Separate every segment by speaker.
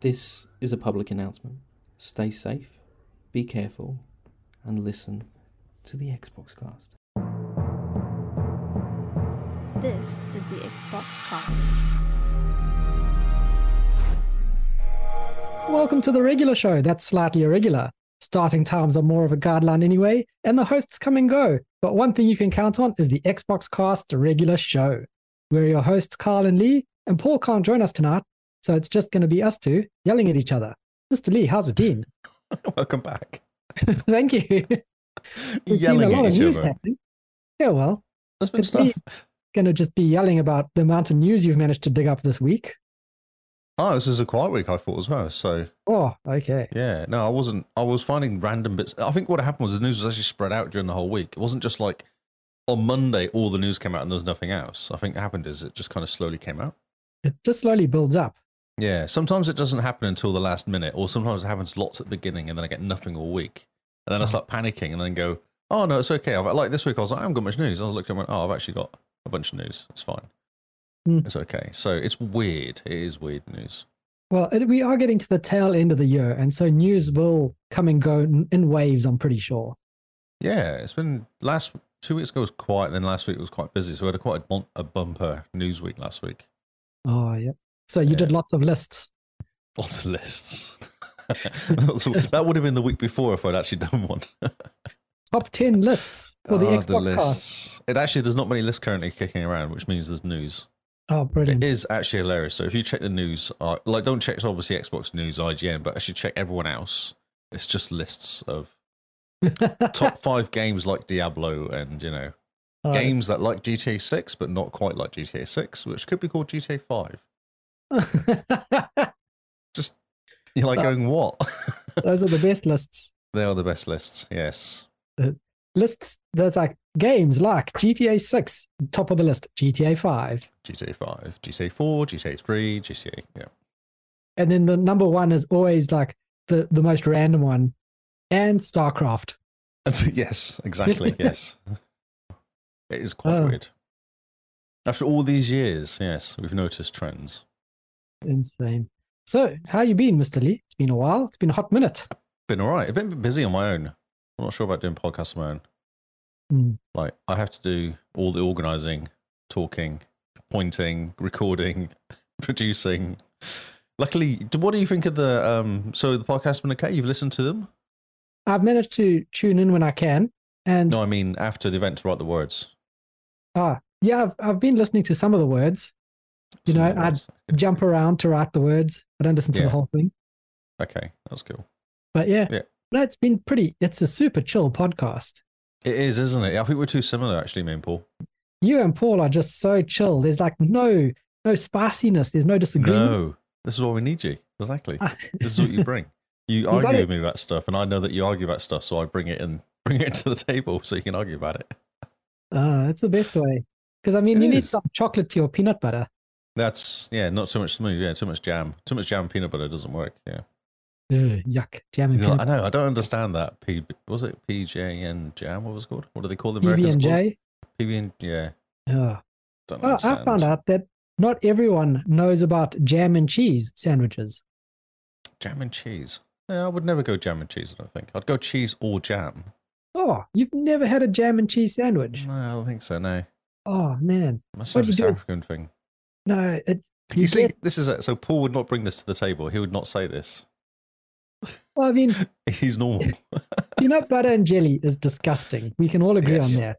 Speaker 1: This is a public announcement. Stay safe, be careful, and listen to the Xbox cast.
Speaker 2: This is the Xbox Cast.
Speaker 3: Welcome to the regular show that's slightly irregular. Starting times are more of a guideline anyway, and the hosts come and go. But one thing you can count on is the Xbox Cast regular show. We're your hosts, Carl and Lee, and Paul can't join us tonight, so it's just going to be us two yelling at each other. Mr. Lee, how's it been?
Speaker 4: Welcome back.
Speaker 3: Thank you. We've seen
Speaker 4: Yelling
Speaker 3: a lot
Speaker 4: at
Speaker 3: of
Speaker 4: each
Speaker 3: news
Speaker 4: other.
Speaker 3: happening. Yeah, well,
Speaker 4: There's been
Speaker 3: it's
Speaker 4: stuff.
Speaker 3: me. going to just be yelling about the amount of news you've managed to dig up this week.
Speaker 4: Oh, this is a quiet week, I thought as well. So
Speaker 3: Oh, okay.
Speaker 4: yeah, no, I wasn't. I was finding random bits. I think what happened was the news was actually spread out during the whole week. It wasn't just like on Monday all the news came out and there was nothing else. I think what happened is it just kind of slowly came out.
Speaker 3: It just slowly builds up.
Speaker 4: Yeah, sometimes it doesn't happen until the last minute, or sometimes it happens lots at the beginning and then I get nothing all week, and then I
Speaker 3: Oh.
Speaker 4: start panicking and then go, oh no, it's okay. I've, like this week, I was like, I haven't got much news. I looked and went, oh, I've actually got a bunch of news. It's fine.
Speaker 3: Hmm.
Speaker 4: It's okay. So it's weird. It is weird news.
Speaker 3: Well, it, we are getting to the tail end of the year, and so news will come and go in, in waves. I'm pretty sure.
Speaker 4: Yeah, it's been last two weeks ago was quiet, then last week was quite busy. So we had a quite a, bump, a bumper news week last week.
Speaker 3: Oh, yeah. So you did lots of lists.
Speaker 4: Lots of lists. That's- that would have been the week before if I'd actually done one.
Speaker 3: Top ten lists for the
Speaker 4: Ah,
Speaker 3: Xbox cast.
Speaker 4: It actually there's not many lists currently kicking around, which means there's news.
Speaker 3: Oh,
Speaker 4: It
Speaker 3: brilliant!
Speaker 4: is actually hilarious. So if you check the news, uh, like don't check obviously Xbox News, IGN, but actually check everyone else. It's just lists of top five games like Diablo and you know
Speaker 3: Oh,
Speaker 4: games that like GTA 6 but not quite like GTA 6, which could be called GTA 5. You're like
Speaker 3: Oh.
Speaker 4: going, what?
Speaker 3: Those are the best lists.
Speaker 4: they are the best lists. Yes.
Speaker 3: Lists that are games like GTA Six, top of the list. GTA Five,
Speaker 4: GTA 5, GTA 4, GTA 3, GTA. Yeah.
Speaker 3: and then the number one is always like the the most random one, and StarCraft.
Speaker 4: And so, yes, exactly. yes. It is quite
Speaker 3: Oh.
Speaker 4: weird. After all these years, yes, we've noticed trends.
Speaker 3: Insane. So, how you been, Mister Lee? It's been a while. It's been a hot minute.
Speaker 4: Been all right. I've been busy on my own. I'm not sure about doing podcasts on my own.
Speaker 3: Hmm.
Speaker 4: Like, I have to do all the organizing, talking, pointing, recording, producing. Luckily, d- what do you think of the um? So the podcast has been okay. You've listened to them.
Speaker 3: I've managed to tune in when I can, and
Speaker 4: No, I mean after the event to write the words.
Speaker 3: ah, yeah, I've I've been listening to some of the words, You know,
Speaker 4: Some of the
Speaker 3: I'd
Speaker 4: words.
Speaker 3: jump around to write the words. I don't listen to
Speaker 4: Yeah.
Speaker 3: the whole thing,
Speaker 4: Okay, that's cool.
Speaker 3: but yeah,
Speaker 4: Yeah.
Speaker 3: no, it's been pretty. It's a super chill podcast.
Speaker 4: It is, isn't it? I think we're too similar, actually, me and Paul.
Speaker 3: You and Paul are just so chill. There's like no no spiciness. There's no disagreement.
Speaker 4: No, this is why we need you. Exactly.
Speaker 3: Ah.
Speaker 4: This is what you bring. You
Speaker 3: got
Speaker 4: argue
Speaker 3: it.
Speaker 4: with me about stuff, and I know that you argue about stuff, so I bring it in, bring it to the table, so you can argue about it.
Speaker 3: Ah, it's the best way. Because I mean,
Speaker 4: It
Speaker 3: you need
Speaker 4: is.
Speaker 3: some chocolate to your peanut butter.
Speaker 4: That's yeah, not too much smooth. Yeah, too much jam. Too much jam and peanut butter doesn't work. Yeah.
Speaker 3: Ugh, yuck, jam and
Speaker 4: He's like, I
Speaker 3: peanut.
Speaker 4: know. I don't understand that. P was it PJN Jam? What was it called? What do they call the
Speaker 3: PB
Speaker 4: Americans?
Speaker 3: and
Speaker 4: call
Speaker 3: J.
Speaker 4: it? PB&J. Yeah.
Speaker 3: Ah.
Speaker 4: Don't
Speaker 3: Oh, I
Speaker 4: understand.
Speaker 3: found out that not everyone knows about jam and cheese sandwiches.
Speaker 4: Jam and cheese. Yeah, I would never go jam and cheese. I don't think I'd go cheese or jam.
Speaker 3: Oh, you've never had a jam and cheese sandwich?
Speaker 4: No, I don't think so. No,
Speaker 3: Oh man,
Speaker 4: must
Speaker 3: What
Speaker 4: have
Speaker 3: do
Speaker 4: a
Speaker 3: you do?
Speaker 4: South African thing.
Speaker 3: no, it.
Speaker 4: You,
Speaker 3: you
Speaker 4: see,
Speaker 3: get-
Speaker 4: this is it. So Paul would not bring this to the table. He would not say this.
Speaker 3: well, I mean,
Speaker 4: He's normal.
Speaker 3: peanut butter and jelly is disgusting. We can all agree
Speaker 4: Yes.
Speaker 3: on that.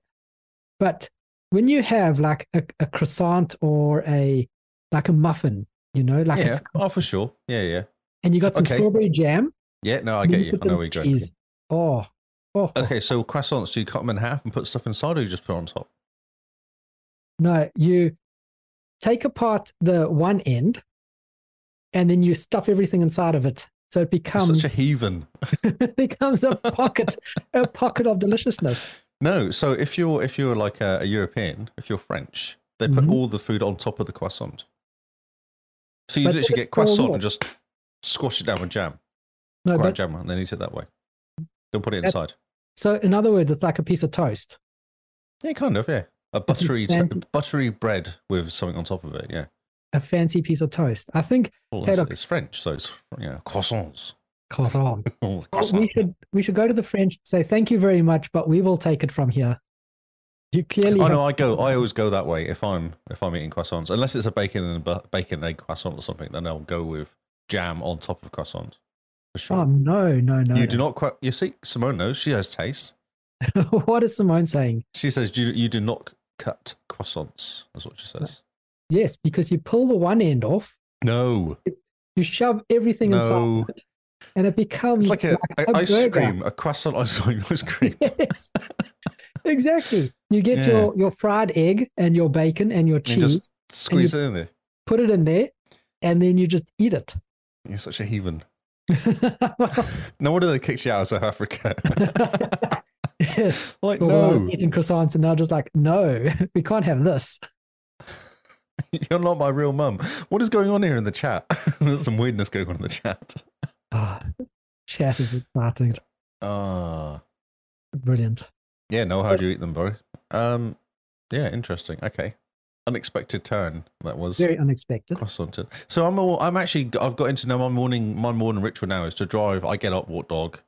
Speaker 3: But when you have like a, a croissant or a like a muffin, you know, like a
Speaker 4: yeah.
Speaker 3: s
Speaker 4: Oh, for sure. Yeah, yeah,
Speaker 3: and you got some
Speaker 4: Okay.
Speaker 3: strawberry jam.
Speaker 4: yeah. No, I
Speaker 3: and
Speaker 4: get
Speaker 3: then
Speaker 4: you.
Speaker 3: put
Speaker 4: I know
Speaker 3: them
Speaker 4: where you're going.
Speaker 3: cheese. Oh, oh
Speaker 4: Okay, so croissants. Do you cut them in half and put stuff inside, or you just put it on top?
Speaker 3: no, you take apart the one end, and then you stuff everything inside of it, so it
Speaker 4: You're
Speaker 3: becomes
Speaker 4: such a heathen.
Speaker 3: it becomes a pocket a pocket of deliciousness.
Speaker 4: No, so if you're if you're like a, a European, if you're French, they put
Speaker 3: Mhm.
Speaker 4: all the food on top of the croissant. So you
Speaker 3: But then
Speaker 4: literally
Speaker 3: it's
Speaker 4: get
Speaker 3: all
Speaker 4: croissant
Speaker 3: warm.
Speaker 4: and just squash it down with jam,
Speaker 3: No,
Speaker 4: ground
Speaker 3: but
Speaker 4: jam, and then eat it that way. Don't put it
Speaker 3: That-
Speaker 4: inside.
Speaker 3: so in other words, it's like a piece of toast.
Speaker 4: Yeah, kind of. Yeah, a buttery t-
Speaker 3: fancy.
Speaker 4: buttery bread with something on top of it. Yeah,
Speaker 3: a fancy piece of toast. I think
Speaker 4: Well,
Speaker 3: Hey,
Speaker 4: it's,
Speaker 3: look.
Speaker 4: it's French, so it's you know, croissants.
Speaker 3: croissant.
Speaker 4: Oh, the
Speaker 3: we
Speaker 4: croissant.
Speaker 3: should we should go to the French and say thank you very much, but we will take it from here. You clearly
Speaker 4: Oh
Speaker 3: have-
Speaker 4: no, I go. I always go that way if I'm if I'm eating croissants, unless it's a bacon and bu- bacon and egg croissant or something. Then I'll go with jam on top of croissant for sure.
Speaker 3: Oh no, no, no.
Speaker 4: you do not quite. You see, Simone knows she has taste.
Speaker 3: what is Simone saying?
Speaker 4: She says you you do not cut croissants. That's what she says.
Speaker 3: Yes, because you pull the one end off,
Speaker 4: No,
Speaker 3: you shove everything
Speaker 4: No.
Speaker 3: inside, it, and it becomes
Speaker 4: it's like a,
Speaker 3: a
Speaker 4: a ice
Speaker 3: burger.
Speaker 4: cream, a croissant ice cream. Ice cream.
Speaker 3: Yes. exactly. You get
Speaker 4: Yeah.
Speaker 3: your your fried egg and your bacon and your
Speaker 4: You
Speaker 3: cheese,
Speaker 4: just Squeeze it in there.
Speaker 3: put it in there, and then you just eat it.
Speaker 4: You're such a heathen. No wonder they kicked you out of South Africa. like
Speaker 3: But when I was
Speaker 4: no,
Speaker 3: eating croissants, and they're just like, no, we can't have this.
Speaker 4: you're not my real mum. What is going on here in the chat? There's some weirdness going on in the chat.
Speaker 3: Ah, chat is exciting.
Speaker 4: Ah,
Speaker 3: Brilliant.
Speaker 4: yeah. No, how do you eat them, bro? Um, yeah, interesting. Okay, unexpected turn that was.
Speaker 3: Very unexpected.
Speaker 4: Croissant. turn. So I'm all, I'm actually I've got into now my morning my morning ritual now is to drive. I get up, walk dog,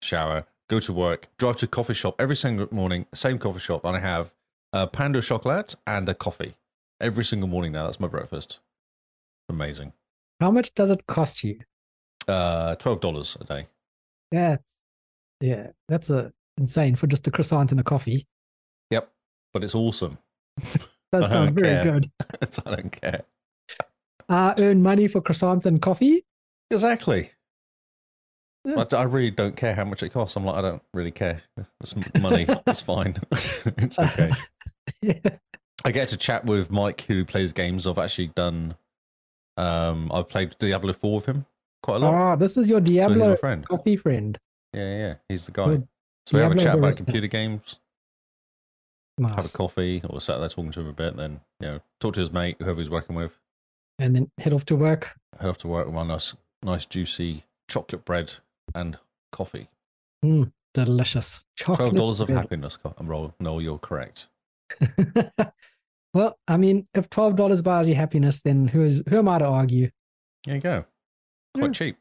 Speaker 4: shower, go to work, drive to a coffee shop every single morning, same coffee shop, and I have a pan de chocolat and a coffee every single morning now. That's my breakfast. Amazing.
Speaker 3: How much does it cost you?
Speaker 4: Uh, twelve dollars a day.
Speaker 3: Yeah. Yeah. That's a, insane for just a croissant and a coffee.
Speaker 4: Yep, but it's awesome. I
Speaker 3: That
Speaker 4: don't
Speaker 3: sounds very
Speaker 4: care.
Speaker 3: good.
Speaker 4: So I don't care.
Speaker 3: I earn money for croissants and coffee.
Speaker 4: Exactly.
Speaker 3: Yeah.
Speaker 4: I, I really don't care how much it costs. I'm like, I don't really care. It's money. it's fine. it's okay. I get to chat with Mike, who plays games. I've actually done. Um, I've played Diablo Four with him quite a lot.
Speaker 3: Ah, this is your
Speaker 4: so he's
Speaker 3: Diablo
Speaker 4: my friend.
Speaker 3: coffee friend.
Speaker 4: Yeah, yeah, yeah, he's the guy.
Speaker 3: Good.
Speaker 4: so we have a
Speaker 3: Diablo
Speaker 4: chat about
Speaker 3: barista.
Speaker 4: computer games, have a
Speaker 3: Nice.
Speaker 4: coffee, or sat there talking to him a bit. Then you know, talk to his mate, whoever he's working with.
Speaker 3: And then head off to work.
Speaker 4: Head off to work with my nice, nice juicy chocolate bread and coffee.
Speaker 3: Delicious. Chocolate
Speaker 4: Twelve dollars of
Speaker 3: bread.
Speaker 4: happiness. Co- I'm wrong. No, you're correct.
Speaker 3: well, I mean, if twelve dollars buys you happiness, then who is who am I to argue?
Speaker 4: There you go. Quite
Speaker 3: Yeah.
Speaker 4: cheap.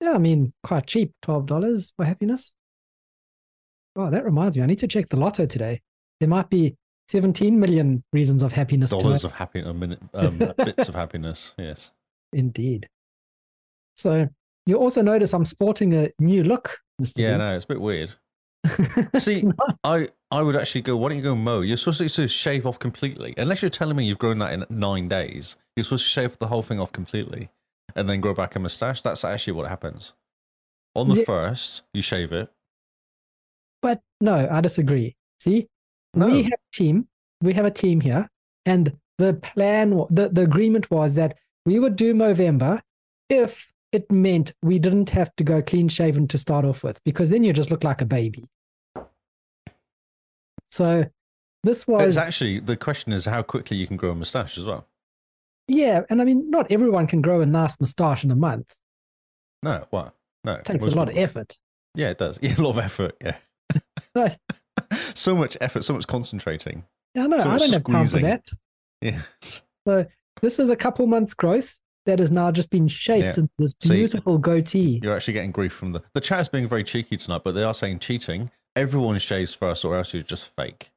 Speaker 3: Yeah, I mean, quite cheap, twelve dollars for happiness. Oh, that reminds me, I need to check the lotto today. There might be seventeen million reasons of happiness.
Speaker 4: Dollars
Speaker 3: to it.
Speaker 4: of happiness. Minute, um, bits of happiness. Yes.
Speaker 3: indeed. So you also notice I'm sporting a new look, Mister.
Speaker 4: Yeah. No, it's a bit weird.
Speaker 3: no.
Speaker 4: See, I, I would actually go, why don't you go mow? You're supposed to, to shave off completely. Unless you're telling me you've grown that in nine days, you're supposed to shave the whole thing off completely and then grow back a mustache. That's actually what happens. On the
Speaker 3: Yeah.
Speaker 4: first, you shave it.
Speaker 3: but no, I disagree. See,
Speaker 4: No.
Speaker 3: we have a team. We have a team here, and the plan, wa- the the agreement was that we would do Movember if it meant we didn't have to go clean shaven to start off with, because then you just look like a baby. So, this was
Speaker 4: It's actually, the question is how quickly you can grow a mustache as well.
Speaker 3: yeah, and I mean, not everyone can grow a nice moustache in a month.
Speaker 4: No, what? No. It
Speaker 3: takes a lot of effort.
Speaker 4: Yeah, it does. Yeah, a lot of effort. Yeah.
Speaker 3: No.
Speaker 4: so much effort, so much concentrating.
Speaker 3: I know
Speaker 4: So
Speaker 3: I
Speaker 4: it's
Speaker 3: don't have time for
Speaker 4: squeezing.
Speaker 3: that.
Speaker 4: Yes.
Speaker 3: This is a couple months growth that has now just been shaped
Speaker 4: Yeah.
Speaker 3: into this
Speaker 4: So you-
Speaker 3: beautiful goatee.
Speaker 4: You're actually getting grief from the the chat is being very cheeky tonight, but they are saying cheating. Everyone shaves first, or else you're just fake.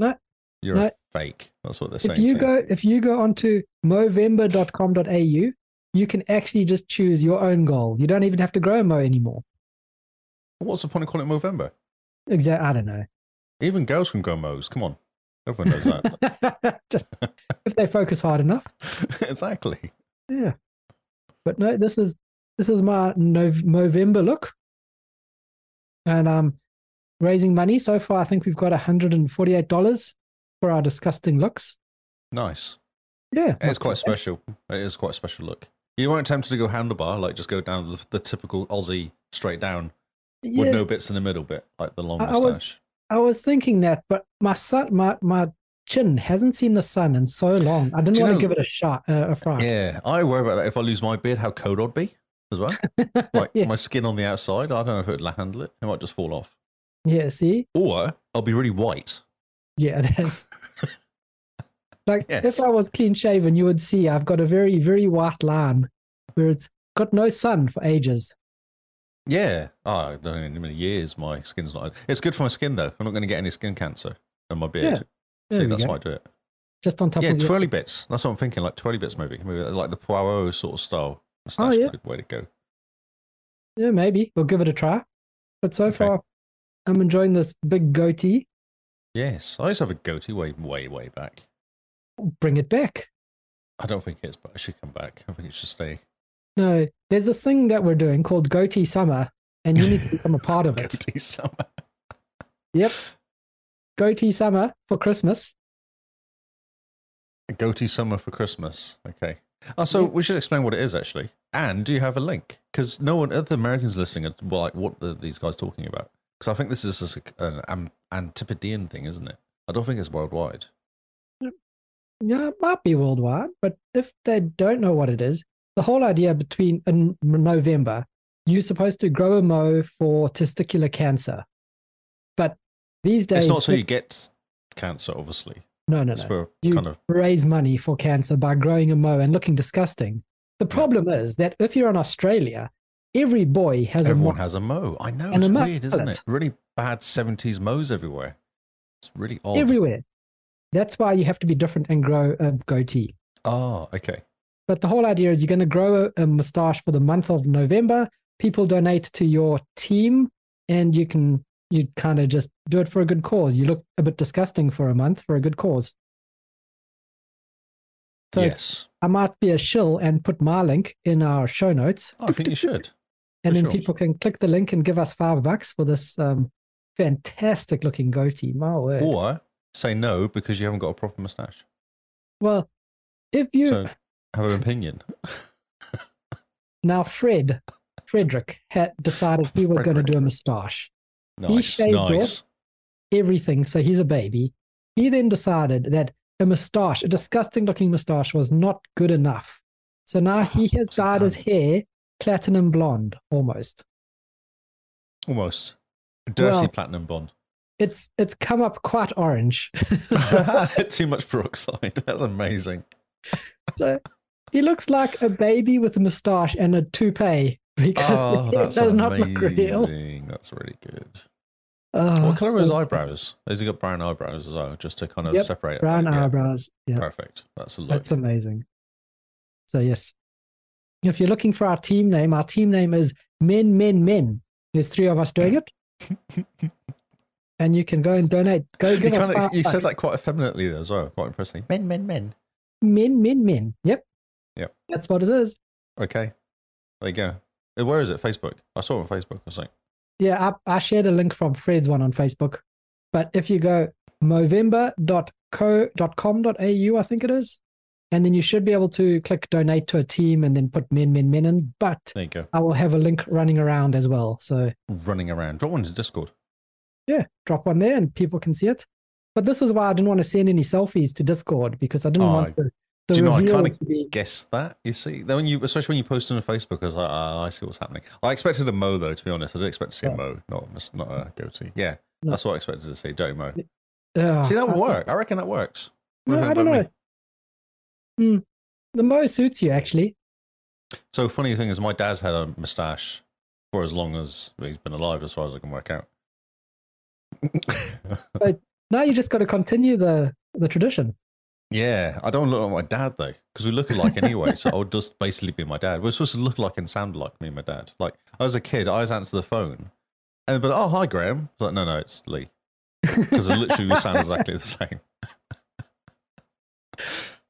Speaker 3: No,
Speaker 4: you're
Speaker 3: no.
Speaker 4: a fake. That's what they're
Speaker 3: if
Speaker 4: saying.
Speaker 3: you
Speaker 4: to
Speaker 3: go if you go onto movember.com.au you can actually just choose your own goal you don't even have to grow a mo anymore
Speaker 4: What's the point of calling it November?
Speaker 3: exactly i don't know
Speaker 4: Even girls can grow mows. Come on, everyone knows that.
Speaker 3: just if they focus hard enough
Speaker 4: exactly.
Speaker 3: yeah but no this is this is my Nov- movember look and um raising money so far i think we've got $148 for our disgusting looks
Speaker 4: Nice.
Speaker 3: yeah
Speaker 4: It's
Speaker 3: not too
Speaker 4: quite special. It is quite a special look. You weren't tempted to go handlebar, like just go down the, the typical Aussie straight down
Speaker 3: bad.
Speaker 4: with
Speaker 3: Yeah.
Speaker 4: no bits in the middle bit, like the long
Speaker 3: I- I was-
Speaker 4: moustache.
Speaker 3: I was thinking that, but my sun, my my chin hasn't seen the sun in so long. I didn't
Speaker 4: Do you
Speaker 3: want to
Speaker 4: know-
Speaker 3: give it a shot, uh, a fright.
Speaker 4: Yeah, I worry about that. If I lose my beard, how cold I'd be as well. Like
Speaker 3: Yeah.
Speaker 4: my skin on the outside, I don't know if it would handle it. It might just fall off.
Speaker 3: yeah, see,
Speaker 4: Or I'll be really white.
Speaker 3: yeah, that's Like
Speaker 4: Yes.
Speaker 3: if I was clean shaven, you would see I've got a very, very white line where it's got no sun for ages.
Speaker 4: Yeah. Oh, I don't know, in many years, my skin's not. It's good for my skin, though. I'm not going to get any skin cancer and my beard.
Speaker 3: There
Speaker 4: See,
Speaker 3: we
Speaker 4: that's
Speaker 3: go.
Speaker 4: why I do it.
Speaker 3: Just on top
Speaker 4: yeah,
Speaker 3: of your-
Speaker 4: twirly bits. That's what I'm thinking, like twirly bits, maybe. maybe like the Poirot sort of style. That's
Speaker 3: Oh,
Speaker 4: that's
Speaker 3: yeah.
Speaker 4: a good way to go.
Speaker 3: Yeah, maybe. We'll give it a try. But so
Speaker 4: Okay.
Speaker 3: far I'm enjoying this big goatee.
Speaker 4: Yes. I used to have a goatee way, way, way back.
Speaker 3: Bring it back.
Speaker 4: I don't think it is, but it should come back. I think it should stay.
Speaker 3: No, there's this thing that we're doing called goatee summer, and you need to become a part of it.
Speaker 4: Goatee summer.
Speaker 3: Yep. Goatee summer for Christmas.
Speaker 4: A goatee summer for Christmas. Okay. Oh, so
Speaker 3: Yeah.
Speaker 4: we should explain what it is, actually. And do you have a link? Because no one, other Americans listening, are well, like, what are these guys talking about? Because I think this is just a- an am- Antipodean thing, isn't it? I don't think it's worldwide.
Speaker 3: Yeah, it might be worldwide, but if they don't know what it is, the whole idea between in November, you're supposed to grow a mow for testicular cancer. But these days,
Speaker 4: It's not so you get cancer, obviously.
Speaker 3: no, no,
Speaker 4: It's
Speaker 3: no.
Speaker 4: for
Speaker 3: You-
Speaker 4: kind of
Speaker 3: raise money for cancer by growing a mo and looking disgusting. The problem is that if you're in Australia, every boy has
Speaker 4: everyone
Speaker 3: a mo.
Speaker 4: has a mo. I know
Speaker 3: And
Speaker 4: it's
Speaker 3: a mo-
Speaker 4: weird, isn't it? Really bad seventies mows everywhere. It's really odd.
Speaker 3: everywhere. That's why you have to be different and grow a goatee.
Speaker 4: oh, okay.
Speaker 3: But the whole idea is you're going to grow a, a mustache for the month of November. People donate to your team, and you can you kind of just do it for a good cause. You look a bit disgusting for a month for a good cause. So
Speaker 4: yes,
Speaker 3: I might be a shill and put my link in our show notes.
Speaker 4: oh, I think you should.
Speaker 3: and
Speaker 4: For
Speaker 3: then
Speaker 4: sure.
Speaker 3: people can click the link and give us five bucks for this um, fantastic looking goatee. My word.
Speaker 4: Or say no because you haven't got a proper moustache.
Speaker 3: Well, if you
Speaker 4: So have an opinion.
Speaker 3: now Fred, Frederick had decided he was going to do a moustache,
Speaker 4: Nice,
Speaker 3: shaved off.
Speaker 4: nice.
Speaker 3: everything. So he's a baby. He then decided that a moustache, a disgusting looking moustache, was not good enough. So now he has
Speaker 4: So
Speaker 3: dyed his
Speaker 4: done.
Speaker 3: hair platinum blonde almost.
Speaker 4: Almost a dirty
Speaker 3: Well-
Speaker 4: platinum bond.
Speaker 3: It's it's come up quite orange.
Speaker 4: Too much peroxide. That's amazing.
Speaker 3: So he looks like a baby with a moustache and a toupee because
Speaker 4: Oh,
Speaker 3: the hair
Speaker 4: that's
Speaker 3: does not
Speaker 4: amazing.
Speaker 3: look real.
Speaker 4: That's really good.
Speaker 3: Oh,
Speaker 4: what color
Speaker 3: so
Speaker 4: are his eyebrows? Has he got brown eyebrows as well, just to kind of
Speaker 3: Yep,
Speaker 4: separate? it?
Speaker 3: Brown
Speaker 4: Yeah,
Speaker 3: eyebrows. Yeah,
Speaker 4: Perfect. That's a look.
Speaker 3: that's amazing. So yes, if you're looking for our team name, our team name is Men Men Men. There's three of us doing it, and you can go and donate. Go
Speaker 4: you,
Speaker 3: give us.
Speaker 4: kinda-
Speaker 3: five
Speaker 4: you said
Speaker 3: bucks.
Speaker 4: that Oh, quite effeminately there as well. Quite impressively. Men, men, men.
Speaker 3: Men Men Men. Yep.
Speaker 4: Yep.
Speaker 3: That's what it is.
Speaker 4: Okay. There you go. Uh, Where is it? Facebook. I saw it on Facebook. I was like,
Speaker 3: Yeah, I, I shared a link from Fred's one on Facebook. But if you go movember.co.com.au, I think it is, and then you should be able to click donate to a team and then put men, men, men in. But
Speaker 4: there you go.
Speaker 3: I will have a link running around as well. So
Speaker 4: Running around. Drop one into Discord.
Speaker 3: yeah, drop one there and people can see it. But this is why I didn't want to send any selfies to Discord because I didn't
Speaker 4: Oh,
Speaker 3: want the, the
Speaker 4: do you know, I
Speaker 3: reveal
Speaker 4: kinda
Speaker 3: to be.
Speaker 4: Guess that. You see, then when you, especially when you post it on Facebook, I was like, ah, I see what's happening. I expected a mo though. To be honest, I did expect to see a
Speaker 3: Yeah.
Speaker 4: mo, not a mis- not a goatee. Yeah, Oh,
Speaker 3: No.
Speaker 4: that's what I expected to see. Dirty mo.
Speaker 3: Ah,
Speaker 4: See, that would
Speaker 3: I-
Speaker 4: work. I reckon that works. What
Speaker 3: No,
Speaker 4: do you
Speaker 3: I
Speaker 4: think
Speaker 3: don't
Speaker 4: about me?
Speaker 3: know. Hmm. The mo suits you actually.
Speaker 4: So funny thing is, my dad's had a moustache for as long as he's been alive, as far as I can work out.
Speaker 3: Now you just got to continue the the tradition.
Speaker 4: yeah, I don't look like my dad though, because we look alike anyway. so I'll just basically be my dad. We're supposed to look like and sound like me and my dad. Like as a kid, I always answer the phone, and but oh hi Graham. It's like no no, it's Lee, because literally we sound exactly the same.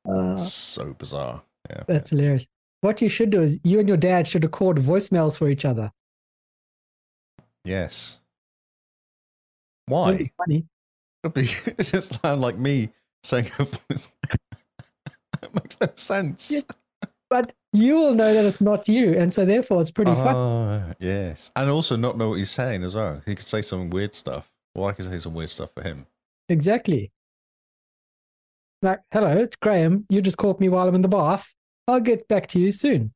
Speaker 3: Uh,
Speaker 4: It's so bizarre. Yeah,
Speaker 3: That's hilarious. What you should do is you and your dad should record voicemails for each other.
Speaker 4: yes.
Speaker 3: Wouldn't
Speaker 4: Why?
Speaker 3: it be Funny.
Speaker 4: It'd be- it just sound like me saying a voice. it makes no sense.
Speaker 3: Yeah. But you will know that it's not you. And so therefore it's pretty funny.
Speaker 4: Ah, yes. And also not know what he's saying as well. He could say some weird stuff. Well, I could say some weird stuff for him.
Speaker 3: Exactly. Like, hello, it's Graham. You just caught me while I'm in the bath. I'll get back to you soon.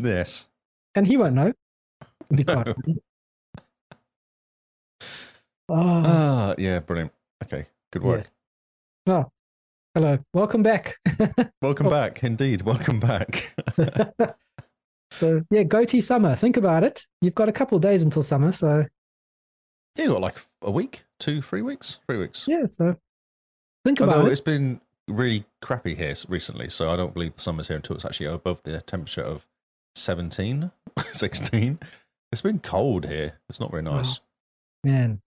Speaker 4: Yes.
Speaker 3: And he won't know. It'd be quite
Speaker 4: No.
Speaker 3: funny. Oh,
Speaker 4: Ah, yeah, brilliant. Okay, Ah, good work.
Speaker 3: yes. Well, Hello. Welcome back. Oh.
Speaker 4: Welcome back, indeed. Welcome back.
Speaker 3: so, yeah, goatee summer. Think about it. You've got a couple of days until summer. So,
Speaker 4: yeah, you got like a week, two, three weeks, three weeks.
Speaker 3: yeah, so think about
Speaker 4: Although
Speaker 3: it.
Speaker 4: it's been really crappy here s- recently, so I don't believe the summer's here until it's actually above the temperature of 17, 16. It's been cold here. It's not very
Speaker 3: Wow.
Speaker 4: nice.
Speaker 3: Man,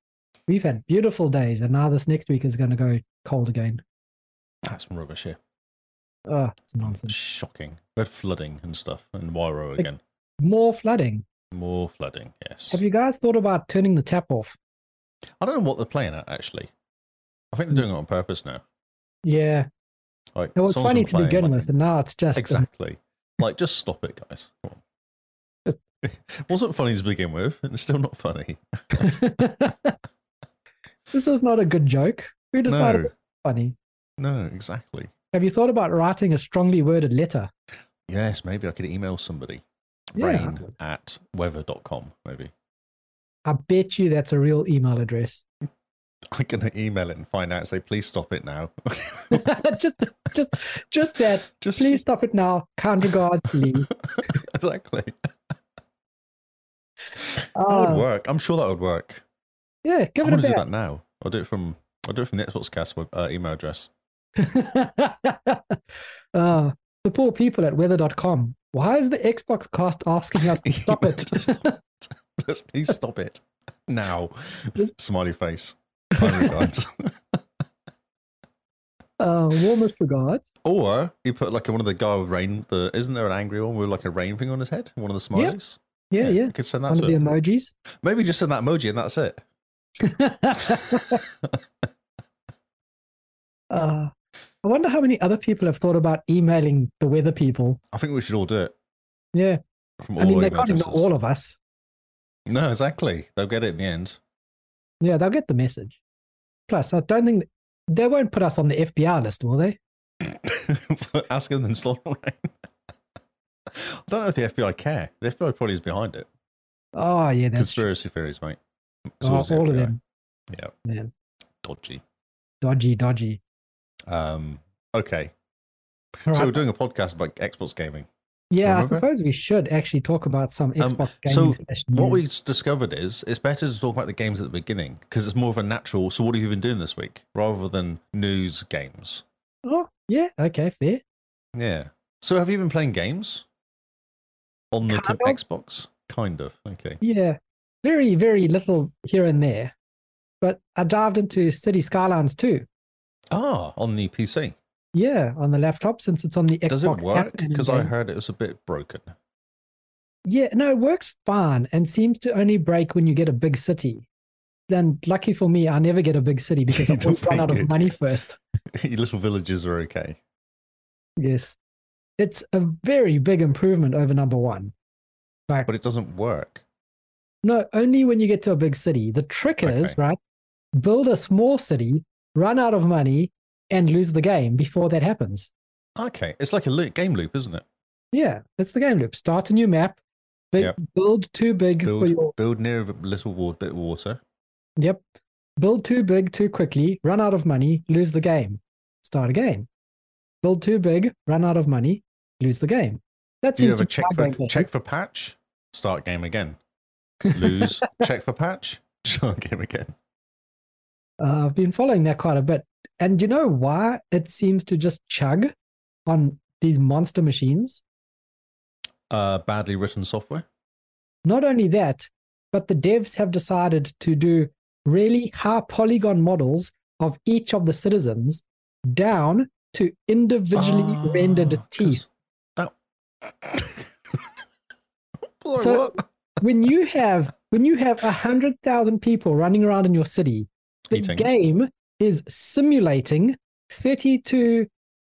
Speaker 3: we've had beautiful days, and now this next week is going to go cold again.
Speaker 4: That's some rubbish here.
Speaker 3: Oh, it's nonsense.
Speaker 4: Shocking. We had flooding and stuff and Wairo
Speaker 3: Like-
Speaker 4: again.
Speaker 3: More flooding.
Speaker 4: More flooding, yes.
Speaker 3: Have you guys thought about turning the tap off?
Speaker 4: I don't know what they're playing at actually. I think they're doing it on purpose now.
Speaker 3: Yeah,
Speaker 4: Like,
Speaker 3: Mm. it was
Speaker 4: someone's
Speaker 3: funny
Speaker 4: been
Speaker 3: to
Speaker 4: playing,
Speaker 3: begin
Speaker 4: like-
Speaker 3: with, and now it's just
Speaker 4: Exactly. like, just stop it, guys. Come on.
Speaker 3: Just-
Speaker 4: It wasn't funny to begin with, and it's still not funny.
Speaker 3: this is not a good joke. Who decided
Speaker 4: No.
Speaker 3: it's funny?
Speaker 4: No, exactly.
Speaker 3: Have you thought about writing a strongly worded letter?
Speaker 4: Yes, maybe I could email somebody.
Speaker 3: Yeah.
Speaker 4: Brain at weather.com, maybe.
Speaker 3: I bet you that's a real email address.
Speaker 4: I'm going to email it and find out, say, please stop it now.
Speaker 3: just, just, just that.
Speaker 4: Just
Speaker 3: Please stop it now. Kind regards, Lee.
Speaker 4: exactly. that
Speaker 3: Ah,
Speaker 4: would work. I'm sure that would work.
Speaker 3: yeah,
Speaker 4: I
Speaker 3: Oh. give it
Speaker 4: want
Speaker 3: a
Speaker 4: to do
Speaker 3: bit.
Speaker 4: that now. I'll do it from I'll do it from the Xbox cast web, uh, email address.
Speaker 3: Ah, the poor people at weather.com. Why is the Xbox cast asking us to stop it?
Speaker 4: Just stop it. Let's- please stop it now. Smiley face. Kind regards.
Speaker 3: Uh, warmest regards.
Speaker 4: or you put like one of the guy with rain. The isn't there an angry one with like a rain thing on his head? One of the
Speaker 3: Yeah.
Speaker 4: smileys.
Speaker 3: Yeah, yeah.
Speaker 4: You could send that
Speaker 3: One of
Speaker 4: to
Speaker 3: the
Speaker 4: him.
Speaker 3: emojis.
Speaker 4: Maybe just send that emoji and that's it.
Speaker 3: Uh, I wonder how many other people have thought about emailing the weather people.
Speaker 4: I think we should all do it.
Speaker 3: Yeah.
Speaker 4: From
Speaker 3: I mean,
Speaker 4: the
Speaker 3: they
Speaker 4: email
Speaker 3: can't ignore
Speaker 4: addresses.
Speaker 3: all of us.
Speaker 4: No, exactly. They'll get it in the end.
Speaker 3: Yeah, they'll get the message. Plus, I don't think they won't put us on the FBI list, will they?
Speaker 4: Ask them then slot rain. I don't know if the FBI care. The FBI probably is behind it.
Speaker 3: Oh, yeah, that's true.
Speaker 4: Conspiracy theories, mate. It's
Speaker 3: Oh,
Speaker 4: always the
Speaker 3: all of
Speaker 4: FBI.
Speaker 3: them.
Speaker 4: Yeah.
Speaker 3: Yeah.
Speaker 4: Dodgy.
Speaker 3: Dodgy, dodgy.
Speaker 4: Um, okay.
Speaker 3: All
Speaker 4: So
Speaker 3: right.
Speaker 4: we're doing a podcast about Xbox gaming.
Speaker 3: yeah, I
Speaker 4: remember? Um,
Speaker 3: suppose we should actually talk about some Xbox
Speaker 4: so
Speaker 3: gaming. slash
Speaker 4: What
Speaker 3: news.
Speaker 4: we discovered is it's better to talk about the games at the beginning because it's more of a natural. So what have you been doing this week rather than news games?
Speaker 3: Oh, yeah. Okay, fair.
Speaker 4: Yeah. So have you been playing games on the
Speaker 3: Kind
Speaker 4: co-
Speaker 3: of.
Speaker 4: Xbox? Kind of. Okay.
Speaker 3: Yeah. Very, very little here and there. But I dived into City Skylines too.
Speaker 4: Ah, on the PC.
Speaker 3: Yeah, on the laptop since it's on the Xbox.
Speaker 4: Does it
Speaker 3: app
Speaker 4: work?
Speaker 3: and
Speaker 4: Because I
Speaker 3: everything.
Speaker 4: heard it was a bit broken.
Speaker 3: Yeah, no, it works fine and seems to only break when you get a big city. Then, lucky for me, I never get a big city because I
Speaker 4: You
Speaker 3: always
Speaker 4: don't
Speaker 3: run out
Speaker 4: make
Speaker 3: of
Speaker 4: it.
Speaker 3: money first.
Speaker 4: Your little villages are okay.
Speaker 3: Yes, it's a very big improvement over number one. Like,
Speaker 4: But it doesn't work.
Speaker 3: no, only when you get to a big city. The trick is
Speaker 4: Okay.
Speaker 3: right, build a small city, run out of money, and lose the game before that happens.
Speaker 4: Okay. It's like a loop, game loop, isn't it?
Speaker 3: Yeah, that's the game loop. Start a new map, big,
Speaker 4: Yep.
Speaker 3: build too big for
Speaker 4: Build,
Speaker 3: your
Speaker 4: build near a little wa- bit of water.
Speaker 3: Yep. Build too big too quickly, run out of money, lose the game. Start again. Build too big, run out of money, lose the game. That
Speaker 4: Do you
Speaker 3: seems
Speaker 4: ever
Speaker 3: to be
Speaker 4: check
Speaker 3: my
Speaker 4: for
Speaker 3: game plan.
Speaker 4: check for patch? Start game again. Lose. check for patch. Start game again.
Speaker 3: Uh, I've been following that quite a bit. And you know why it seems to just chug on these monster machines?
Speaker 4: Uh, badly written software.
Speaker 3: Not only that, but the devs have decided to do really high polygon models of each of the citizens down to individually
Speaker 4: Ah,
Speaker 3: rendered
Speaker 4: 'cause
Speaker 3: teeth.
Speaker 4: That... Sorry,
Speaker 3: So-
Speaker 4: what?
Speaker 3: when you have when you have a hundred thousand people running around in your city, the
Speaker 4: Eating.
Speaker 3: game is simulating thirty-two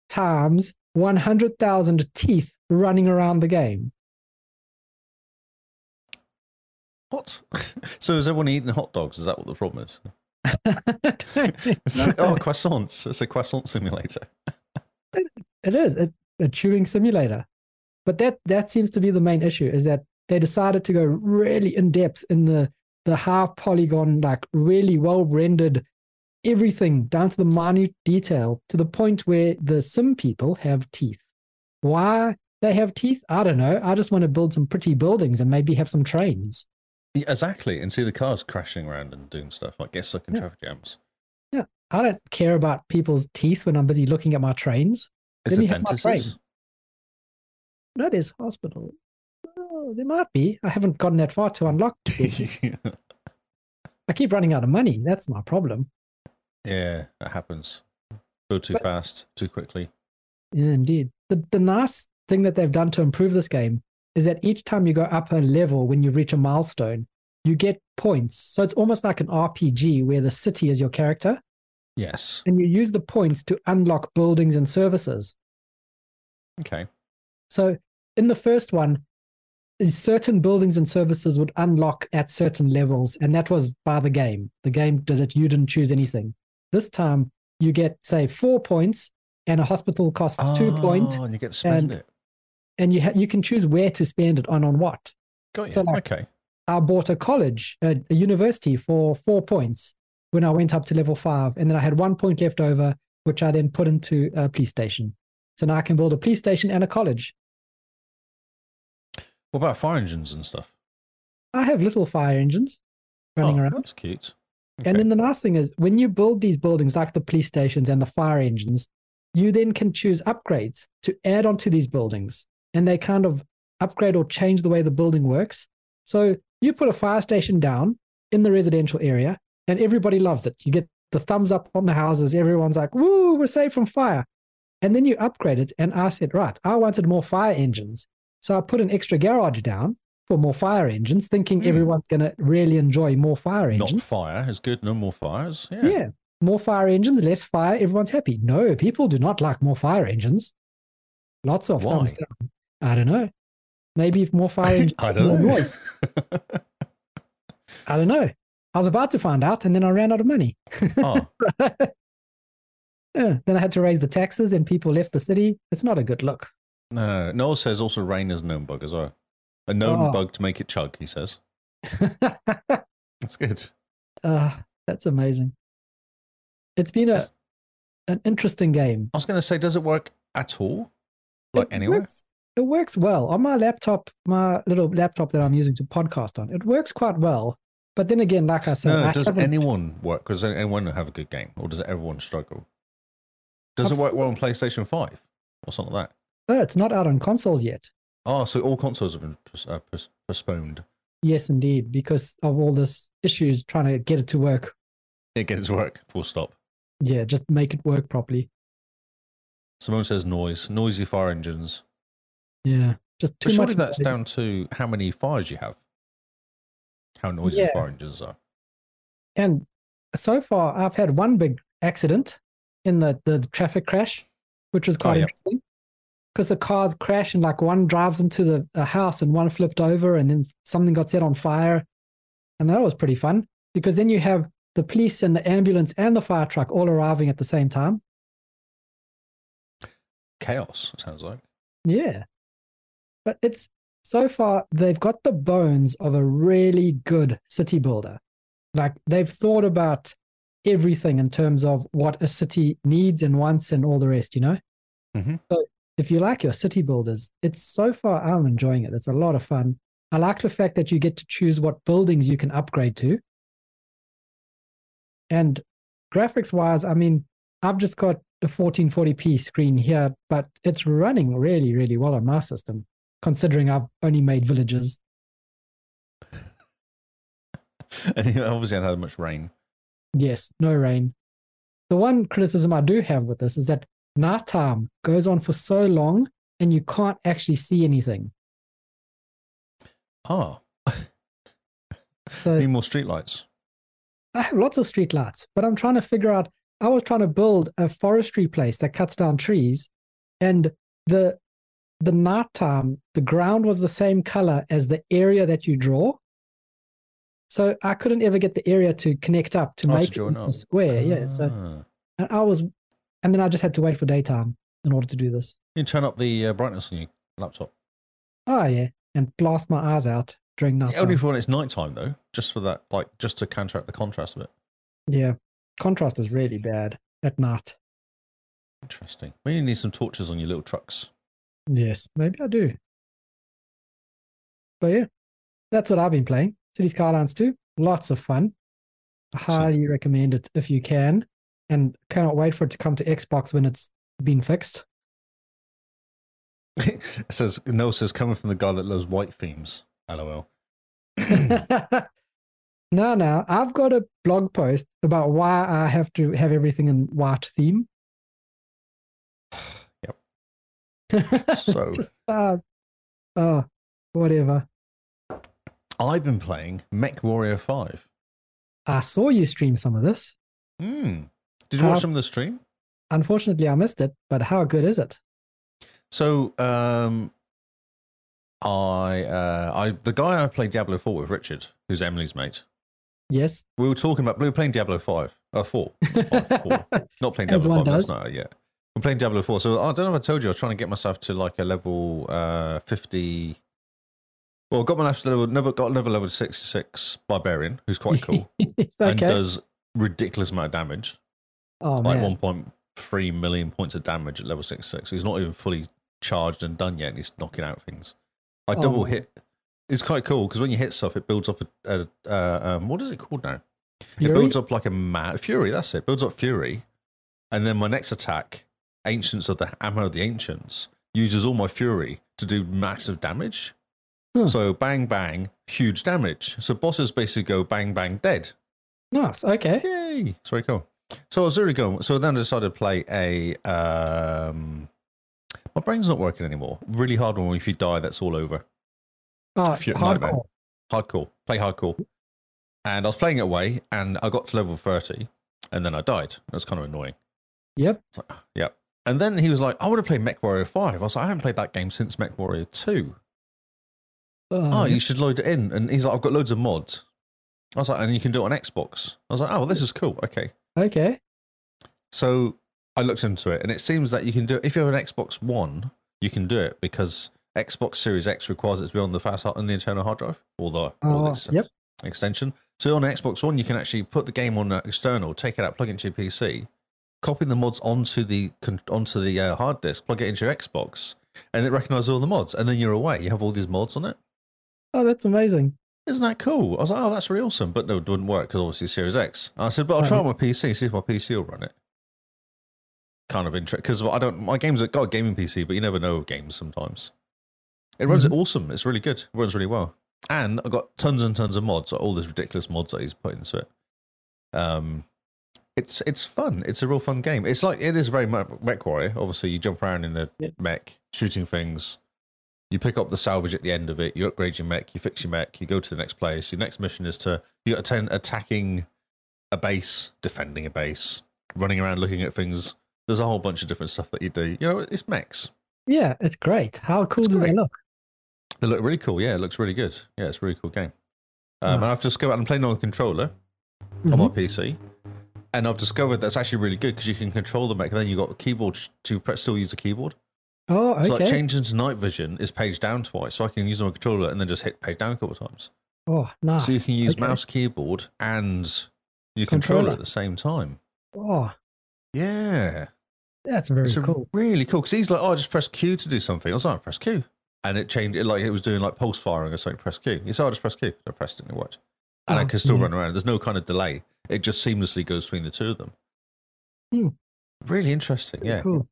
Speaker 3: times one hundred thousand teeth running around the game.
Speaker 4: What? So is everyone eating hot dogs? Is that what the problem is?
Speaker 3: it
Speaker 4: It's like, oh, croissants. It's a croissant simulator.
Speaker 3: is a, a chewing simulator, but that that seems to be the main issue is that they decided to go really in depth in the the half polygon, like really well rendered everything down to the minute detail to the point where the sim people have teeth. Why they have teeth, I don't know. I just want to build some pretty buildings and maybe have some trains.
Speaker 4: Yeah, exactly. And see the cars crashing around and doing stuff like get stuck in
Speaker 3: Yeah.
Speaker 4: traffic jams.
Speaker 3: I don't care about people's teeth when I'm busy looking at my trains.
Speaker 4: Is
Speaker 3: Let me
Speaker 4: it
Speaker 3: have my
Speaker 4: dentists?
Speaker 3: brains. No, there's hospital. Oh, there might be. I haven't gotten that far to unlock. dentists. I keep running out of money. That's my problem.
Speaker 4: yeah, that happens. Go too
Speaker 3: But-
Speaker 4: fast, too quickly.
Speaker 3: Yeah, indeed. The, the nice thing that they've done to improve this game is that each time you go up a level when you reach a milestone, you get points. So it's almost like an RPG where the city is your character
Speaker 4: Yes.
Speaker 3: and you use the points to unlock buildings and services.
Speaker 4: Okay.
Speaker 3: So in the first one, certain buildings and services would unlock at certain levels, and that was by the game. The game did it, you didn't choose anything. This time, you get, say, four points, and a hospital costs two points,
Speaker 4: Oh, and you get to spend
Speaker 3: and-
Speaker 4: it.
Speaker 3: and you, ha- you can choose where to spend it on on what.
Speaker 4: Got you.
Speaker 3: so like-
Speaker 4: okay.
Speaker 3: I bought a college, a, a university for four points when I went up to level five. And then I had one point left over, which I then put into a police station. So now I can build a police station and a college.
Speaker 4: What about fire engines and stuff?
Speaker 3: I have little fire engines running
Speaker 4: Oh,
Speaker 3: around.
Speaker 4: That's cute.
Speaker 3: And
Speaker 4: Okay.
Speaker 3: then the nice thing is when you build these buildings, like the police stations and the fire engines, you then can choose upgrades to add onto these buildings. And they kind of upgrade or change the way the building works. So you put a fire station down in the residential area and everybody loves it. You get the thumbs up on the houses. Everyone's like, woo, we're safe from fire. And then you upgrade it. And I said, right, I wanted more fire engines. So I put an extra garage down for more fire engines, thinking
Speaker 4: Hmm.
Speaker 3: everyone's going to really enjoy more fire engines.
Speaker 4: Not fire is good. No more fires. Yeah.
Speaker 3: Yeah. More fire engines, less fire, everyone's happy. No, people do not like more fire engines. Lots of thumbs
Speaker 4: Why?
Speaker 3: down. I don't know. Maybe if more fire engines
Speaker 4: I don't
Speaker 3: more
Speaker 4: know.
Speaker 3: noise. I don't know. I was about to find out and then I ran out of money.
Speaker 4: oh,
Speaker 3: Yeah. Then I had to raise the taxes and people left the city. It's not a good look.
Speaker 4: no, no, no. Noel says also rain is a known bug as well. A known
Speaker 3: Oh.
Speaker 4: bug to make it chug, he says. That's good.
Speaker 3: uh, that's amazing. It's been a,
Speaker 4: It's-
Speaker 3: an interesting game.
Speaker 4: I was going to say, does it work at all? Like
Speaker 3: it
Speaker 4: anywhere?
Speaker 3: Works, it works well on my laptop, my little laptop that I'm using to podcast on. It works quite well. But then again, like I said,
Speaker 4: No,
Speaker 3: I
Speaker 4: does
Speaker 3: haven't-
Speaker 4: anyone work? Does anyone have a good game, or does everyone struggle? Does it work well on PlayStation Five or something like that?
Speaker 3: oh, it's not out on consoles yet.
Speaker 4: Oh, so all consoles have been pos- uh, pos- postponed.
Speaker 3: Yes, indeed, because of all this issues trying to get it to work.
Speaker 4: It gets work. Full stop.
Speaker 3: Yeah, just make it work properly.
Speaker 4: Simone says noise, noisy fire engines.
Speaker 3: Yeah, just too
Speaker 4: But surely
Speaker 3: much.
Speaker 4: that's
Speaker 3: noise.
Speaker 4: down to how many fires you have, how noisy
Speaker 3: Yeah.
Speaker 4: fire engines are.
Speaker 3: And so far, I've had one big accident in the, the, traffic crash, which was quite
Speaker 4: Oh, yeah.
Speaker 3: interesting because the cars crash and like one drives into the a house and one flipped over and then something got set on fire. And that was pretty fun because then you have the police and the ambulance and the fire truck all arriving at the same time.
Speaker 4: Chaos. It sounds like.
Speaker 3: Yeah. But it's so far, they've got the bones of a really good city builder. Like they've thought about everything in terms of what a city needs and wants and all the rest, you know?
Speaker 4: Mhm.
Speaker 3: So if you like your city builders, it's so far, I'm enjoying it. It's a lot of fun. I like the fact that you get to choose what buildings you can upgrade to. And graphics wise, I mean, I've just got the 1440p screen here, but it's running really, really well on my system, considering I've only made villages.
Speaker 4: And it obviously, hadn't had much rain.
Speaker 3: Yes, no rain. The one criticism I do have with this is that nighttime goes on for so long and you can't actually see anything.
Speaker 4: Ah,
Speaker 3: So
Speaker 4: need more streetlights.
Speaker 3: I have lots of street lights, but I'm trying to figure out. I was trying to build a forestry place that cuts down trees, and the the nighttime the ground was the same color as the area that you draw. So I couldn't ever get the area to connect up to
Speaker 4: Oh, to
Speaker 3: make it
Speaker 4: join
Speaker 3: into a
Speaker 4: up.
Speaker 3: square. Yeah. So
Speaker 4: Ah.
Speaker 3: and I was, and then I just had to wait for daytime in order to do this.
Speaker 4: you turn up the uh, brightness on your laptop.
Speaker 3: Oh yeah, and blast my eyes out during night.
Speaker 4: Only for when it's nighttime, though, just for that, like, just to counteract the contrast of it.
Speaker 3: Yeah. Contrast is really bad at night.
Speaker 4: Interesting. Maybe you need some torches on your little trucks.
Speaker 3: Yes, maybe I do. But yeah, that's what I've been playing. Cities Skylines 2, lots of fun. I highly recommend it if you can, and cannot wait for it to come to Xbox when it's been fixed.
Speaker 4: it says no. Says coming from the guy that loves white themes. LOL.
Speaker 3: no, no, I've got a blog post about why I have to have everything in white theme.
Speaker 4: So
Speaker 3: Uh, oh, whatever.
Speaker 4: I've been playing Mech Warrior Five.
Speaker 3: I saw you stream some of this.
Speaker 4: Hmm. Did you watch
Speaker 3: How-
Speaker 4: some of the stream?
Speaker 3: Unfortunately, I missed it, but how good is it?
Speaker 4: So, um, I, uh, I, the guy I played Diablo Four with, Richard, who's Emily's mate.
Speaker 3: Yes.
Speaker 4: We were talking about we were playing Diablo Five, uh, Four, Five, Four. not playing
Speaker 3: As
Speaker 4: Diablo
Speaker 3: one
Speaker 4: Five last
Speaker 3: does.
Speaker 4: night. Yeah, we're playing Diablo Four. So I don't know if I told you I was trying to get myself to like a level uh, fifty. Well, got my last level, never got level level sixty six barbarian, who's quite cool
Speaker 3: It's
Speaker 4: and
Speaker 3: okay.
Speaker 4: does ridiculous amount of damage,
Speaker 3: oh,
Speaker 4: like
Speaker 3: man.
Speaker 4: one point three million points of damage at level sixty six. He's not even fully charged and done yet, and he's knocking out things. I
Speaker 3: Oh.
Speaker 4: double hit. It's quite cool because when you hit stuff, it builds up a, a uh, um, what is it called now? It
Speaker 3: Fury?
Speaker 4: builds up like a mad fury. That's it. Builds up fury, and then my next attack, ancients of the ammo of the ancients, uses all my fury to do massive damage.
Speaker 3: Huh.
Speaker 4: So bang bang, huge damage. So bosses basically go bang bang dead.
Speaker 3: Nice. Okay.
Speaker 4: Yay! It's very cool. So I was really going. So then I decided to play a. Um, my brain's not working anymore. Really hard one. If you die, that's all over.
Speaker 3: Oh,
Speaker 4: Few- nightmare.
Speaker 3: hardcore.
Speaker 4: Hardcore. Play hardcore. And I was playing it away, and I got to level thirty, and then I died. That's kind of annoying.
Speaker 3: Yep.
Speaker 4: Yep. And then he was like, "I want to play MechWarrior 5. I was like, "I haven't played that game since MechWarrior Two. Oh,
Speaker 3: Mm-hmm.
Speaker 4: you should load it in." And he's like, "I've got loads of mods." I was like, "And you can do it on Xbox." I was like, "Oh, well, this is cool. Okay."
Speaker 3: okay.
Speaker 4: So I looked into it, and it seems that you can do it if you have an Xbox One. You can do it because Xbox Series X requires it to be on the fast on the internal hard drive or the, or the
Speaker 3: Oh,
Speaker 4: ex-
Speaker 3: yep.
Speaker 4: extension. So on an Xbox One, you can actually put the game on the external, take it out, plug it into your PC, copy the mods onto the con- onto the uh, hard disk, plug it into your Xbox, and it recognizes all the mods, and then you're away. You have all these mods on it.
Speaker 3: Oh, that's amazing.
Speaker 4: Isn't that cool? I was like, oh, that's really awesome. But no, it wouldn't work because obviously Series X. I said, but I'll try it on my PC, see if my PC will run it. Kind of interesting because I don't, my games, I've got a gaming PC, but you never know with games sometimes. It runs it awesome. It's really good. It runs really well. And I've got tons and tons of mods, like all these ridiculous mods that he's put into it. Um, it's it's fun. It's a real fun game. It's like it is very me- mech warrior. Obviously, you jump around in the
Speaker 3: Yeah.
Speaker 4: mech, shooting things. You pick up the salvage at the end of it. You upgrade your mech. You fix your mech. You go to the next place. Your next mission is to you got attend attacking a base, defending a base, running around looking at things. There's a whole bunch of different stuff that you do. You know, it's mechs.
Speaker 3: Yeah, it's great. How cool
Speaker 4: It's
Speaker 3: do they
Speaker 4: great.
Speaker 3: look?
Speaker 4: They look really cool. Yeah, it looks really good. Yeah, it's a really cool game. Um,
Speaker 3: Nice.
Speaker 4: And I've just go out and playing on the controller on
Speaker 3: Mm-hmm.
Speaker 4: my PC, and I've discovered that's actually really good because you can control the mech. And then you have got a keyboard sh- to pre- still use a keyboard.
Speaker 3: Oh, okay.
Speaker 4: So like changing to night vision is page down twice, so I can use my controller and then just hit page down a couple of times.
Speaker 3: oh, nice.
Speaker 4: So you can use
Speaker 3: Okay.
Speaker 4: mouse, keyboard, and your
Speaker 3: Controller.
Speaker 4: controller at the same time.
Speaker 3: Oh,
Speaker 4: Yeah.
Speaker 3: that's very
Speaker 4: It's a
Speaker 3: cool.
Speaker 4: really cool because he's like, oh, I just press Q to do something. I was like, "Oh, press Q, and it changed it like it was doing like pulse firing or something. Press Q. He said, I just press Q. I pressed it and it worked, and I
Speaker 3: Oh,
Speaker 4: can still
Speaker 3: yeah.
Speaker 4: run around. There's no kind of delay. It just seamlessly goes between the two of them.
Speaker 3: Hmm.
Speaker 4: Really interesting, yeah.
Speaker 3: Cool.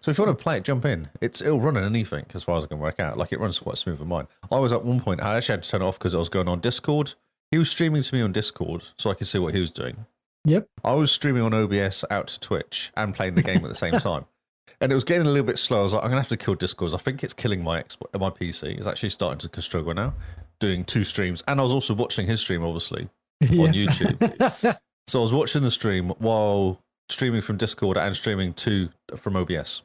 Speaker 4: So if you want to play it, jump in. It's it'll run on anything as far as I can work out. Like it runs quite smooth on mine. I was at one point I actually had to turn it off because I was going on Discord. He was streaming to me on Discord so I could see what he was doing.
Speaker 3: Yep.
Speaker 4: I was streaming on OBS out to Twitch and playing the game at the same time. And it was getting a little bit slow. I was like, I'm gonna have to kill Discord. I think it's killing my Xbox, my PC. It's actually starting to struggle now. Doing two streams, and I was also watching his stream, obviously.
Speaker 3: Yeah.
Speaker 4: YouTube. So I was watching the stream while streaming from Discord and streaming to from OBS,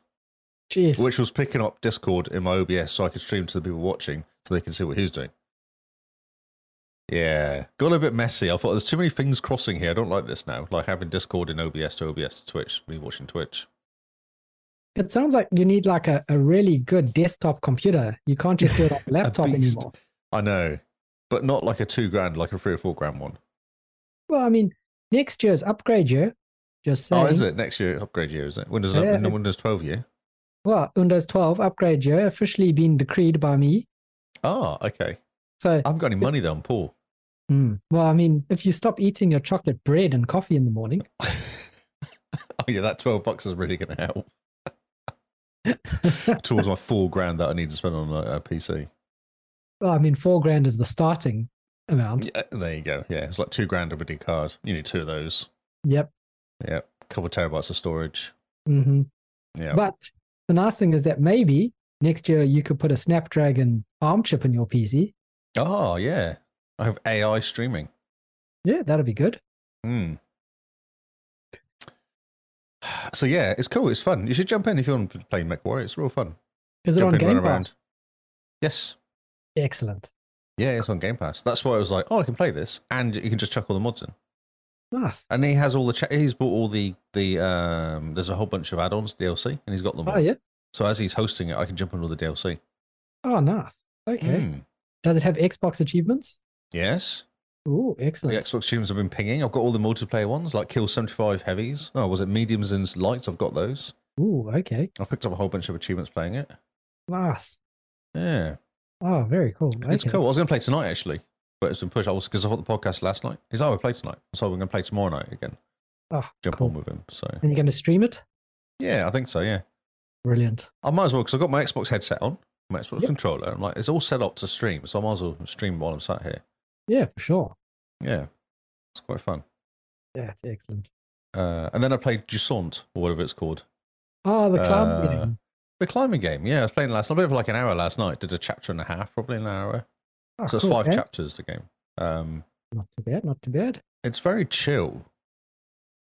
Speaker 3: Jeez.
Speaker 4: which was picking up Discord in my OBS so I could stream to the people watching so they can see what he was doing. Yeah, got a bit messy. I thought there's too many things crossing here. I don't like this now. Like having Discord in OBS to OBS to Twitch, me watching Twitch.
Speaker 3: It sounds like you need like a, a really good desktop computer. You can't just do it on a laptop
Speaker 4: beast.
Speaker 3: anymore.
Speaker 4: I know, but not like a two grand, like a three or four grand one.
Speaker 3: Well, I mean, Next year's upgrade year. Just saying.
Speaker 4: Oh, is it next year upgrade year? Is it Windows
Speaker 3: Yeah.
Speaker 4: no, Windows 12 year?
Speaker 3: Well, Windows 12 upgrade year officially been decreed by me.
Speaker 4: Ah, okay.
Speaker 3: So,
Speaker 4: I haven't got any money though. I'm poor.
Speaker 3: hmm, well, I mean, if you stop eating your chocolate bread and coffee in the morning,
Speaker 4: oh yeah, that twelve bucks is really going to help towards my four grand that I need to spend on a, a PC.
Speaker 3: well, I mean, four grand is the starting amount.
Speaker 4: Yeah, there you go. Yeah, it's like two grand of a new card. You need two of those.
Speaker 3: Yep.
Speaker 4: Yeah, couple terabytes of storage.
Speaker 3: hmm
Speaker 4: Yeah,
Speaker 3: But the nice thing is that maybe next year you could put a Snapdragon ARM chip in your PC.
Speaker 4: oh yeah, I have AI streaming.
Speaker 3: Yeah, that'd be good.
Speaker 4: Hmm. So yeah, it's cool. It's fun. You should jump in if you want to play MechWarrior. It's real fun.
Speaker 3: Is it
Speaker 4: Jump
Speaker 3: on
Speaker 4: in, run
Speaker 3: Game
Speaker 4: around.
Speaker 3: Pass?
Speaker 4: Yes,
Speaker 3: Excellent.
Speaker 4: Yeah, it's on Game Pass. That's why I was like, oh, I can play this, and you can just chuck all the mods in.
Speaker 3: Nice.
Speaker 4: And he has all the cha- he's bought all the the um. There's a whole bunch of add-ons DLC, and he's got them.
Speaker 3: Oh
Speaker 4: all.
Speaker 3: yeah.
Speaker 4: So as he's hosting it, I can jump on all the DLC.
Speaker 3: Oh nice. Okay.
Speaker 4: Mm.
Speaker 3: Does it have Xbox achievements?
Speaker 4: Yes,
Speaker 3: Oh,
Speaker 4: the
Speaker 3: excellent.
Speaker 4: Xbox tunes have been pinging. I've got all the multiplayer ones, like Kill Seventy Five Heavies. Oh, was it Mediums and Lights? I've got those.
Speaker 3: Ooh, okay.
Speaker 4: I picked up a whole bunch of achievements playing it.
Speaker 3: Nice.
Speaker 4: Yeah,
Speaker 3: Oh, very cool.
Speaker 4: it's
Speaker 3: Okay.
Speaker 4: cool. I was going to play tonight actually, but it's been pushed. I was because I thought the podcast last night. He's like, oh, we play tonight, so we're going to play tomorrow night again.
Speaker 3: Oh,
Speaker 4: Jump
Speaker 3: cool.
Speaker 4: on with him. So
Speaker 3: And you're going to stream it?
Speaker 4: yeah, I think so. Yeah.
Speaker 3: Brilliant.
Speaker 4: I might as well because I've got my Xbox headset on, my Xbox
Speaker 3: Yep.
Speaker 4: controller. I'm like, it's all set up to stream, so I might as well stream while I'm sat here.
Speaker 3: Yeah, for sure.
Speaker 4: Yeah, it's quite fun.
Speaker 3: Yeah, it's excellent.
Speaker 4: Uh, and then I played Jusant, or whatever it's called,
Speaker 3: Oh, the club.
Speaker 4: Uh,
Speaker 3: meeting.
Speaker 4: the climbing game. Yeah, I was playing last. I played for like an hour last night. Did a chapter and a half, probably an hour.
Speaker 3: Oh,
Speaker 4: so it's
Speaker 3: cool,
Speaker 4: five
Speaker 3: eh?
Speaker 4: chapters. The game. Um,
Speaker 3: Not too bad. Not too bad.
Speaker 4: it's very chill.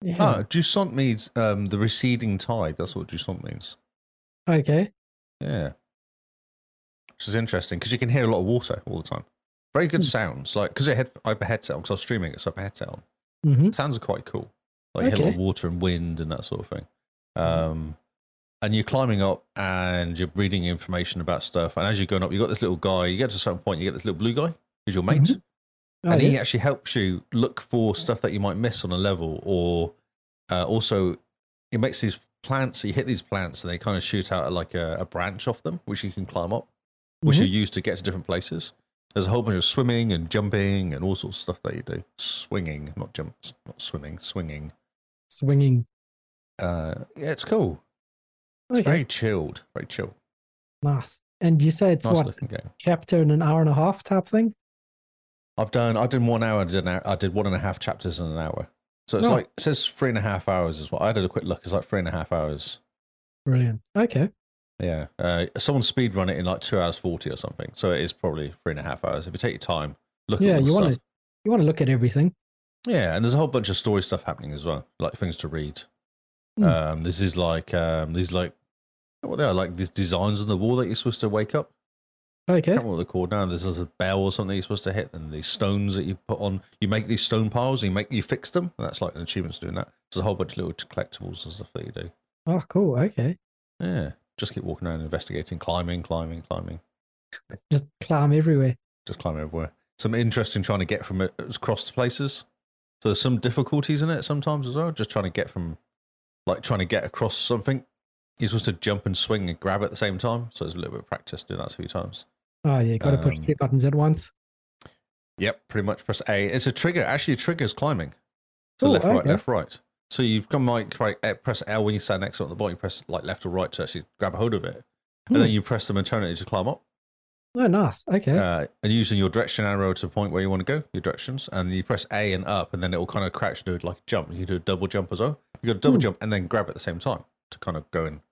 Speaker 3: Yeah.
Speaker 4: Oh, Jusant means um, the receding tide. That's what Jusant means.
Speaker 3: Okay.
Speaker 4: Yeah, which is interesting because you can hear a lot of water all the time. Very good
Speaker 3: Hmm.
Speaker 4: sounds, like because I had I have a headset on because I was streaming it, so I have a headset on.
Speaker 3: hmm
Speaker 4: sounds quite cool. Like you hit a lot
Speaker 3: Okay.
Speaker 4: of water and wind and that sort of thing. Um, and you're climbing up and you're reading information about stuff. And as you're going up, you've got this little guy. You get to a certain point, you get this little blue guy who's your mate.
Speaker 3: Mhm. Oh,
Speaker 4: And
Speaker 3: yeah.
Speaker 4: he actually helps you look for stuff that you might miss on a level. Or uh, also, he makes these plants. You hit these plants and they kind of shoot out like a, a branch off them, which you can climb up, which
Speaker 3: Mhm.
Speaker 4: you use to get to different places. There's a whole bunch of swimming and jumping and all sorts of stuff that you do. Swinging, not jump, not swimming, swinging.
Speaker 3: swinging.
Speaker 4: Uh, yeah, it's cool. It's
Speaker 3: Okay.
Speaker 4: very chilled, very chilled.
Speaker 3: Nice. And you say it's
Speaker 4: nice
Speaker 3: what
Speaker 4: looking game.
Speaker 3: chapter in an hour and a half type thing?
Speaker 4: I've done. I did one hour. I did an hour, I did one and a half chapters in an hour. So it's
Speaker 3: Oh.
Speaker 4: like it says three and a half hours as well. I did a quick look. It's like three and a half hours.
Speaker 3: Brilliant. Okay.
Speaker 4: Yeah. Uh, someone speed run it in like two hours forty or something. So it is probably three and a half hours. If you take your time, look
Speaker 3: Yeah,
Speaker 4: at all the
Speaker 3: you
Speaker 4: stuff.
Speaker 3: wanna- You want to look at everything.
Speaker 4: Yeah, and there's a whole bunch of story stuff happening as well, like things to read.
Speaker 3: Hmm.
Speaker 4: Um, this is like um, these like what they are like these designs on the wall that you're supposed to wake up. I
Speaker 3: Okay.
Speaker 4: can't remember what they're called now. There's, there's a bell or something you're supposed to hit, and these stones that you put on. You make these stone piles, and you make you fix them. And that's like an achievements doing that. There's a whole bunch of little collectibles and stuff that you do.
Speaker 3: Oh, cool. Okay.
Speaker 4: Yeah, just keep walking around, investigating, climbing, climbing, climbing,
Speaker 3: Just climb everywhere.
Speaker 4: just climbing everywhere. Some interesting trying to get from it across to places. So there's some difficulties in it sometimes as well. Just trying to get from, like trying to get across something. You're supposed to jump and swing and grab at the same time. So there's a little bit of practice doing that a few times.
Speaker 3: Oh, yeah. Got to push
Speaker 4: Um,
Speaker 3: three buttons at once.
Speaker 4: Yep, pretty much press A. It's a trigger. Actually, a trigger is climbing. So
Speaker 3: Oh,
Speaker 4: left, right,
Speaker 3: okay.
Speaker 4: left, right. So you come like right, eh, press L when you stand next to it at the bottom. You press like left or right to actually grab a hold of it, and then
Speaker 3: Hmm.
Speaker 4: you press them and turn it to climb up.
Speaker 3: Oh, nice. Okay.
Speaker 4: Uh, and using your direction arrow to the point where you want to go, your directions, and you press A and up, and then it will kind of crouch do like a jump. You do a double jump as well. You got a double
Speaker 3: Hmm.
Speaker 4: jump and then grab at the same time to kind of go in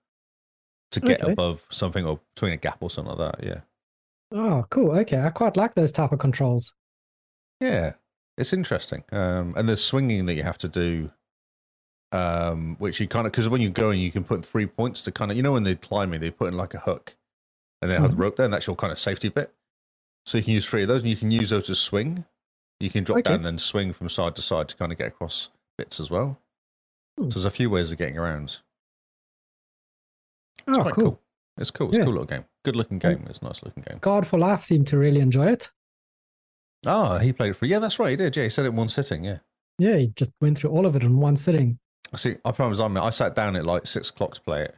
Speaker 4: to get
Speaker 3: Okay.
Speaker 4: above something or between a gap or something like that. Yeah.
Speaker 3: oh, cool. Okay. I quite like those type of controls.
Speaker 4: Yeah, it's interesting. Um, and there's swinging that you have to do, um, which you kind of because when you're going, you can put three points to kind of you know when they're climbing, they put in like a hook,
Speaker 3: Mm-hmm.
Speaker 4: and they have the rope there, and that's your kind of safety bit. So you can use three of those, and you can use those to swing. You can drop
Speaker 3: Okay.
Speaker 4: down and swing from side to side to kind of get across bits as well.
Speaker 3: Hmm.
Speaker 4: So there's a few ways of getting around. It's
Speaker 3: Oh,
Speaker 4: quite
Speaker 3: cool.
Speaker 4: cool. It's cool. It's
Speaker 3: Yeah.
Speaker 4: a cool little game. Good looking
Speaker 3: Yeah.
Speaker 4: game. It's a nice looking game.
Speaker 3: God for Life seemed to really enjoy it.
Speaker 4: Ah, he played it for. Yeah, that's right. He did. Yeah, he said it in one sitting. Yeah.
Speaker 3: Yeah, he just went through all of it in one sitting.
Speaker 4: See, I promise I'm. I sat down at like six o'clock to play it.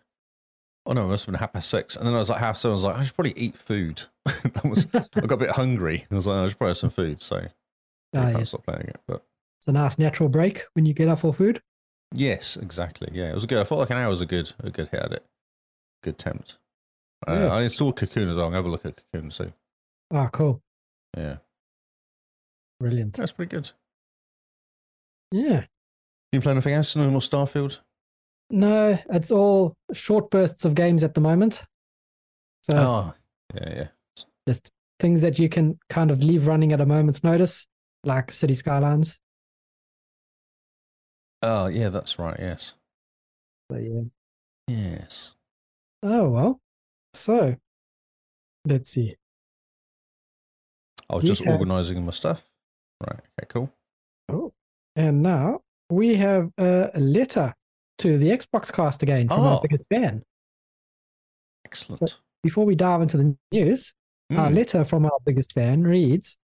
Speaker 4: Oh no, it must have been half past six. And then I was like half seven. I was like, I should probably eat food. that was I got a bit hungry. I was like, I should probably have some food. So I
Speaker 3: Ah,
Speaker 4: can't
Speaker 3: yes.
Speaker 4: stop playing it. But
Speaker 3: It's a nice natural break when you get up for food.
Speaker 4: yes, exactly. Yeah, it was good. I felt like an hour was a good a good hit at it. Good tempt. Uh,
Speaker 3: Yeah.
Speaker 4: I installed Cocoon as well. I'm gonna have a look at Cocoon soon.
Speaker 3: Ah, cool.
Speaker 4: Yeah,
Speaker 3: Brilliant.
Speaker 4: that's pretty good.
Speaker 3: Yeah.
Speaker 4: You play anything else? No more Starfield.
Speaker 3: No, it's all short bursts of games at the moment. So
Speaker 4: Oh, yeah, yeah.
Speaker 3: just things that you can kind of leave running at a moment's notice, like City Skylines.
Speaker 4: Oh, yeah. That's right. Yes,
Speaker 3: So, yeah.
Speaker 4: yes.
Speaker 3: Oh, well. So let's see.
Speaker 4: I was
Speaker 3: We
Speaker 4: just
Speaker 3: have-
Speaker 4: organising my stuff. Right. Okay. Cool.
Speaker 3: Oh, and now we have a letter to the Xbox cast again from
Speaker 4: Oh.
Speaker 3: our biggest fan.
Speaker 4: Excellent.
Speaker 3: Before we dive into the news, Our
Speaker 4: Mm.
Speaker 3: letter from our biggest fan reads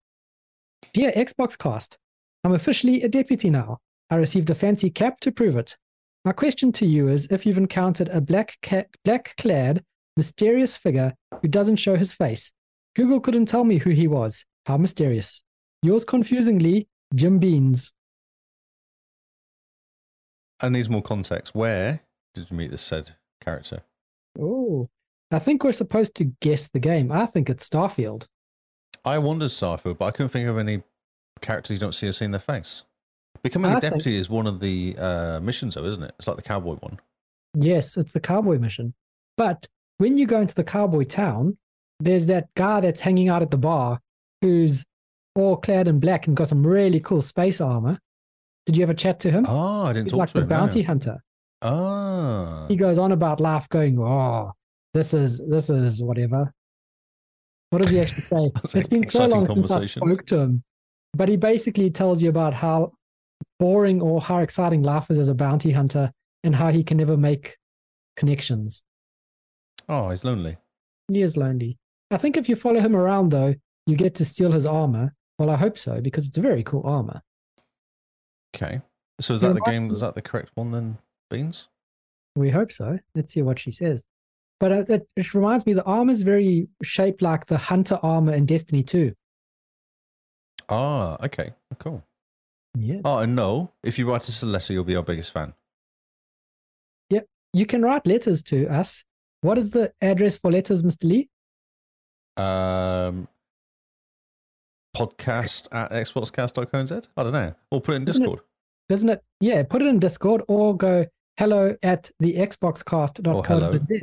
Speaker 3: Dear Xbox Cast, I'm officially a deputy now. I received a fancy cap to prove it. My question to you is if you've encountered a black, ca- black clad, mysterious figure who doesn't show his face. Google couldn't tell me who he was. How mysterious. Yours confusingly, Jim Beans.
Speaker 4: I need more context. Where did you meet this said character?
Speaker 3: Oh. I think we're supposed to guess the game. I think it's Starfield.
Speaker 4: I wondered Starfield, but I couldn't think of any characters you don't see or see in their face. Becoming a
Speaker 3: I think-
Speaker 4: deputy is one of the uh, missions, though, isn't it? It's like the cowboy one.
Speaker 3: Yes, it's the cowboy mission. But when you go into the cowboy town, there's that guy that's hanging out at the bar who's all clad in black and got some really cool space armor. Did you ever chat to him?
Speaker 4: Oh, I didn't
Speaker 3: He's
Speaker 4: talk
Speaker 3: Hmm. like
Speaker 4: to
Speaker 3: the
Speaker 4: him. no.
Speaker 3: bounty hunter.
Speaker 4: Ah,
Speaker 3: He goes on about life going, Oh, this is this is whatever. What does he actually say?
Speaker 4: That's
Speaker 3: it's
Speaker 4: an
Speaker 3: been so
Speaker 4: exciting
Speaker 3: long since I
Speaker 4: conversation.
Speaker 3: spoke to him. But he basically tells you about how boring or how exciting life is as a bounty hunter and how he can never make connections.
Speaker 4: oh, he's lonely.
Speaker 3: He is lonely. I think if you follow him around, though, you get to steal his armor. Well, I hope so because it's very cool armor.
Speaker 4: Okay, so is
Speaker 3: He
Speaker 4: that the
Speaker 3: reminds
Speaker 4: game?
Speaker 3: me-
Speaker 4: Is that the correct one then? Beans.
Speaker 3: We hope so. Let's see what she says. But uh, that it reminds me, the armor is very shaped like the hunter armor in Destiny 2.
Speaker 4: Ah, okay, cool.
Speaker 3: Yeah.
Speaker 4: Oh, and no, if you write us a letter, you'll be our biggest fan.
Speaker 3: You can write letters to us. What is the address for letters, Mr. Lee?
Speaker 4: Um, podcast at xboxcast.co.nz. I don't know. Or put it in
Speaker 3: Isn't it-
Speaker 4: Discord.
Speaker 3: Doesn't it? Yeah, put it in Discord or go hello at the xboxcast.co.nz.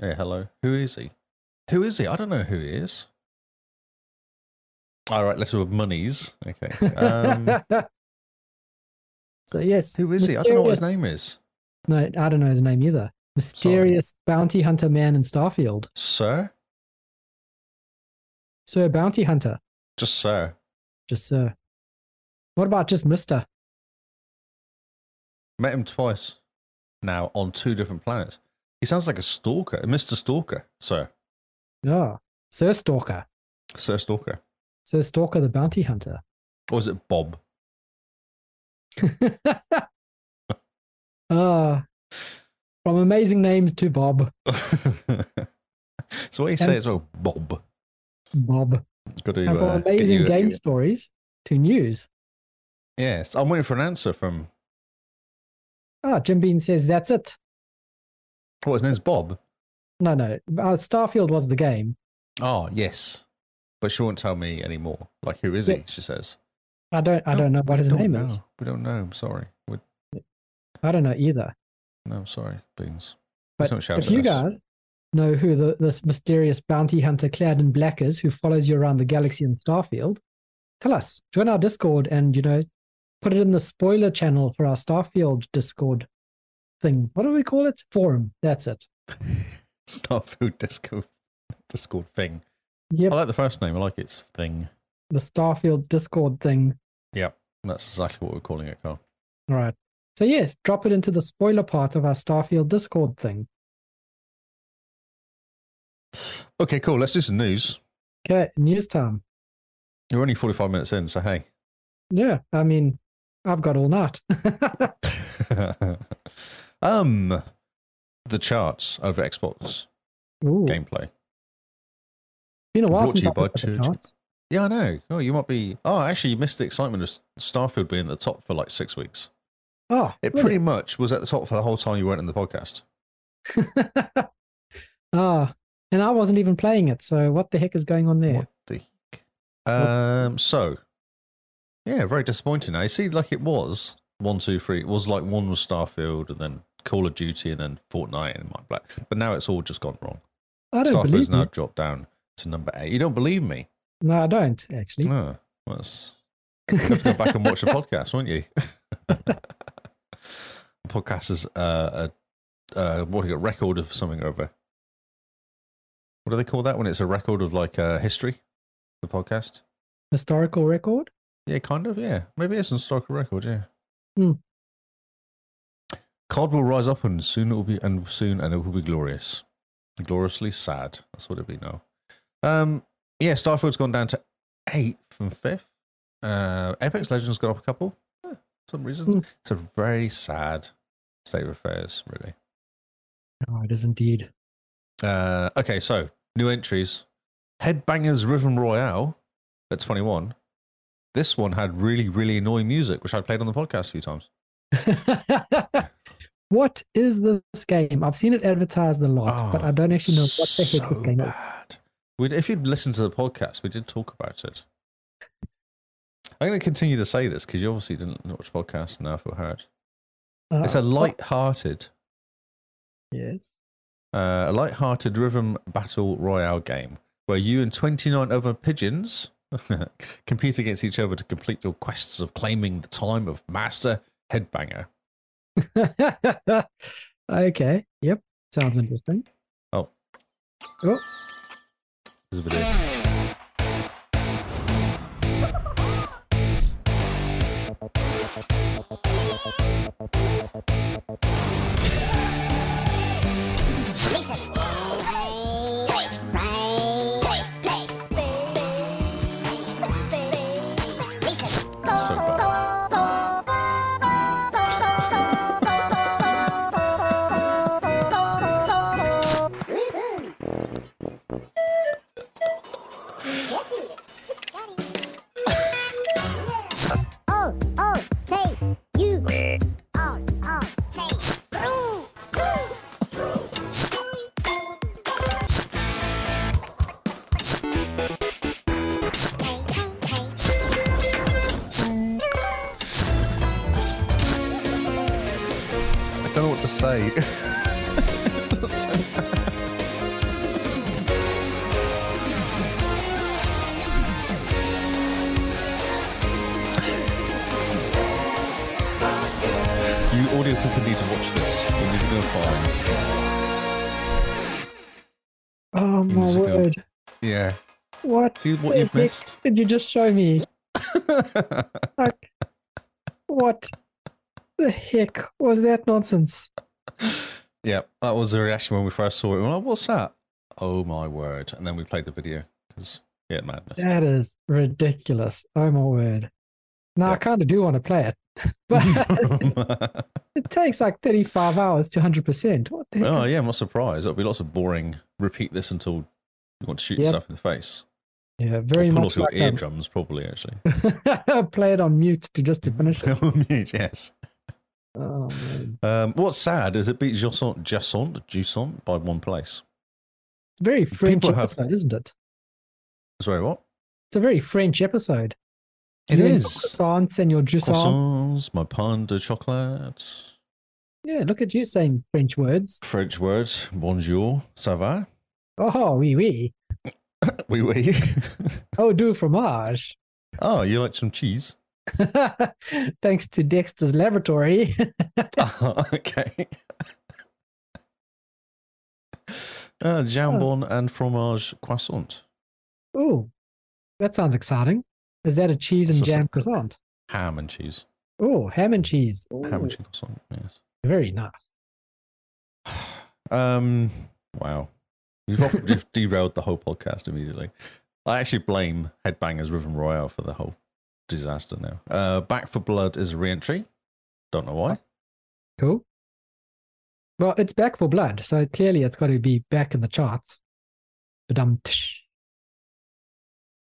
Speaker 4: Yeah, hello. Who is he? Who is he? I don't know who he is. All right, letter of monies. Okay. Um,
Speaker 3: so, yes.
Speaker 4: who is he? I don't know what
Speaker 3: mysterious-
Speaker 4: his name is.
Speaker 3: No, I don't know his name either. Mysterious bounty hunter man in Starfield.
Speaker 4: Sir?
Speaker 3: Sir Bounty Hunter.
Speaker 4: Just Sir.
Speaker 3: Just Sir. What about just Mister?
Speaker 4: Met him twice now on two different planets. He sounds like a stalker, Mr. Stalker. Sir.
Speaker 3: Oh, Sir Stalker.
Speaker 4: Sir Stalker.
Speaker 3: Sir Stalker the Bounty Hunter.
Speaker 4: Or is it Bob?
Speaker 3: Ah, from amazing names to Bob.
Speaker 4: so what you say as well, Bob.
Speaker 3: Bob.
Speaker 4: Got to
Speaker 3: And from
Speaker 4: uh, get
Speaker 3: amazing
Speaker 4: you a-
Speaker 3: game stories to news.
Speaker 4: Yes, I'm waiting for an answer from.
Speaker 3: Ah, Jim Bean says that's it.
Speaker 4: What his name's Bob.
Speaker 3: No, no. Uh, Starfield was the game.
Speaker 4: Oh yes, but she won't tell me anymore. Like who is he?
Speaker 3: Yeah.
Speaker 4: She says.
Speaker 3: I don't. I don't know what his
Speaker 4: Oh, Don't
Speaker 3: name
Speaker 4: know.
Speaker 3: is.
Speaker 4: We don't know. I'm sorry. We,
Speaker 3: I don't know either.
Speaker 4: no, I'm sorry, Beans.
Speaker 3: But
Speaker 4: Please don't shout
Speaker 3: if
Speaker 4: at
Speaker 3: you
Speaker 4: us.
Speaker 3: guys know who the, this mysterious bounty hunter clad in black is who follows you around the galaxy in Starfield, tell us. Join our Discord and, you know, put it in the spoiler channel for our Starfield Discord thing. What do we call it? Forum. That's it.
Speaker 4: Starfield Disco Discord thing.
Speaker 3: Yep.
Speaker 4: I like the first name. I like its thing.
Speaker 3: The Starfield Discord thing.
Speaker 4: Yep, that's exactly what we're calling it, Carl.
Speaker 3: All right. So, yeah, drop it into the spoiler part of our Starfield Discord thing.
Speaker 4: Okay, cool. Let's do some news.
Speaker 3: Okay. News time.
Speaker 4: You're only 45 minutes in, so hey,
Speaker 3: Yeah. I mean, I've got all night.
Speaker 4: um, the charts over Xbox
Speaker 3: Ooh,
Speaker 4: gameplay.
Speaker 3: been a while
Speaker 4: Brought to
Speaker 3: since
Speaker 4: you
Speaker 3: I've
Speaker 4: by
Speaker 3: looked at the
Speaker 4: Church.
Speaker 3: charts.
Speaker 4: Yeah, I know. Oh, you might be. Oh, actually, you missed the excitement of Starfield being at the top for like six weeks.
Speaker 3: Oh,
Speaker 4: It
Speaker 3: really?
Speaker 4: pretty much was at the top for the whole time you weren't in the podcast.
Speaker 3: ah, and I wasn't even playing it. So what the heck is going on there?
Speaker 4: What the heck? Um, so, yeah, very disappointing. I see, like, it was one, two, three. It was like one was Starfield and then Call of Duty and then Fortnite and my black. But now it's all just gone wrong.
Speaker 3: I don't
Speaker 4: Starfield's
Speaker 3: believe
Speaker 4: now
Speaker 3: you.
Speaker 4: dropped down to number eight. You don't believe me?
Speaker 3: No, I don't actually.
Speaker 4: No. Ah, Well, that's, you have to go back and watch the podcast, won't you? the podcast is uh, a, uh, what do you got, record of something over. What do they call that when it's a record of like uh, history? The podcast?
Speaker 3: Historical record.
Speaker 4: Yeah, kind of. Yeah, maybe it's an historical record. Yeah.
Speaker 3: Hmm.
Speaker 4: COD will rise up, and soon it will be, and soon, and it will be glorious, gloriously sad. That's what it'll be now. Um, yeah, Starfield's gone down to eighth from fifth. Uh, Apex Legends got up a couple. eh, for some reason,
Speaker 3: Hmm.
Speaker 4: it's a very sad state of affairs, really.
Speaker 3: Oh, it is indeed.
Speaker 4: Uh, okay, so new entries: Headbangers Rhythm Royale at twenty-one. This one had really, really annoying music, which I played on the podcast a few times.
Speaker 3: what is this game? I've seen it advertised a lot, but
Speaker 4: Oh,
Speaker 3: I don't actually know what the
Speaker 4: so
Speaker 3: heck this game is.
Speaker 4: bad. We'd, if you'd listened to the podcast, we did talk about it. I'm going to continue to say this because you obviously didn't watch the podcast and now feel hurt.
Speaker 3: Uh,
Speaker 4: It's a light-hearted,
Speaker 3: Yes.
Speaker 4: uh, a light-hearted rhythm battle royale game where you and 29 other pigeons compete against each other to complete your quests of claiming the time of Master Headbanger.
Speaker 3: okay. Yep. Sounds interesting.
Speaker 4: Oh.
Speaker 3: Oh.
Speaker 4: There's a video.
Speaker 5: Listen. Toys. Toys. Play. Listen.
Speaker 4: That's so bad.
Speaker 5: Listen. Jesse. Johnny. Oh, oh, say you. Oh, oh, say crew, crew, crew.
Speaker 4: I don't know what to say. It's just so bad. You audio people need to watch this. You're never going to find.
Speaker 3: Oh my
Speaker 4: Musical.
Speaker 3: word.
Speaker 4: Yeah.
Speaker 3: What
Speaker 4: See what
Speaker 3: the
Speaker 4: you've
Speaker 3: heck
Speaker 4: missed?
Speaker 3: Did you just show me? Like what the heck was that nonsense?
Speaker 4: yeah, that was the reaction when we first saw it. We were like, what's that? Oh my word. And then we played the video. Because, yeah, madness.
Speaker 3: That is ridiculous. Oh my word. Now I
Speaker 4: Yeah.
Speaker 3: kind of do want to play it. But it takes like 35 hours to 100%. What the heck?
Speaker 4: Oh yeah, I'm not surprised. It'll be lots of boring. Repeat this until you want to shoot
Speaker 3: Yep.
Speaker 4: yourself in the face.
Speaker 3: yeah, very
Speaker 4: or pull
Speaker 3: much
Speaker 4: off your
Speaker 3: like um,
Speaker 4: eardrums, probably actually.
Speaker 3: play it on mute to just to finish it.
Speaker 4: Mute, yes.
Speaker 3: Oh, man.
Speaker 4: Um, what's sad is it beat Jussant, Jussant, Jussant by one place.
Speaker 3: It's a very French
Speaker 4: have-
Speaker 3: episode, isn't it?
Speaker 4: Sorry, what?
Speaker 3: It's a very French episode.
Speaker 4: It
Speaker 3: You and your
Speaker 4: is.
Speaker 3: croissants and your juice
Speaker 4: Croissants, my pain de chocolate,
Speaker 3: Yeah, look at you saying French words.
Speaker 4: French words, bonjour, ça va,
Speaker 3: Oh, oui, oui.
Speaker 4: oui oui.
Speaker 3: Oh, du fromage.
Speaker 4: oh, you like some cheese?
Speaker 3: Thanks to Dexter's laboratory.
Speaker 4: Ah, okay. Uh, jambon and fromage croissant.
Speaker 3: Ooh, that sounds exciting. Is that a cheese and
Speaker 4: So- so-
Speaker 3: jam croissant?
Speaker 4: Ham and cheese.
Speaker 3: Oh, ham and cheese.
Speaker 4: Ham
Speaker 3: Ooh,
Speaker 4: and cheese croissant, yes.
Speaker 3: Very nice.
Speaker 4: Um. Wow. You've, off- you've derailed the whole podcast immediately. I actually blame Headbangers Rhythm Royale for the whole disaster now. Uh, Back for Blood is a re-entry. Don't know why.
Speaker 3: Cool. Well, it's back for blood, so clearly it's got to be back in the charts. Ba-dum, tsh.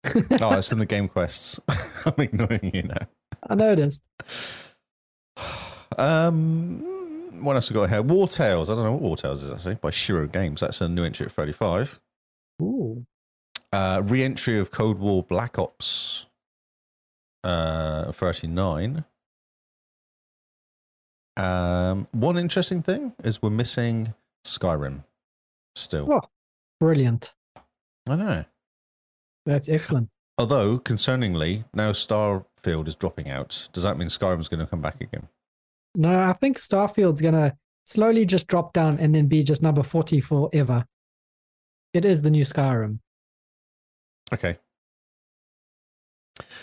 Speaker 4: oh, it's in the game quests. I'm ignoring you now.
Speaker 3: I noticed.
Speaker 4: Um, what else we got here? War Tales. I don't know what War Tales is actually by Shiro Games. That's a new entry at 35.
Speaker 3: Ooh.
Speaker 4: Uh, re-entry of Cold War Black Ops. Uh, 39. Um, one interesting thing is we're missing Skyrim still.
Speaker 3: Oh. Brilliant.
Speaker 4: I know.
Speaker 3: That's excellent.
Speaker 4: Although, concerningly, now Starfield is dropping out. Does that mean Skyrim's going to come back again?
Speaker 3: No, I think Starfield's going to slowly just drop down and then be just number 40 forever. It is the new Skyrim.
Speaker 4: Okay.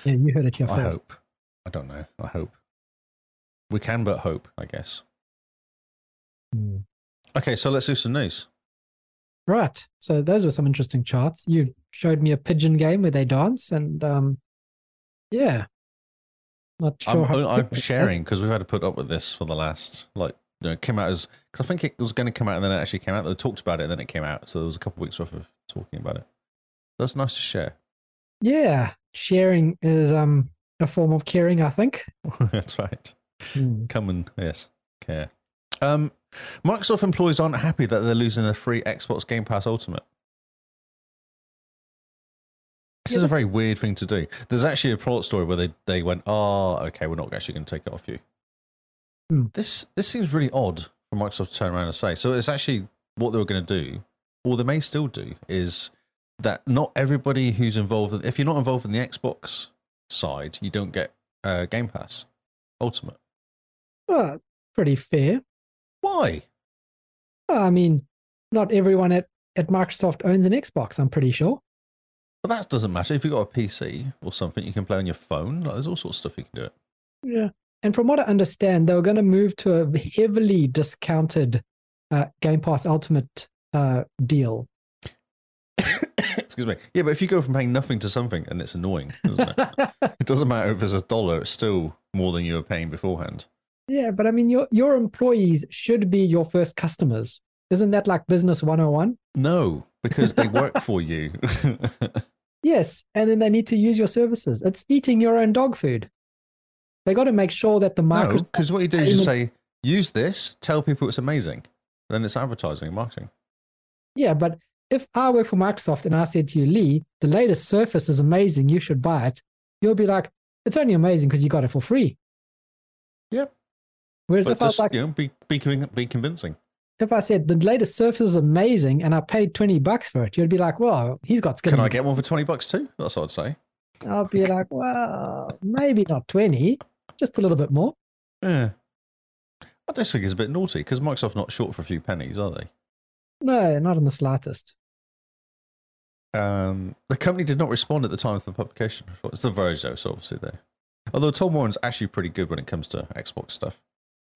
Speaker 3: Yeah, you heard it here
Speaker 4: I
Speaker 3: first.
Speaker 4: hope. I don't know. I hope. We can but hope, I guess.
Speaker 3: Hmm.
Speaker 4: Okay, so let's do some news.
Speaker 3: Right. So those were some interesting charts. You showed me a pigeon game where they dance, and um, yeah, not sure.
Speaker 4: I'm,
Speaker 3: how-
Speaker 4: I'm sharing because we've had to put up with this for the last, like, you know, it came out as, because I think it was going to come out and then it actually came out. They talked about it and then it came out. So there was a couple weeks worth of talking about it. That's nice to share.
Speaker 3: Yeah, sharing is um a form of caring, I think.
Speaker 4: That's right.
Speaker 3: Hmm.
Speaker 4: Come and, yes, care. Um, Microsoft employees aren't happy that they're losing their free Xbox Game Pass Ultimate. This
Speaker 3: Yeah,
Speaker 4: is a
Speaker 3: but-
Speaker 4: very weird thing to do. There's actually a plot story where they, they went, oh, okay, we're not actually going to take it off you.
Speaker 3: Hmm.
Speaker 4: This this seems really odd for Microsoft to turn around and say. So it's actually what they were going to do, or they may still do, is that not everybody who's involved, if you're not involved in the Xbox side, you don't get uh, Game Pass Ultimate.
Speaker 3: Well, pretty fair.
Speaker 4: Why?
Speaker 3: Well, I mean, not everyone at at Microsoft owns an Xbox. I'm pretty sure.
Speaker 4: But that doesn't matter. If you've got a PC or something, you can play on your phone. Like, there's all sorts of stuff you can do. It.
Speaker 3: Yeah. And from what I understand, they were going to move to a heavily discounted uh, Game Pass Ultimate uh, deal.
Speaker 4: Excuse me. Yeah, but if you go from paying nothing to something, and it's annoying, isn't it? it doesn't matter if it's a dollar; it's still more than you were paying beforehand.
Speaker 3: Yeah, but I mean, your your employees should be your first customers. Isn't that like business 101?
Speaker 4: No, because they work for you.
Speaker 3: Yes. And then they need to use your services. It's eating your own dog food. They got to make sure that the
Speaker 4: no,
Speaker 3: Microsoft.
Speaker 4: because what you do is you say, "Use this. Tell people it's amazing." Then it's advertising and marketing.
Speaker 3: Yeah, but if I work for Microsoft and I said to you, Lee, the latest Surface is amazing. You should buy it. You'll be like, it's only amazing because you got it for free.
Speaker 4: Yep.
Speaker 3: Whereas
Speaker 4: But
Speaker 3: if I was
Speaker 4: just
Speaker 3: like,
Speaker 4: you know, be be, convin- be convincing.
Speaker 3: if I said the latest Surface is amazing and I paid 20 bucks for it, you'd be like, well, he's got skin.
Speaker 4: Can
Speaker 3: in
Speaker 4: I
Speaker 3: the
Speaker 4: get one for twenty bucks too? That's what I'd say.
Speaker 3: I'll be like, well, maybe not 20, just a little bit more.
Speaker 4: Yeah. I just think it's a bit naughty because Microsoft's not short for a few pennies, are they?
Speaker 3: No, not in the slightest.
Speaker 4: Um, the company did not respond at the time of the publication. It's the Verge, though, so obviously there. Although Tom Warren's actually pretty good when it comes to Xbox stuff.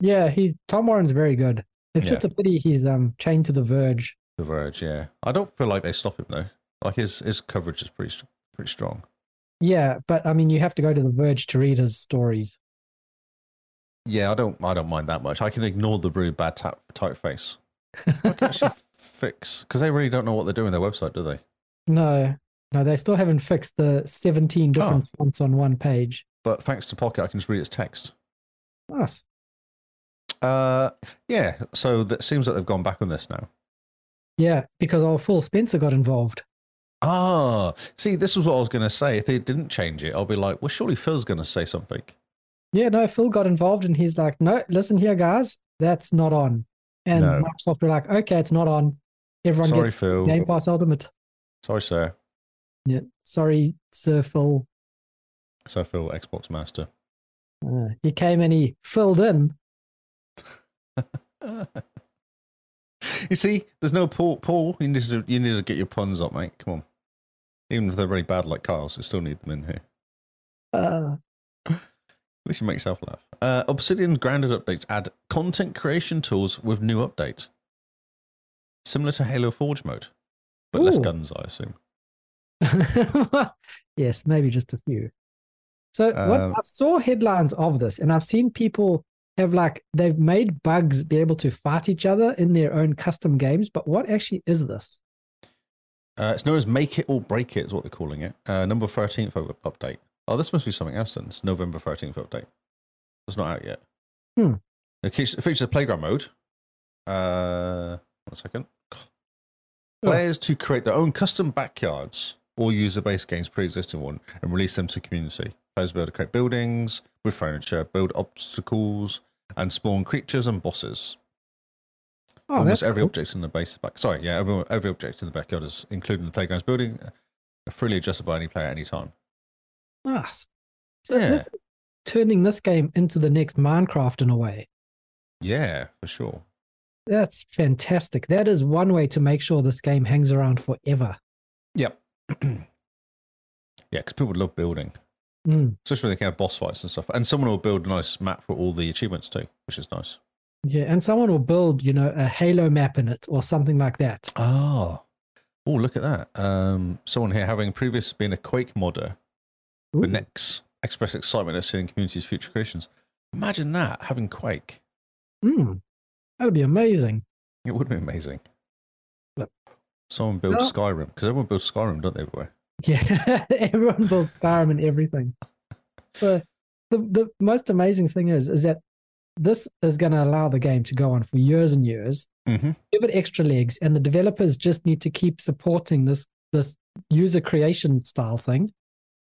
Speaker 3: Yeah, he's Tom Warren's very good. It's
Speaker 4: Yeah.
Speaker 3: just a pity he's um chained to the verge.
Speaker 4: The Verge, yeah. I don't feel like they stop him though. Like his his coverage is pretty str- pretty strong.
Speaker 3: Yeah, but I mean, you have to go to the verge to read his stories.
Speaker 4: Yeah, I don't I don't mind that much. I can ignore the really bad tap, typeface. I can actually fix because they really don't know what they're doing with their website, do they?
Speaker 3: No, no, they still haven't fixed the 17 different fonts on one page.
Speaker 4: But thanks to Pocket, I can just read its text.
Speaker 3: Nice.
Speaker 4: Uh, yeah. So that seems like they've gone back on this now.
Speaker 3: Yeah, because our fool Spencer got involved.
Speaker 4: Ah, see, this was what I was going to say. If they didn't change it, I'll be like, well, surely Phil's going to say something.
Speaker 3: Yeah, no, Phil got involved and he's like, no, listen here, guys, that's not on. And
Speaker 4: No.
Speaker 3: Microsoft were like, okay, it's not on. Everyone
Speaker 4: Sorry,
Speaker 3: gets
Speaker 4: Phil.
Speaker 3: Game Pass Ultimate.
Speaker 4: Sorry, sir.
Speaker 3: Yeah, sorry, Sir Phil.
Speaker 4: Sir Phil, Xbox Master.
Speaker 3: Uh, he came and he filled in.
Speaker 4: you see, there's no Paul. Paul, you need to you need to get your puns up, mate. Come on. Even if they're really bad like Kyle's, we still need them in here.
Speaker 3: Uh,
Speaker 4: At least you make yourself laugh. Uh, Obsidian's grounded updates add content creation tools with new updates, similar to Halo Forge mode, but less
Speaker 3: Ooh.
Speaker 4: guns, I assume.
Speaker 3: yes, maybe just a few. So what
Speaker 4: Um,
Speaker 3: I saw headlines of this, and I've seen people have like they've made bugs be able to fight each other in their own custom games. But what actually is this?
Speaker 4: Uh, it's known as Make It or Break It, is what they're calling it. Uh, number 13th up- update. Oh, this must be something else then. It's November 13th update. It's not out yet.
Speaker 3: Hmm.
Speaker 4: It features, it features a playground mode. Uh, one second.
Speaker 3: Oh.
Speaker 4: Players to create their own custom backyards or use the base game's pre existing one and release them to community. Players will be able to create buildings with furniture, build obstacles, and spawn creatures and bosses.
Speaker 3: Oh,
Speaker 4: Almost
Speaker 3: that's
Speaker 4: every
Speaker 3: cool.
Speaker 4: object in the base back. Sorry, yeah, every, every object in the backyard is including the playground's building, are freely adjustable by any player at any time.
Speaker 3: nice. So
Speaker 4: Yeah.
Speaker 3: this is turning this game into the next Minecraft in a way.
Speaker 4: Yeah, for sure.
Speaker 3: That's fantastic. That is one way to make sure this game hangs around forever.
Speaker 4: Yep. yeah, because people love building,
Speaker 3: Mm,
Speaker 4: especially when they can have boss fights and stuff. And someone will build a nice map for all the achievements too, which is nice.
Speaker 3: yeah, and someone will build, you know, a Halo map in it or something like that. Ah.
Speaker 4: Oh, oh, look at that. Um, someone here having previously been a Quake modder,
Speaker 3: Ooh.
Speaker 4: but next expressed excitement at seeing community's future creations. Imagine that having Quake.
Speaker 3: Mm, that'd be amazing.
Speaker 4: It would be amazing.
Speaker 3: Yep.
Speaker 4: Someone builds
Speaker 3: No.
Speaker 4: Skyrim because everyone builds Skyrim, don't they? Everywhere.
Speaker 3: Yeah, everyone builds Skyrim and everything. So the the most amazing thing is is that this is going to allow the game to go on for years and years.
Speaker 4: Mm-hmm.
Speaker 3: Give it extra legs, and the developers just need to keep supporting this this user creation style thing.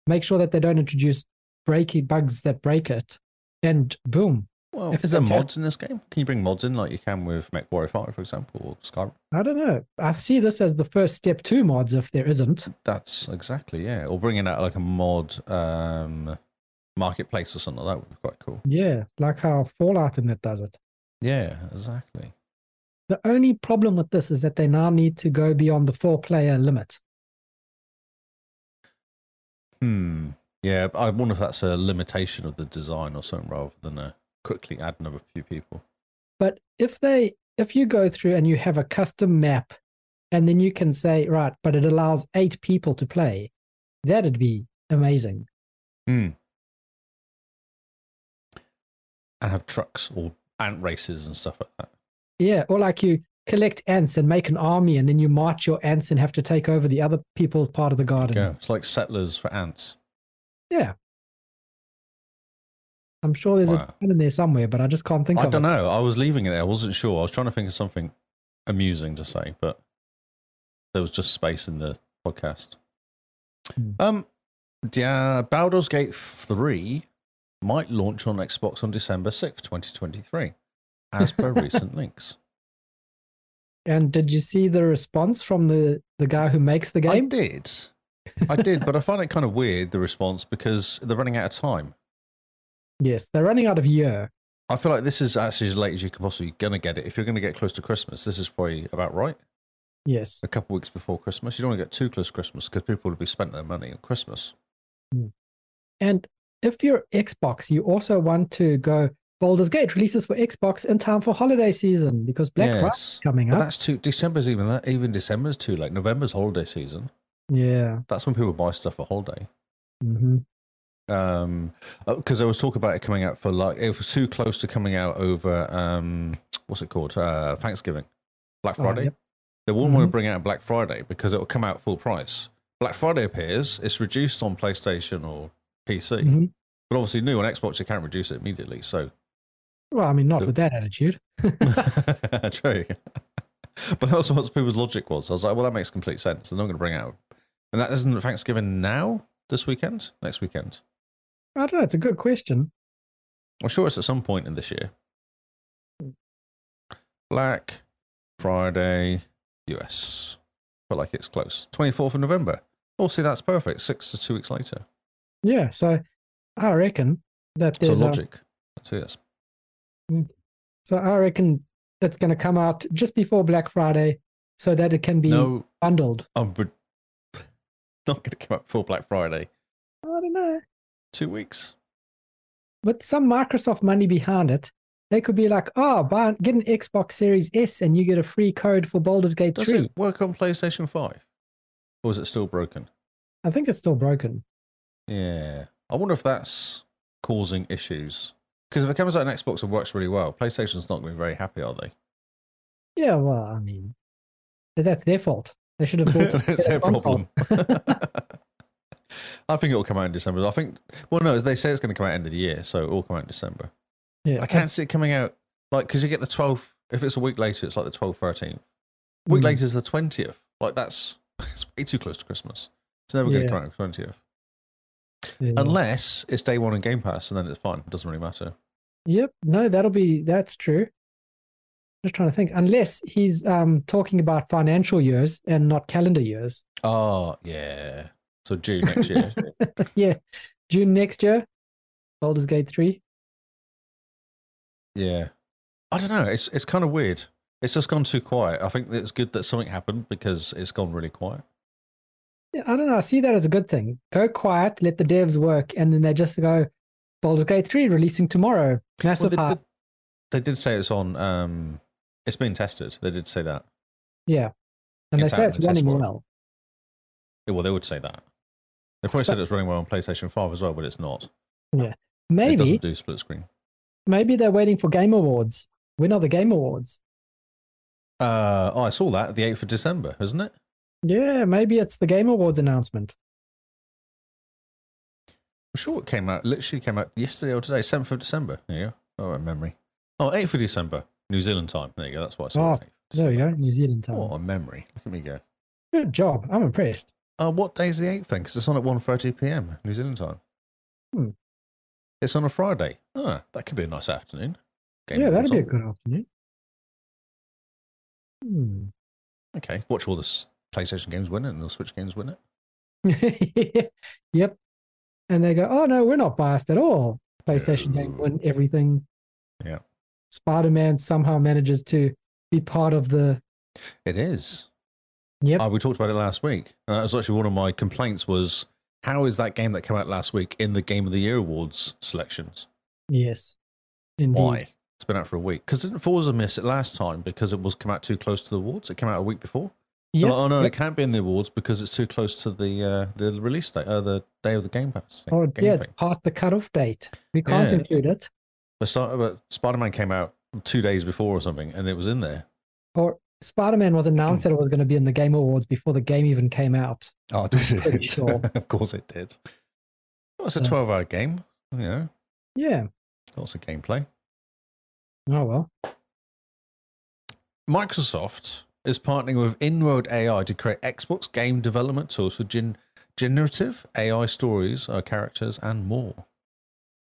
Speaker 3: Make sure that they don't introduce breaky bugs that break it, and boom.
Speaker 4: Well,
Speaker 3: If
Speaker 4: is there
Speaker 3: it's okay.
Speaker 4: mods in this game? Can you bring mods in like you can with MechWarrior 5, for example, or Skyrim?
Speaker 3: I don't know. I see this as the first step to mods if there isn't.
Speaker 4: That's exactly yeah. Or bringing out like a mod um, marketplace or something like that would be quite cool.
Speaker 3: Yeah, like how Fallout and that does it.
Speaker 4: Yeah, exactly.
Speaker 3: The only problem with this is that they now need to go beyond the four player limit.
Speaker 4: Hmm. Yeah, but I wonder if that's a limitation of the design or something rather than a quickly add another few people.
Speaker 3: But if they if you go through and you have a custom map and then you can say, right, but it allows eight people to play, that'd be amazing.
Speaker 4: Hmm. And have trucks or ant races and stuff like that.
Speaker 3: Yeah. Or like you collect ants and make an army and then you march your ants and have to take over the other people's part of the garden.
Speaker 4: Yeah, it's like settlers for ants.
Speaker 3: Yeah. I'm sure there's
Speaker 4: Wow.
Speaker 3: a plan in there somewhere, but I just can't think
Speaker 4: I
Speaker 3: of
Speaker 4: don't
Speaker 3: it.
Speaker 4: know. I was leaving it there. I wasn't sure. I was trying to think of something amusing to say, but there was just space in the podcast.
Speaker 3: Hmm.
Speaker 4: Um, yeah, Baldur's Gate 3 might launch on Xbox on December 6th, 2023, as per recent links.
Speaker 3: And did you see the response from the the guy who makes the
Speaker 4: I
Speaker 3: game?
Speaker 4: did. I did, but I find it kind of weird, the response, because they're running out of time.
Speaker 3: Yes, they're running out of year.
Speaker 4: I feel like this is actually as late as you can possibly gonna get it. If you're gonna get close to Christmas, this is probably about right.
Speaker 3: Yes.
Speaker 4: a couple weeks before Christmas. You don't want to get too close to Christmas because people will be spent their money on Christmas.
Speaker 3: And if you're Xbox, you also want to go Baldur's Gate releases for Xbox in time for holiday season because Black Friday
Speaker 4: Yes.
Speaker 3: is coming
Speaker 4: But
Speaker 3: up.
Speaker 4: that's too December's even that even December's too late. November's holiday season.
Speaker 3: Yeah.
Speaker 4: That's when people buy stuff for holiday.
Speaker 3: hmm
Speaker 4: Um, because there was talk about it coming out for like it was too close to coming out over um what's it called uh Thanksgiving, Black
Speaker 3: Oh,
Speaker 4: Friday.
Speaker 3: yep.
Speaker 4: They wouldn't want to
Speaker 3: Mhm.
Speaker 4: bring out Black Friday because it will come out full price. Black Friday appears, it's reduced on PlayStation or PC,
Speaker 3: hmm
Speaker 4: but obviously new on Xbox you can't reduce it immediately. So
Speaker 3: Well, I mean, not
Speaker 4: The-
Speaker 3: with that attitude.
Speaker 4: True. but that's what people's logic was. I was like, well, that makes complete sense. They're not going to bring out. And that isn't Thanksgiving now, this weekend, next weekend.
Speaker 3: I don't know. It's a good question.
Speaker 4: I'm sure it's at some point in this year. Black Friday, US. But like it's close. 24th of November. Oh, see, that's perfect. Six to two weeks later.
Speaker 3: Yeah. So I reckon that
Speaker 4: So
Speaker 3: there's a-
Speaker 4: logic. That's it.
Speaker 3: so I reckon it's going to come out just before Black Friday so that it can be
Speaker 4: No,
Speaker 3: bundled.
Speaker 4: I'm re- not going to come up before Black Friday.
Speaker 3: I don't know.
Speaker 4: Two weeks.
Speaker 3: with some Microsoft money behind it, they could be like, oh, buy, get an Xbox Series S and you get a free code for Baldur's Gate
Speaker 4: Does
Speaker 3: 3.
Speaker 4: it work on PlayStation 5? Or is it still broken?
Speaker 3: I think it's still broken.
Speaker 4: Yeah. I wonder if that's causing issues. Because if it comes out on Xbox, it works really well. PlayStation's not going to be very happy, are they?
Speaker 3: Yeah, well, I mean, that's their fault. They should have bought.
Speaker 4: That's
Speaker 3: a
Speaker 4: their
Speaker 3: console.
Speaker 4: problem. I think it'll come out in December. I think. Well, no, they say it's going to come out end of the year, so it will come out in December.
Speaker 3: Yeah,
Speaker 4: I can't see it coming out like because you get the 12th. If it's a week later, it's like the 12th, 13th. Week
Speaker 3: Mm.
Speaker 4: later is the 20th. Like that's it's way too close to Christmas. It's never going
Speaker 3: Yeah.
Speaker 4: to come out on the 20th
Speaker 3: yeah.
Speaker 4: unless it's day one in Game Pass, and then it's fine. It doesn't really matter.
Speaker 3: Yep. No, that'll be that's true. Just trying to think. Unless he's um talking about financial years and not calendar years.
Speaker 4: Oh yeah. So June next year.
Speaker 3: yeah. June next year, Baldur's Gate 3.
Speaker 4: Yeah. I don't know. It's it's kind of weird. It's just gone too quiet. I think that it's good that something happened because it's gone really quiet.
Speaker 3: Yeah, I don't know. I see that as a good thing. Go quiet, let the devs work, and then they just go, Baldur's Gate 3 releasing tomorrow.
Speaker 4: Well,
Speaker 3: Massive
Speaker 4: they,
Speaker 3: hype.
Speaker 4: did, they did say it's on. Um, it's been tested. They did say that.
Speaker 3: Yeah. And they
Speaker 4: It's
Speaker 3: say
Speaker 4: out
Speaker 3: it's
Speaker 4: in the test
Speaker 3: running
Speaker 4: world.
Speaker 3: well.
Speaker 4: Yeah, Well, they would say that. They probably said it's running well on PlayStation Five as well, but it's not. It
Speaker 3: Maybe,
Speaker 4: doesn't do split screen.
Speaker 3: maybe they're waiting for Game Awards. When are the Game Awards?
Speaker 4: Uh, oh, I saw that the eighth of December, isn't it?
Speaker 3: Yeah, maybe it's the Game Awards announcement.
Speaker 4: I'm sure it came out. Literally came out yesterday or today, seventh of December. There you go. All right, memory. Oh, 8th of December, New Zealand time. There you go. That's why I saw.
Speaker 3: Oh,
Speaker 4: it, 8th of
Speaker 3: There we go,
Speaker 4: December.
Speaker 3: New Zealand time.
Speaker 4: What a memory. Look at me go.
Speaker 3: Good job. I'm impressed.
Speaker 4: Uh, what day is the 8th then? Because it's on at 1.30 p.m. New Zealand time.
Speaker 3: Hmm.
Speaker 4: It's on a Friday. Ah, that could be a nice afternoon. Game
Speaker 3: yeah, that'd
Speaker 4: Awards
Speaker 3: be a
Speaker 4: on.
Speaker 3: good afternoon. Hmm.
Speaker 4: Okay, watch all the s- PlayStation games win it and the Switch games win it.
Speaker 3: yep. And they go, oh, no, we're not biased at all. PlayStation game
Speaker 4: No.
Speaker 3: won everything.
Speaker 4: Yeah.
Speaker 3: Spider Man somehow manages to be part of the.
Speaker 4: It is.
Speaker 3: Yep.
Speaker 4: Ah, we talked about it last week. And that was actually one of my complaints was, how is that game that came out last week in the Game of the Year awards selections?
Speaker 3: Yes. Indeed.
Speaker 4: Why? It's been out for a week. Because didn't Forza miss it last time because it was come out too close to the awards? It came out a week before.
Speaker 3: Yep.
Speaker 4: Like, oh no,
Speaker 3: yep.
Speaker 4: it can't be in the awards because it's too close to the uh, the release date, uh, the day of the Game Pass. Thing,
Speaker 3: Oh,
Speaker 4: game
Speaker 3: yeah, it's
Speaker 4: thing.
Speaker 3: past the cutoff date. We can't
Speaker 4: Yeah.
Speaker 3: include it.
Speaker 4: But, start, but Spider-Man came out two days before or something, and it was in there.
Speaker 3: Or Spider Man was announced that it was going to be in the Game Awards before the game even came out.
Speaker 4: Oh, did
Speaker 3: Pretty sure.
Speaker 4: of course it did. Well, it's a
Speaker 3: Yeah.
Speaker 4: twelve-hour game. You know,
Speaker 3: Yeah.
Speaker 4: lots of gameplay.
Speaker 3: Oh, well.
Speaker 4: Microsoft is partnering with Inroad AI to create Xbox game development tools for gen- generative AI stories, uh, characters, and more.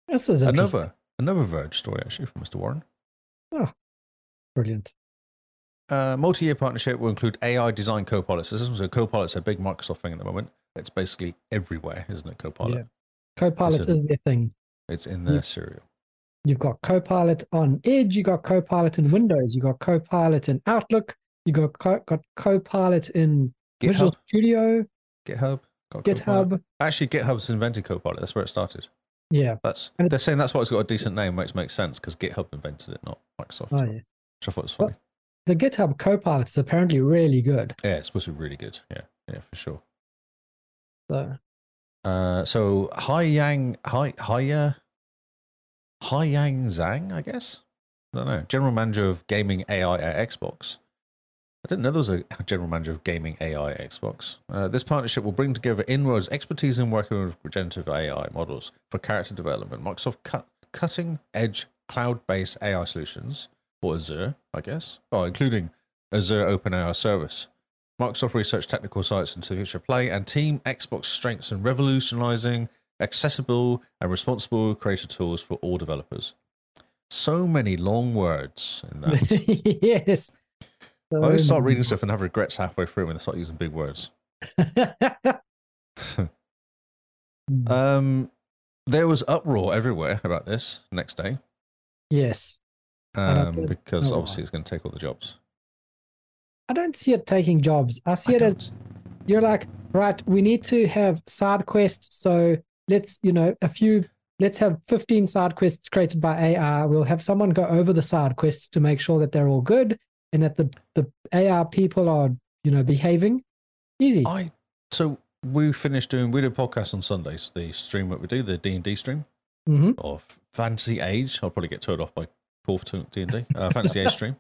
Speaker 3: This is interesting.
Speaker 4: Another another Verge story actually from Mr. Warren.
Speaker 3: Brilliant.
Speaker 4: Uh, multi-year partnership will include AI design copilots. This is a copilot's a big Microsoft thing at the moment. It's basically everywhere, isn't it? Copilot.
Speaker 3: Yeah. Copilot
Speaker 4: a-
Speaker 3: is their thing.
Speaker 4: It's in their cereal.
Speaker 3: You've got Copilot on Edge, you got Copilot in Windows, you got Copilot in Outlook, you got co- got Copilot in Visual
Speaker 4: GitHub.
Speaker 3: Studio,
Speaker 4: GitHub. got Copilot.
Speaker 3: GitHub.
Speaker 4: Actually, GitHub's invented Copilot. That's where it started.
Speaker 3: Yeah.
Speaker 4: That's
Speaker 3: And it-
Speaker 4: they're saying that's why it's got a decent name, which makes sense because GitHub invented it, not Microsoft.
Speaker 3: Oh, yeah.
Speaker 4: Which I thought was
Speaker 3: Well-
Speaker 4: funny.
Speaker 3: The GitHub Copilot is apparently really good.
Speaker 4: Yeah, it's supposed to be really good. Yeah, yeah, for sure.
Speaker 3: So
Speaker 4: Uh, so Hai Yang, Hai Hai Hai Yang Zhang, I guess. I don't know. General manager of gaming AI at Xbox. I didn't know there was a general manager of gaming AI at Xbox. Uh, this partnership will bring together Inroad's expertise in working with generative AI models for character development, Microsoft cut, cutting edge cloud based AI solutions, or Azure, I guess, oh, including Azure OpenAI service. Microsoft Research Technical Sites into Future Play, and Team Xbox strengths in revolutionizing accessible and responsible creator tools for all developers. So many long words in that.
Speaker 3: yes.
Speaker 4: I always start reading stuff and have regrets halfway through when they start using big words. Um, there was uproar everywhere about this next day
Speaker 3: yes. And I Oh,
Speaker 4: um,
Speaker 3: don't
Speaker 4: because
Speaker 3: know why.
Speaker 4: obviously it's going to take all the jobs.
Speaker 3: I don't see it taking jobs. I see
Speaker 4: I
Speaker 3: it as
Speaker 4: don't-
Speaker 3: you're like, right, we need to have side quests. So let's, you know, a few, let's have 15 side quests created by AI. We'll have someone go over the side quests to make sure that they're all good
Speaker 4: Oh.
Speaker 3: and that the, the AI people are, you know, behaving. Easy.
Speaker 4: I so we finished doing we do podcasts on Sundays. The stream that we do, the D and D stream
Speaker 3: hmm
Speaker 4: or Fantasy Age. I'll probably get towed off by Paul for D and D. Uh, Fantasy Age stream.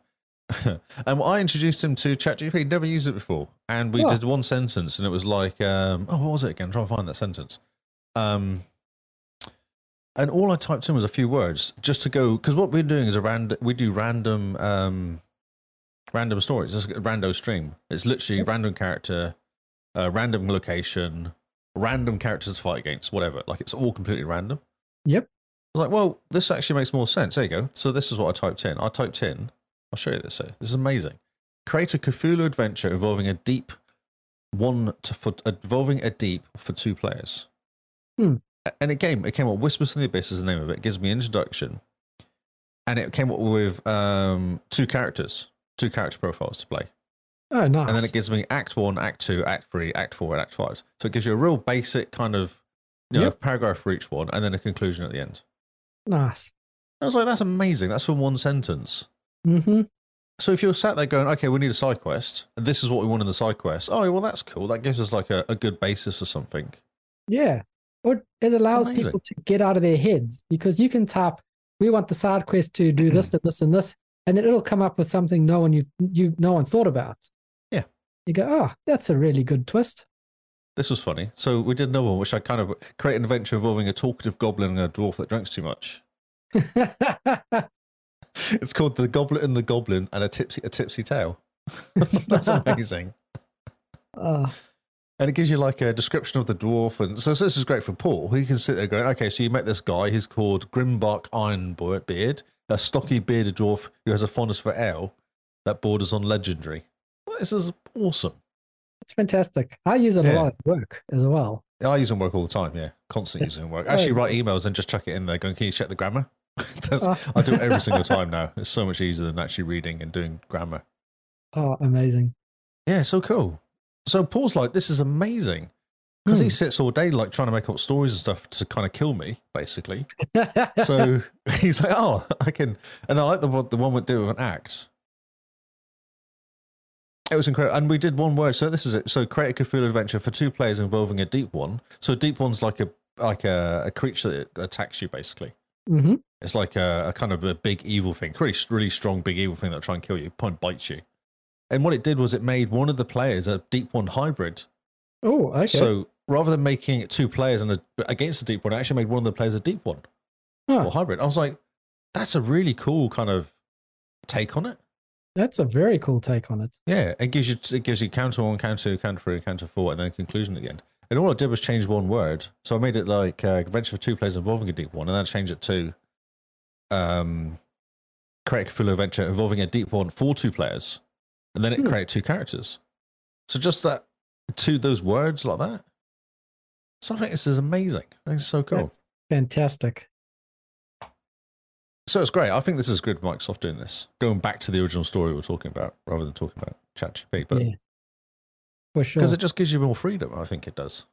Speaker 4: and I introduced him to ChatGPT. He'd never used it before, and we
Speaker 3: Oh.
Speaker 4: did one sentence, and it was like, um, oh, what was it again? I'm trying to find that sentence. Um, and all I typed in was a few words just to go because what we're doing is a random. We do random, um, random stories. It's a rando stream. It's literally random character, uh, random location, random characters to fight against, whatever. Like it's all completely random.
Speaker 3: Yep.
Speaker 4: I was like, well, this actually makes more sense. There you go. So this is what I typed in. I typed in. I'll show you this. Here. This is amazing. Create a Cthulhu adventure involving a deep one to, for involving a deep for two players.
Speaker 3: Hmm.
Speaker 4: A- And it came. It came up. Whispers from the Abyss is the name of it. It gives me introduction, and it came up with um, two characters, two character profiles to play.
Speaker 3: Oh, nice.
Speaker 4: And then it gives me Act One, Act Two, Act Three, Act Four, and Act Five. So it gives you a real basic kind of you know,
Speaker 3: Yep.
Speaker 4: paragraph for each one, and then a conclusion at the end.
Speaker 3: nice.
Speaker 4: I was like, that's amazing. That's from one sentence.
Speaker 3: hmm
Speaker 4: So if you're sat there going, okay, we need a side quest, and this is what we want in the side quest. Oh, well, that's cool. That gives us like a, a good basis for something.
Speaker 3: Yeah. Or it allows
Speaker 4: Amazing.
Speaker 3: people to get out of their heads because you can type, we want the side quest to do this and this and this, and then it'll come up with something no one you you no one thought about.
Speaker 4: Yeah.
Speaker 3: You go, oh, that's a really good twist.
Speaker 4: This was funny. So we did another one, which I kind of create an adventure involving a talkative goblin and a dwarf that drinks too much. It's called The Goblet and the Goblin and a Tipsy a Tipsy Tale. that's amazing.
Speaker 3: Oh,
Speaker 4: And it gives you like a description of the dwarf. And so, so this is great for Paul. He can sit there going, okay, so you met this guy. He's called Grimbark Ironbeard, a stocky bearded dwarf who has a fondness for ale that borders on legendary. Well, This is awesome.
Speaker 3: it's fantastic. I use it a
Speaker 4: Yeah.
Speaker 3: lot at work as well.
Speaker 4: I use it in work all the time. Yeah. Constant using it in work. Actually, write emails and just chuck it in there going, can you check the grammar? That's,
Speaker 3: Oh.
Speaker 4: I do it every single time now. It's so much easier than actually reading and doing grammar.
Speaker 3: Oh, amazing.
Speaker 4: Yeah, so cool. So Paul's like, this is amazing. Because he
Speaker 3: Hmm.
Speaker 4: sits all day like trying to make up stories and stuff to kind of kill me, basically. So he's like, oh, I can. And I like the one, the one we do with an act. It was incredible. And we did one word. So this is it. So create a Cthulhu adventure for two players involving a deep one. So a deep one's like a like a, a creature that attacks you, basically.
Speaker 3: hmm
Speaker 4: It's like a, a kind of a big evil thing, really, really strong big evil thing that'll try and kill you, point bites you. And what it did was it made one of the players a deep one hybrid.
Speaker 3: Oh, okay.
Speaker 4: So rather than making it two players and a, against the deep one, it actually made one of the players a deep one
Speaker 3: Huh,
Speaker 4: or hybrid. I was like, that's a really cool kind of take on it.
Speaker 3: that's a very cool take on it.
Speaker 4: Yeah, it gives you it gives you counter one, counter two, counter three, counter four, and then conclusion at the end. And all I did was change one word, so I made it like uh, adventure for two players involving a deep one, and then I changed it to um, create a full adventure involving a deep one for two players, and then it
Speaker 3: Hmm.
Speaker 4: created two characters. So just that two those words like that. So I think this is amazing. I think it's so cool.
Speaker 3: That's fantastic.
Speaker 4: So it's great. I think this is good. Microsoft doing this, going back to the original story we were talking about, rather than talking about ChatGPT, but
Speaker 3: yeah. For sure.
Speaker 4: because it just gives you more freedom. I think it does.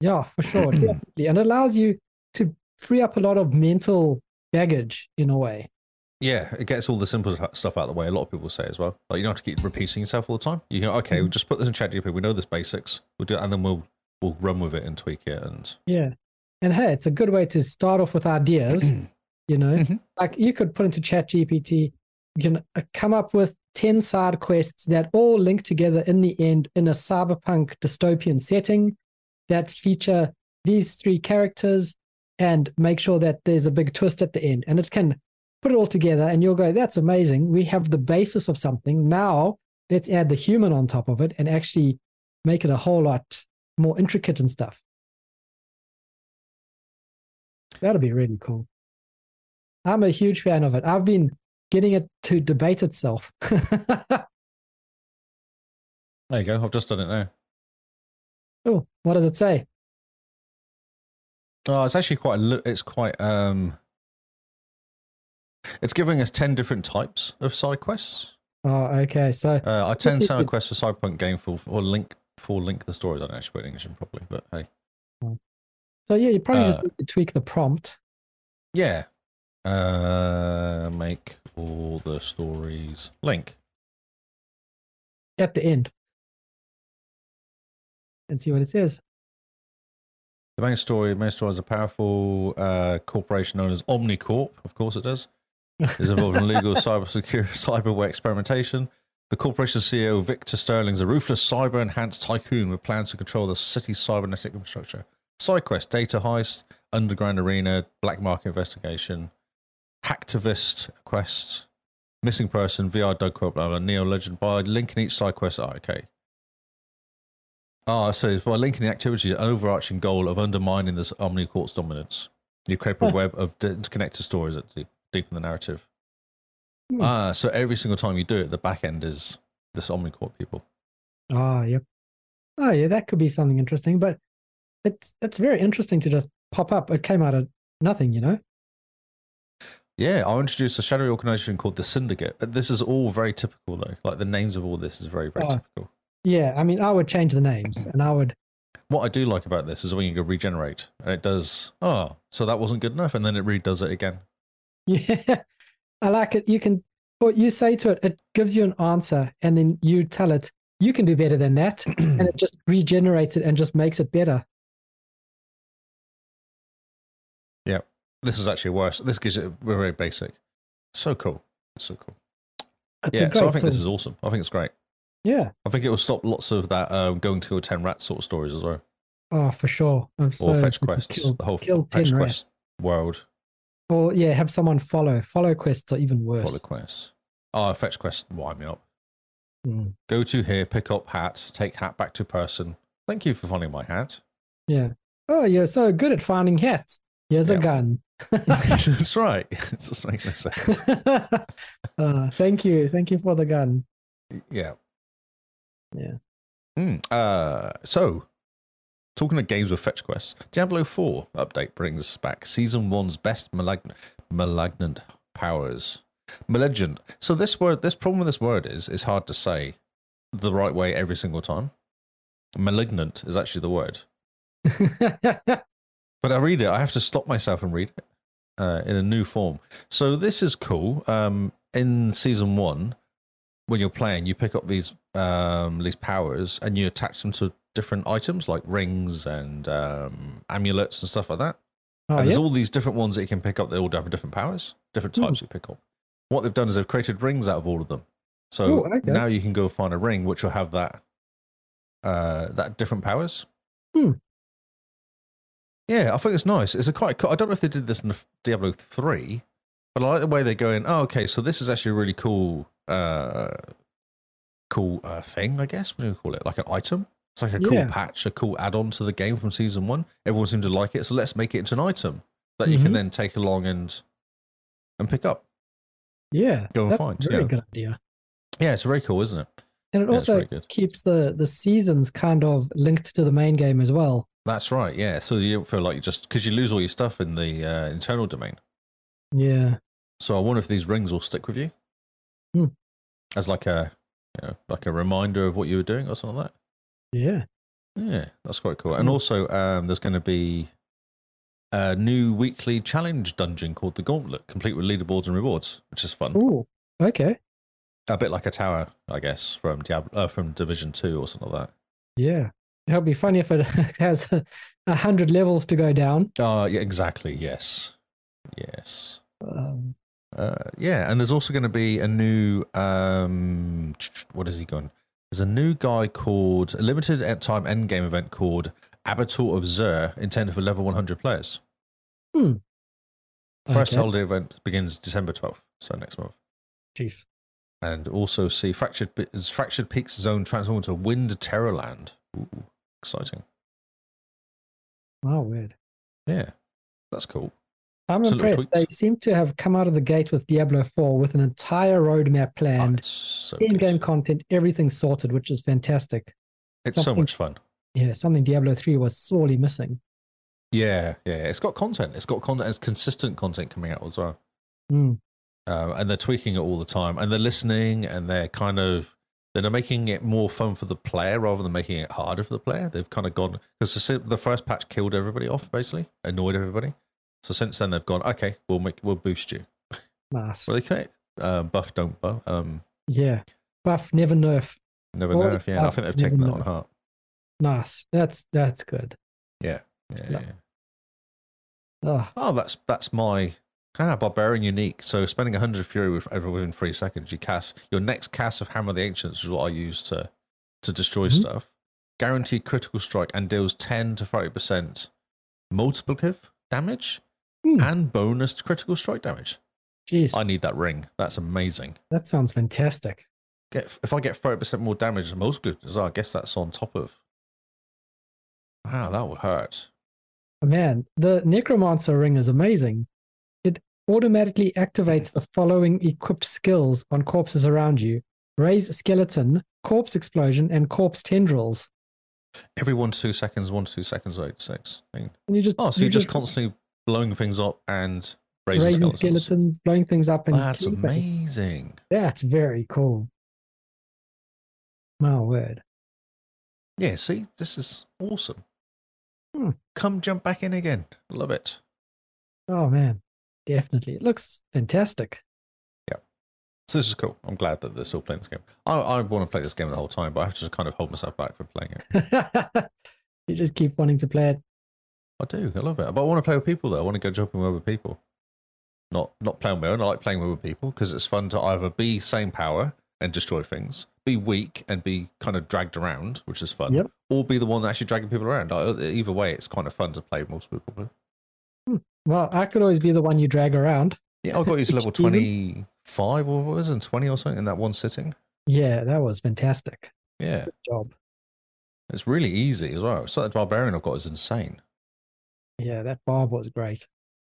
Speaker 3: Yeah, for sure. definitely. And it allows you to free up a lot of mental baggage in a way.
Speaker 4: Yeah, it gets all the simple hu- stuff out of the way. A lot of people say as well. Like you don't have to keep repeating yourself all the time. You go, okay, we'll just put this in ChatGPT. We know this basics. We'll do, it, and then we'll we'll run with it and tweak it. And
Speaker 3: Yeah. And hey, it's a good way to start off with ideas, you know?
Speaker 4: Mhm.
Speaker 3: Like you could put into Chat GPT, you can uh, come up with 10 side quests that all link together in the end in a cyberpunk dystopian setting that feature these three characters and make sure that there's a big twist at the end. And it can put it all together and you'll go, that's amazing. We have the basis of something. Now let's add the human on top of it and actually make it a whole lot more intricate and stuff. That'll be really cool. I'm a huge fan of it. I've been getting it to debate itself.
Speaker 4: there you go. I've just done it now.
Speaker 3: oh, what does it say?
Speaker 4: Oh, it's actually quite. a li- It's quite. um It's giving us ten different types of side quests.
Speaker 3: Oh, okay. So
Speaker 4: Uh, I ten sound requests for Cyberpunk game for or link for link the stories. I don't actually put it in English in properly, but hey,
Speaker 3: so yeah, you probably just
Speaker 4: Uh,
Speaker 3: need to tweak the prompt.
Speaker 4: yeah. Uh, make all the stories link.
Speaker 3: at the end and see what it says.
Speaker 4: The main story, main story is a powerful uh, corporation known as Omnicorp. Of course, it does. Is involved in legal cybersecurity, cyberware experimentation. The corporation's CEO, Victor Sterling, is a ruthless cyber enhanced tycoon with plans to control the city's cybernetic infrastructure. Side quest, data heist, underground arena, black market investigation, hacktivist quest, missing person, VR Doug Quote, blah, blah, Neo Legend, by linking each side quest. Oh, okay. Ah, so it's by linking the activity to the overarching goal of undermining this Omnicorp's dominance. You create a
Speaker 3: Huh.
Speaker 4: web of d- interconnected stories that deep, deepen the narrative.
Speaker 3: Hmm.
Speaker 4: Ah, so every single time you do it, the back end is this Omnicorp people.
Speaker 3: Oh, yep. Oh, yeah, that could be something interesting, but it's it's very interesting to just pop up. It came out of nothing, you know?
Speaker 4: Yeah, I'll introduce a shadowy organization called the Syndicate. Uh, This is all very typical, though. Like the names of all this is very, very
Speaker 3: Oh.
Speaker 4: typical.
Speaker 3: Yeah, I mean, I would change the names and I would,
Speaker 4: What I do like about this is when you go regenerate and it does, oh, so that wasn't good enough. And then it redoes it again.
Speaker 3: yeah, I like it. You can, what you say to it, it gives you an answer and then you tell it, you can do better than that. and it just regenerates it and just makes it better.
Speaker 4: this is actually worse. This gives it we're very basic. So cool. So cool.
Speaker 3: It's a
Speaker 4: yeah. So I
Speaker 3: great
Speaker 4: think this
Speaker 3: tool.
Speaker 4: is awesome. I think it's great.
Speaker 3: Yeah.
Speaker 4: I think it will stop lots of that um, going to a 10 rat sort of stories as well.
Speaker 3: Oh, for sure. I'm so
Speaker 4: Or
Speaker 3: excited
Speaker 4: fetch
Speaker 3: to
Speaker 4: quests.
Speaker 3: Kill,
Speaker 4: the whole
Speaker 3: kill 10
Speaker 4: fetch
Speaker 3: rat.
Speaker 4: quest world.
Speaker 3: Or, yeah, have someone follow. Follow quests are even worse.
Speaker 4: Follow quests. Oh, fetch quest. Wind me up.
Speaker 3: Mm.
Speaker 4: Go to here, pick up hat, take hat back to person. Thank you for finding my hat.
Speaker 3: Yeah. Oh, you're so good at finding hats. Here's a
Speaker 4: Yeah.
Speaker 3: gun.
Speaker 4: That's right. It just makes no sense.
Speaker 3: uh, thank you. Thank you for the gun.
Speaker 4: Yeah.
Speaker 3: Yeah.
Speaker 4: Mm, uh, so, talking of games with fetch quests, Diablo 4 update brings back Season 1's best malign- malignant powers. Malignant. So, this word, this problem with this word is it's hard to say the right way every single time. Malignant is actually the word.
Speaker 3: Oh,
Speaker 4: But I read it, I have to stop myself and read it uh, in a new form. So this is cool. Um, in season one, when you're playing, you pick up these um, these powers and you attach them to different items like rings and um, amulets and stuff like that.
Speaker 3: oh,
Speaker 4: and there's
Speaker 3: yeah. Hmm.
Speaker 4: all these different ones that you can pick up. They all have different powers, different types you pick up. What they've done is they've created rings out of all of them. So
Speaker 3: Ooh, okay.
Speaker 4: now you can go find a ring which will have that uh, that different powers.
Speaker 3: Hmm.
Speaker 4: Yeah, I think it's nice. It's a quite. Cool, I don't know if they did this in Diablo three, but I like the way they're going. Oh, okay. So this is actually a really cool, uh, cool uh, thing. I guess what do you call it? Like an item. It's like a cool
Speaker 3: Yeah.
Speaker 4: patch, a cool add-on to the game from season one. Everyone seemed to like it, so let's make it into an item that you can
Speaker 3: Mhm.
Speaker 4: then take along and and pick up.
Speaker 3: yeah.
Speaker 4: go and
Speaker 3: That's
Speaker 4: find,
Speaker 3: a very
Speaker 4: yeah.
Speaker 3: good idea.
Speaker 4: Yeah, it's very cool, isn't it?
Speaker 3: And it
Speaker 4: Yeah, it's
Speaker 3: also
Speaker 4: very good.
Speaker 3: keeps the, the seasons kind of linked to the main game as well.
Speaker 4: That's right. Yeah, so you don't feel like you just because you lose all your stuff in the uh, internal domain.
Speaker 3: Yeah.
Speaker 4: So I wonder if these rings will stick with you
Speaker 3: Hmm.
Speaker 4: as like a you know, like a reminder of what you were doing or something like that.
Speaker 3: Yeah.
Speaker 4: Yeah, that's quite cool. And
Speaker 3: Hmm.
Speaker 4: also, um, there's going to be a new weekly challenge dungeon called the Gauntlet, complete with leaderboards and rewards, which is fun.
Speaker 3: Ooh. Okay.
Speaker 4: A bit like a tower, I guess, from Diablo, uh, from Division Two or something like
Speaker 3: Yeah. It'll be funny if it has a, a hundred levels to go down.
Speaker 4: that. Uh, yeah, exactly. Yes, yes.
Speaker 3: Um,
Speaker 4: Uh, yeah, and there's also going to be a new um, what is he gone? There's a new guy called a limited at time endgame event called Abattoir of Xur, intended for level 100 players. First
Speaker 3: okay.
Speaker 4: holiday event begins December 12th, so next month.
Speaker 3: Jeez.
Speaker 4: And also see fractured Pe- is fractured peaks zone transformed into Wind Terrorland. Ooh, exciting!
Speaker 3: Wow, Oh, weird.
Speaker 4: Yeah, that's cool.
Speaker 3: I'm
Speaker 4: So little
Speaker 3: impressed. They
Speaker 4: tweaks.
Speaker 3: seem to have come out of the gate with Diablo 4 with an entire roadmap
Speaker 4: Ah,
Speaker 3: planned,
Speaker 4: it's so
Speaker 3: in game
Speaker 4: good.
Speaker 3: content, everything sorted, which is fantastic.
Speaker 4: It's so
Speaker 3: something-
Speaker 4: much fun.
Speaker 3: Yeah, something Diablo 3 was sorely missing.
Speaker 4: Yeah, yeah. It's got content. It's got content. It's consistent content coming out as well.
Speaker 3: Mm.
Speaker 4: um, and they're tweaking it all the time and they're listening and they're kind of they're making it more fun for the player rather than making it harder for the player they've kind of gone because the, si- the first patch killed everybody off basically annoyed everybody so since then they've gone okay we'll make we'll boost you
Speaker 3: Nice.
Speaker 4: well they can't uh, buff don't buff um
Speaker 3: Yeah. Buff, never nerf.
Speaker 4: never
Speaker 3: Well,
Speaker 4: know
Speaker 3: it's
Speaker 4: yeah i
Speaker 3: buff,
Speaker 4: think they've
Speaker 3: never
Speaker 4: taken that
Speaker 3: know.
Speaker 4: on heart
Speaker 3: Nice. That's that's good. Ah,
Speaker 4: yeah Yeah.
Speaker 3: Ugh.
Speaker 4: Oh, that's that's my ah barbarian unique. So spending hundred fury with everyone within three seconds, you cast your next cast of Hammer of the Ancients is what I use to to destroy
Speaker 3: Mhm.
Speaker 4: stuff. Guaranteed critical strike and deals ten to thirty percent multiplicative damage
Speaker 3: Hmm.
Speaker 4: and bonus to critical strike damage.
Speaker 3: Jeez,
Speaker 4: I need that ring. That's amazing.
Speaker 3: that sounds fantastic.
Speaker 4: Get if I get thirty percent more damage than multiplicative, as well, I guess that's on top of. Wow, that would hurt.
Speaker 3: Man, the Necromancer ring is amazing. It automatically activates the following equipped skills on corpses around you Raise Skeleton, Corpse Explosion, and Corpse Tendrils.
Speaker 4: Every one to two seconds, one to two seconds, eight six. I mean,
Speaker 3: And you just,
Speaker 4: Oh, so
Speaker 3: you
Speaker 4: you're just constantly blowing things up and raising,
Speaker 3: raising
Speaker 4: skeletons.
Speaker 3: skeletons, blowing things up, and
Speaker 4: That's
Speaker 3: killing things.
Speaker 4: amazing.
Speaker 3: That's very cool. My word.
Speaker 4: Yeah, see, this is awesome.
Speaker 3: Hmm.
Speaker 4: Come jump back in again. Love it.
Speaker 3: Oh, man. Definitely. It looks fantastic.
Speaker 4: So this is cool. I'm glad that they're still playing this game. I, I want to play this game the whole time, but I have to just kind of hold myself back from playing it.
Speaker 3: you just keep wanting to play it.
Speaker 4: I do. I love it. But I want to play with people though. I want to go jumping with other people. Not not playing on my own. I like playing with other people because it's fun to either be same power and destroy things, be weak and be kind of dragged around, which is fun,
Speaker 3: Yep.
Speaker 4: or be the one actually dragging people around. I- Either way, it's kind of fun to play with multiple people.
Speaker 3: Well, I could always be the one you drag around.
Speaker 4: Yeah, I got you to level
Speaker 3: Even-
Speaker 4: twenty five or what was it, twenty or something in that one sitting.
Speaker 3: Yeah, that was fantastic.
Speaker 4: Yeah,
Speaker 3: Good job.
Speaker 4: it's really easy as well. So that barbarian I've got is insane.
Speaker 3: Yeah, that barb was great.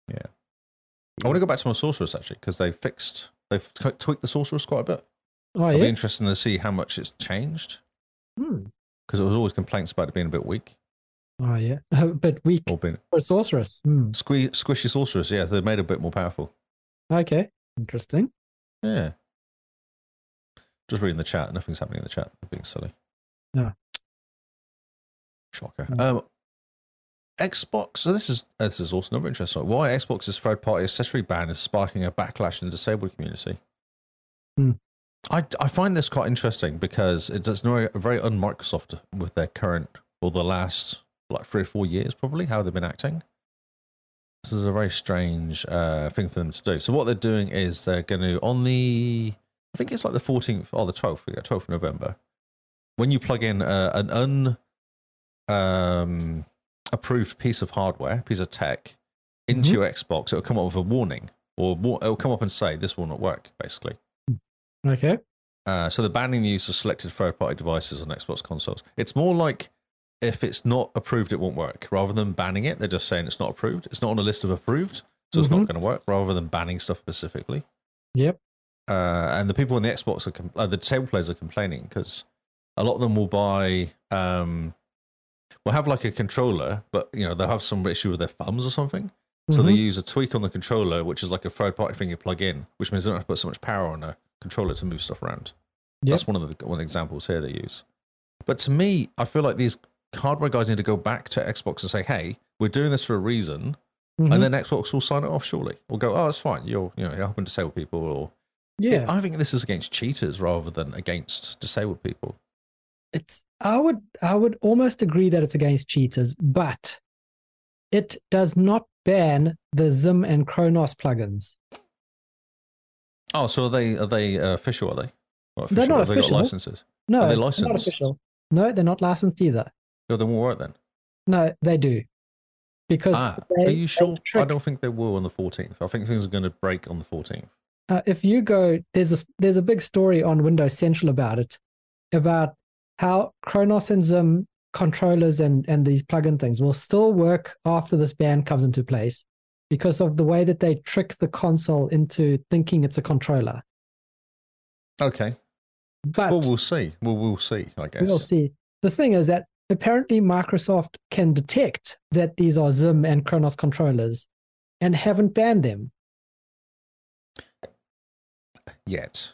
Speaker 4: I want to go back to my sorceress actually because they fixed they've t- tweaked the sorceress quite a bit.
Speaker 3: Oh,
Speaker 4: It'll be
Speaker 3: yeah.
Speaker 4: interesting to see how much it's changed.
Speaker 3: Hmm.
Speaker 4: because there was always complaints about it being a bit weak
Speaker 3: Oh, yeah. but weak
Speaker 4: or being
Speaker 3: for sorceress. Hmm.
Speaker 4: sque- squishy sorceress. Yeah, they made it a bit more powerful.
Speaker 3: Okay. Interesting.
Speaker 4: Yeah. Just reading the chat. Nothing's happening in the chat. Being silly.
Speaker 3: No.
Speaker 4: Shocker.
Speaker 3: Mm.
Speaker 4: Um, Xbox. So this is uh, this is also another interesting. one. Why Xbox's third-party accessory ban is sparking a backlash in the disabled community.
Speaker 3: Hmm.
Speaker 4: I, I find this quite interesting because it's, it's very, very un-Microsoft with their current or the last like three or four years probably how they've been acting. This is a very strange uh, thing for them to do. So what they're doing is they're going to on the I think it's like the 14th or the 12th, yeah, 12th of November. When you plug in uh, an un um, approved piece of hardware, piece of tech, into
Speaker 3: Mhm.
Speaker 4: your Xbox, it'll come up with a warning, or wa- it'll come up and say this will not work, basically.
Speaker 3: Okay.
Speaker 4: Uh, so they're banning the use of selected third-party devices on Xbox consoles. It's more like if it's not approved, it won't work. Rather than banning it, they're just saying it's not approved. It's not on a list of approved, so it's not going to work. Rather than banning stuff specifically,
Speaker 3: Yep.
Speaker 4: uh, and the people in the Xbox are com- uh, the table players are complaining because a lot of them will buy um, will have like a controller, but you know they'll have some issue with their thumbs or something. So they
Speaker 3: Mhm.
Speaker 4: use a tweak on the controller, which is like a third party thing you plug in, which means they don't have to put so much power on a controller to move stuff around.
Speaker 3: Yep.
Speaker 4: That's one of the one of the examples here they use. But to me, I feel like these hardware guys need to go back to Xbox and say, "Hey, we're doing this for a reason."
Speaker 3: Mhm.
Speaker 4: and then Xbox will sign it off. Surely, we'll go. Oh, it's fine. You're you know you're helping disabled people, or
Speaker 3: Mm-hmm. yeah.
Speaker 4: I think this is against cheaters rather than against disabled people.
Speaker 3: it's i would i would almost agree that it's against cheaters but it does not ban the zim and kronos plugins
Speaker 4: Oh, so are they are they uh, official? Are they? Not
Speaker 3: They're not
Speaker 4: Have they got
Speaker 3: official.
Speaker 4: licenses?
Speaker 3: no
Speaker 4: Are they
Speaker 3: they're not
Speaker 4: licensed?
Speaker 3: official no they're not licensed either
Speaker 4: No, they won't work then.
Speaker 3: no they do because
Speaker 4: Ah,
Speaker 3: they-
Speaker 4: are
Speaker 3: they
Speaker 4: you sure? I
Speaker 3: trick-
Speaker 4: don't think they will on the 14th. I think things are going to break on the 14th.
Speaker 3: Uh, if you go, there's a there's a big story on Windows Central about it, about how Kronos and Zim controllers and and these plugin things will still work after this ban comes into place because of the way that they trick the console into thinking it's a controller.
Speaker 4: Okay.
Speaker 3: But
Speaker 4: well, we'll see. Well, we'll see. I guess.
Speaker 3: we'll see. The thing is that apparently Microsoft can detect that these are Zim and Kronos controllers, and haven't banned them.
Speaker 4: Yet.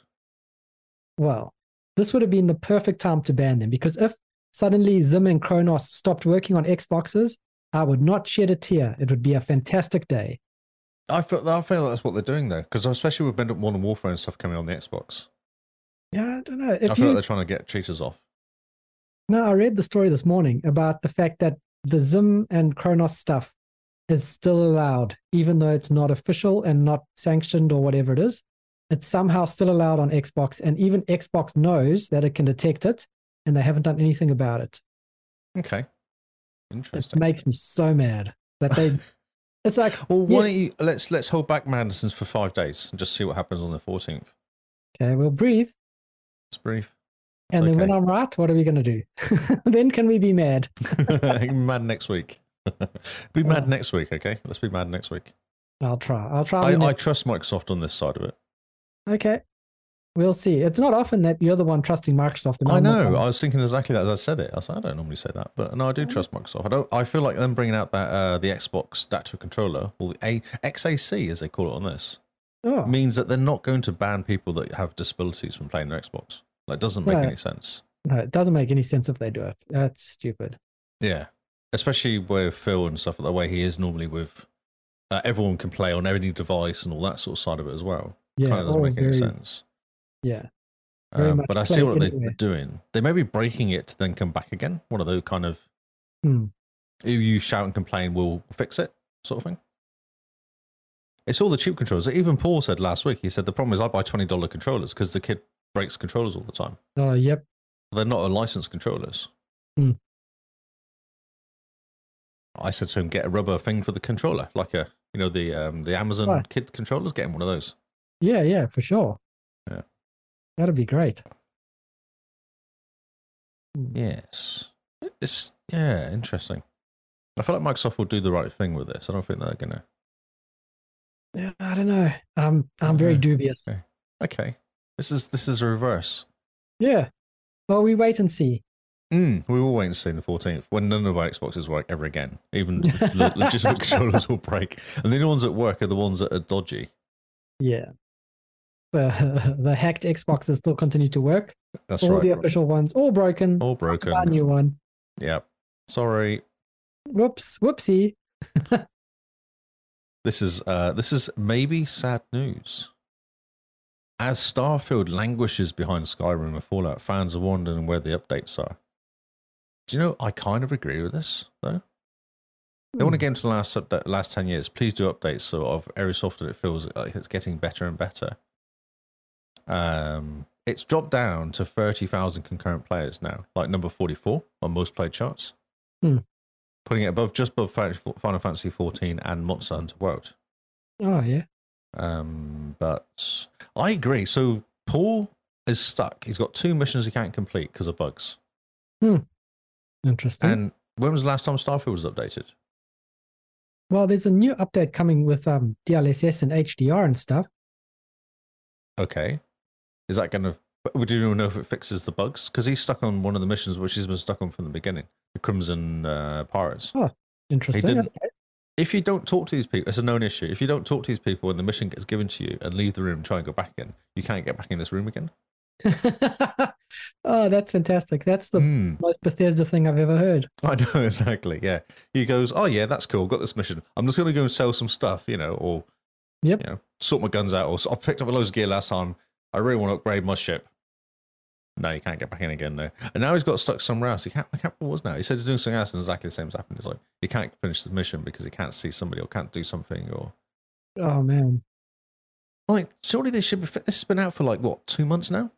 Speaker 3: Well, this would have been the perfect time to ban them because if suddenly Zim and Kronos stopped working on Xboxes, I would not shed a tear. It would be a fantastic day.
Speaker 4: I feel. I feel that's what they're doing though, because especially with Modern Warfare and stuff coming on the Xbox,
Speaker 3: Yeah, I don't know.
Speaker 4: I
Speaker 3: If
Speaker 4: feel
Speaker 3: you
Speaker 4: like they're trying to get cheaters off.
Speaker 3: no, I read the story this morning about the fact that the Zim and Kronos stuff is still allowed, even though it's not official and not sanctioned or whatever it is. It's somehow still allowed on Xbox, and even Xbox knows that it can detect it, and they haven't done anything about it.
Speaker 4: Okay.
Speaker 3: It
Speaker 4: Interesting.
Speaker 3: makes me so mad that they. it's like,
Speaker 4: Well, why
Speaker 3: yes.
Speaker 4: don't you let's let's hold back Madison's for five days and just see what happens on the fourteenth.
Speaker 3: okay, we'll breathe,
Speaker 4: It's brief. It's
Speaker 3: and then when
Speaker 4: okay.
Speaker 3: I'm right, what are we going to do? then can we be mad?
Speaker 4: mad next week. be mad next week, okay? Let's be mad next week.
Speaker 3: I'll try. I'll try.
Speaker 4: I,
Speaker 3: my
Speaker 4: I
Speaker 3: next-
Speaker 4: trust Microsoft on this side of it.
Speaker 3: okay, we'll see. It's not often that you're the one trusting Microsoft. and
Speaker 4: I
Speaker 3: I'm the
Speaker 4: know.
Speaker 3: one-
Speaker 4: I was thinking exactly that as I said it. I said I don't normally say that, but no, I do trust Microsoft. I don't. I feel like them bringing out that uh, the Xbox Dactyl controller or the A, XAC as they call it on this
Speaker 3: Oh.
Speaker 4: means that they're not going to ban people that have disabilities from playing their Xbox. That doesn't make
Speaker 3: No.
Speaker 4: any sense.
Speaker 3: No, it doesn't make any sense if they do it. That's stupid.
Speaker 4: Yeah, especially with Phil and stuff like the way he is normally with uh, everyone can play on any device and all that sort of side of it as well.
Speaker 3: Yeah,
Speaker 4: kind of doesn't
Speaker 3: all
Speaker 4: make any
Speaker 3: very-
Speaker 4: sense.
Speaker 3: Yeah, very
Speaker 4: Um,
Speaker 3: much
Speaker 4: but I
Speaker 3: play
Speaker 4: see what they're
Speaker 3: anywhere.
Speaker 4: doing. They may be breaking it to then come back again. One of those kind of
Speaker 3: Hmm.
Speaker 4: if you shout and complain, we'll fix it sort of thing. It's all the cheap controllers. Even Paul said last week. He said the problem is I buy twenty dollar controllers because the kid breaks controllers all the time.
Speaker 3: Oh, yep.
Speaker 4: They're not licensed controllers.
Speaker 3: Hmm.
Speaker 4: I said to him, get a rubber thing for the controller, like a you know the um, the Amazon
Speaker 3: Right.
Speaker 4: kid controllers. Get him one of those.
Speaker 3: Yeah, yeah, for sure.
Speaker 4: Yeah.
Speaker 3: That'd be great.
Speaker 4: Yes, it's yeah, interesting. I feel like Microsoft will do the right thing with this. I don't think they're gonna.
Speaker 3: Yeah, I don't know. I'm I'm very
Speaker 4: Okay.
Speaker 3: dubious.
Speaker 4: Okay. Okay, this is this is a reverse.
Speaker 3: Yeah. Well, we wait and see.
Speaker 4: Mm, we will wait and see on the 14th when none of our Xboxes work ever again. Even the legitimate controllers will break. And the only ones that work are the ones that are dodgy.
Speaker 3: Yeah. The the hacked Xboxes still continue to work.
Speaker 4: That's
Speaker 3: all the
Speaker 4: right.
Speaker 3: official ones, all broken.
Speaker 4: All
Speaker 3: Buy a
Speaker 4: broken.
Speaker 3: new one.
Speaker 4: Yeah. Sorry.
Speaker 3: Whoops, whoopsie.
Speaker 4: This is uh, this is maybe sad news. As Starfield languishes behind Skyrim and Fallout, fans are wondering where the updates are. Do you know? I kind of agree with this though. They want to get into the last update, last ten years. Please do updates so of every software it feels like it's getting better and better. Um, it's dropped down to thirty thousand concurrent players now, like number forty-four on most played charts,
Speaker 3: Hmm.
Speaker 4: putting it above just above Fi- Final Fantasy fourteen and Monster Hunter World.
Speaker 3: Oh yeah.
Speaker 4: Um, but I agree. So Paul is stuck. He's got two missions he can't complete because of bugs.
Speaker 3: Interesting.
Speaker 4: And when was the last time Starfield was updated?
Speaker 3: well, there's a new update coming with um DLSS and HDR and stuff.
Speaker 4: Okay. Is that going to. We do not know if it fixes the bugs because he's stuck on one of the missions which he's been stuck on from the beginning the Crimson uh, Pirates.
Speaker 3: Interesting.
Speaker 4: didn't- If you don't talk to these people, it's a known issue. If you don't talk to these people when the mission gets given to you and leave the room, try and go back in, you can't get back in this room again.
Speaker 3: oh, that's fantastic. That's the
Speaker 4: Hmm.
Speaker 3: most Bethesda thing I've ever heard.
Speaker 4: I know exactly. Yeah, he goes, "Oh yeah, that's cool. Got this mission. I'm just going to go and sell some stuff, you know, or
Speaker 3: Yep.
Speaker 4: you know, sort my guns out, or I picked up loads of gear last time. I really want to upgrade my ship." No, you can't get back in again. No, and now he's got stuck somewhere else. He can't. I can't. What was now? He said he's doing something else, and exactly the same's happened. It's like he can't finish the mission because he can't see somebody or can't do something. Or
Speaker 3: Oh man.
Speaker 4: like, surely this should be. Fi- this has been out for like what two months now.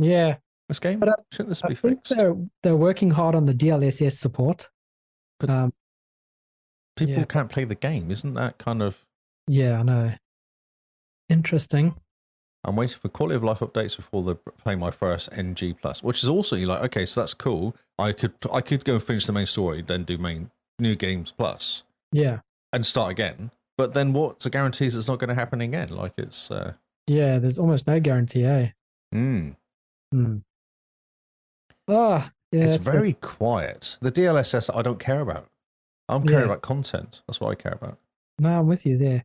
Speaker 3: Yeah.
Speaker 4: This game.
Speaker 3: But I-
Speaker 4: Shouldn't this
Speaker 3: I
Speaker 4: be
Speaker 3: think
Speaker 4: fixed?
Speaker 3: they're they're working hard on the DLSS support.
Speaker 4: But-
Speaker 3: um
Speaker 4: People
Speaker 3: yeah.
Speaker 4: can't play the game. Isn't that kind of?
Speaker 3: yeah, I know. Interesting.
Speaker 4: I'm waiting for quality of life updates before they play my first NG plus, which is also you're like, okay, so that's cool. I could I could go and finish the main story, then do main new games plus
Speaker 3: Yeah.
Speaker 4: and start again. But then what's the guarantees it's not going to happen again? Like it's uh,
Speaker 3: Yeah, there's almost no guarantee, eh?
Speaker 4: mm.
Speaker 3: Hmm. Oh, yeah.
Speaker 4: it's
Speaker 3: that's the-
Speaker 4: very quiet. The DLSS I don't care about. I'm
Speaker 3: Yeah.
Speaker 4: caring about content. That's what I care about.
Speaker 3: No, I'm with you there.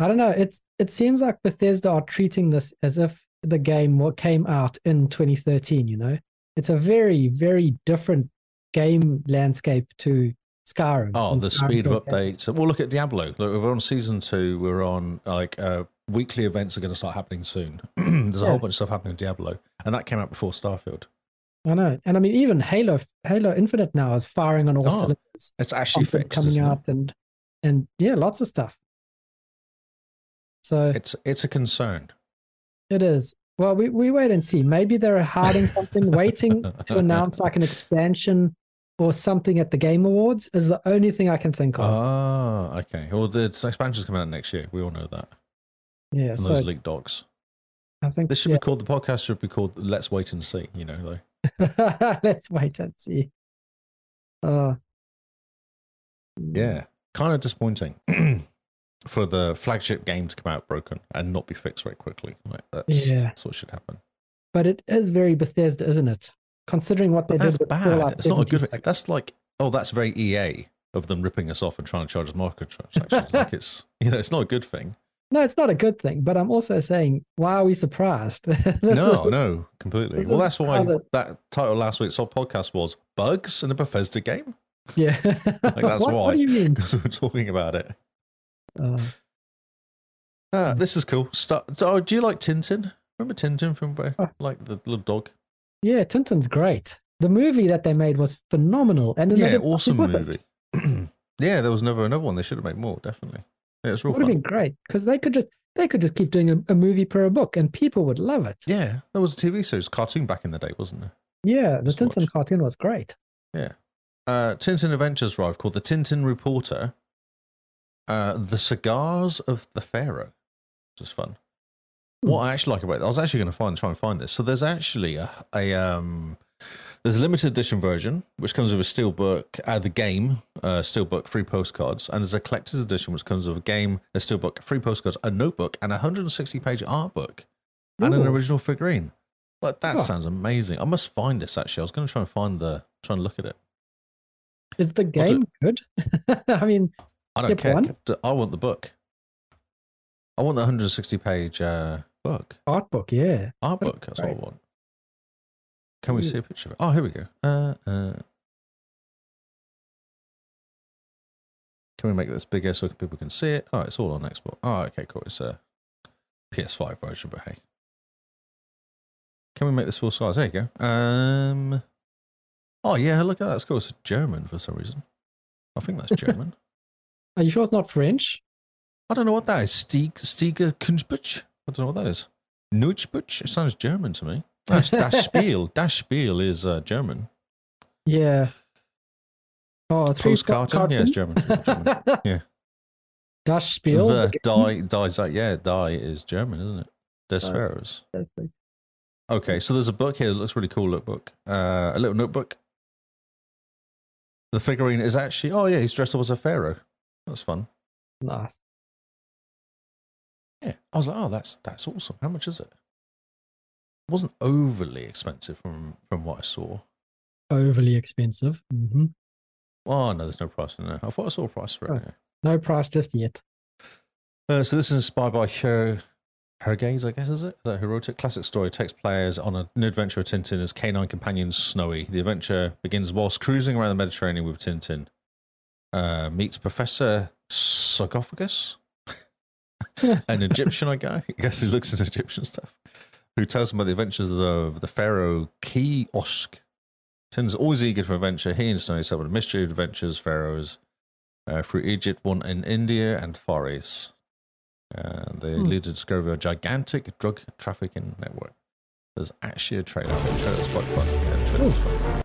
Speaker 3: I don't know. It's it seems like Bethesda are treating this as if the game what came out in 2013. You know, it's a very very different game landscape to Skyrim.
Speaker 4: Oh,
Speaker 3: and
Speaker 4: the
Speaker 3: Skyrim
Speaker 4: speed of
Speaker 3: first came-
Speaker 4: updates. Well, look at Diablo. Look, we're on season two. We're on like uh, weekly events are going to start happening soon. There's a
Speaker 3: Yeah.
Speaker 4: whole bunch of stuff happening in Diablo, and that came out before Starfield.
Speaker 3: I know. And I mean, even Halo, Halo Infinite now is firing on all
Speaker 4: Oh,
Speaker 3: cylinders.
Speaker 4: It's actually
Speaker 3: Content
Speaker 4: fixed.
Speaker 3: coming
Speaker 4: isn't it?
Speaker 3: out and and yeah, lots of stuff. So
Speaker 4: It's it's a concern.
Speaker 3: it is. Well, we, we wait and see. Maybe they're hiding something, waiting to announce like an expansion or something at the Game Awards is the only thing I can think of.
Speaker 4: Ah, okay. Well, the expansion's coming out next year. We all know that.
Speaker 3: yeah,
Speaker 4: And
Speaker 3: so
Speaker 4: those leaked docs.
Speaker 3: I think
Speaker 4: This should
Speaker 3: yeah.
Speaker 4: be called the podcast. Should be called "Let's Wait and See." You know, though.
Speaker 3: Let's wait and see. Uh, Mm.
Speaker 4: Yeah, kind of disappointing for the flagship game to come out broken and not be fixed very quickly. Like that's,
Speaker 3: Yeah.
Speaker 4: that's what should happen.
Speaker 3: But it is very Bethesda, isn't it? Considering what they
Speaker 4: But that's
Speaker 3: did with
Speaker 4: bad.
Speaker 3: Fallout
Speaker 4: It's not a good.
Speaker 3: 76.
Speaker 4: That's like oh, that's very EA of them ripping us off and trying to charge us microtransactions. like it's you know, it's not a good thing.
Speaker 3: No, it's not a good thing, but I'm also saying, why are we surprised? This
Speaker 4: no,
Speaker 3: is-
Speaker 4: no, completely.
Speaker 3: this
Speaker 4: Well,
Speaker 3: is
Speaker 4: that's why
Speaker 3: how the-
Speaker 4: that title last week's podcast was "Bugs in a Bethesda Game"
Speaker 3: Yeah.
Speaker 4: that's
Speaker 3: what,
Speaker 4: why.
Speaker 3: What do you mean?
Speaker 4: because we were talking about it.
Speaker 3: Uh, Hmm.
Speaker 4: Ah, this is cool. Start, oh, do you like Tintin? Remember Tintin from uh,
Speaker 3: Oh.
Speaker 4: like the little dog?
Speaker 3: yeah, Tintin's great. The movie that they made was phenomenal. And then they
Speaker 4: yeah,
Speaker 3: did nothing
Speaker 4: awesome
Speaker 3: with it.
Speaker 4: movie. yeah, there was never another one. They should have made more, definitely. Yeah, it's real
Speaker 3: Would have
Speaker 4: fun.
Speaker 3: been great because they could just they could just keep doing a, a movie per a book and people would love it.
Speaker 4: Yeah, there was a TV series, cartoon back in the day, wasn't there?
Speaker 3: Yeah, the
Speaker 4: Just
Speaker 3: Tintin
Speaker 4: watch.
Speaker 3: cartoon was great.
Speaker 4: Uh, Tintin Adventures arrived called The Tintin Reporter, uh, The Cigars of the Pharaoh, which is fun. What
Speaker 3: Hmm.
Speaker 4: I actually like about it, I was actually going to find try and find this. So there's actually a, a um, there's a limited edition version which comes with a steelbook, uh, the game uh, steelbook, free postcards, and there's a collector's edition which comes with a game, a steelbook, free postcards, a notebook, and a 160 page art book, and an
Speaker 3: Ooh.
Speaker 4: original figurine. Like that
Speaker 3: Huh.
Speaker 4: sounds amazing. I must find this actually. I was going to try and find the try and look at it.
Speaker 3: Is the
Speaker 4: Well,
Speaker 3: game
Speaker 4: do-
Speaker 3: good? I mean,
Speaker 4: I don't
Speaker 3: Skip
Speaker 4: care.
Speaker 3: one?
Speaker 4: D- I want the book. I want the 160 page uh, book,
Speaker 3: art book, yeah.
Speaker 4: art book. That's
Speaker 3: Right.
Speaker 4: what I want. Can we
Speaker 3: Ooh.
Speaker 4: see a picture of it? Oh, here we go. Uh, uh. Can we make this bigger so people can see it? Oh, it's all on Xbox. Oh, okay, cool. It's a PS5 version, but hey. Can we make this full size? There you go. Um. Oh yeah, look at that. It's cool. It's German for some reason. I think that's German.
Speaker 3: Are you sure it's not French?
Speaker 4: I don't know what that is. Stieg, Stieger Kunstbutch? I don't know what that is. Neutschbutch? It sounds German to me. That's Das Spiel. Das Spiel is uh, German.
Speaker 3: Yeah. Oh, it's free
Speaker 4: Postkarten? Yeah, it's German. German. Yeah.
Speaker 3: Das Spiel.
Speaker 4: the die, die's like, yeah, die is German, isn't it? Des
Speaker 3: Right.
Speaker 4: Pharaohs.
Speaker 3: Fantastic.
Speaker 4: Okay, so there's a book here that looks really cool. Look, book. Uh, a little notebook. The figurine is actually, oh, yeah, he's dressed up as a pharaoh. That's fun.
Speaker 3: Nice.
Speaker 4: Yeah, I was like, oh, that's that's awesome. How much is it? It wasn't overly expensive from from what I saw.
Speaker 3: Overly expensive. hmm
Speaker 4: Oh no, there's no price in there. I thought I saw a price for it.
Speaker 3: Oh. No price just yet.
Speaker 4: yeah. Uh, so this is inspired by Her Herges, I guess, is it? Is that who wrote it? Classic story takes players on a- an adventure with Tintin as canine companion Snowy. The adventure begins whilst cruising around the Mediterranean with Tintin. Uh, meets Professor Sarcophagus, an Egyptian I guy. I guess he looks at Egyptian stuff. Who tells him about the adventures of the pharaoh Kiosk. Tin's always eager for adventure. He and Snowy suffered mystery adventures, pharaohs uh, through Egypt, one in India and Far East. Uh, they
Speaker 3: Hmm.
Speaker 4: lead to the discovery of a gigantic drug trafficking network. There's actually a trailer. The trailer was quite fun. Yeah, the trailer was fun.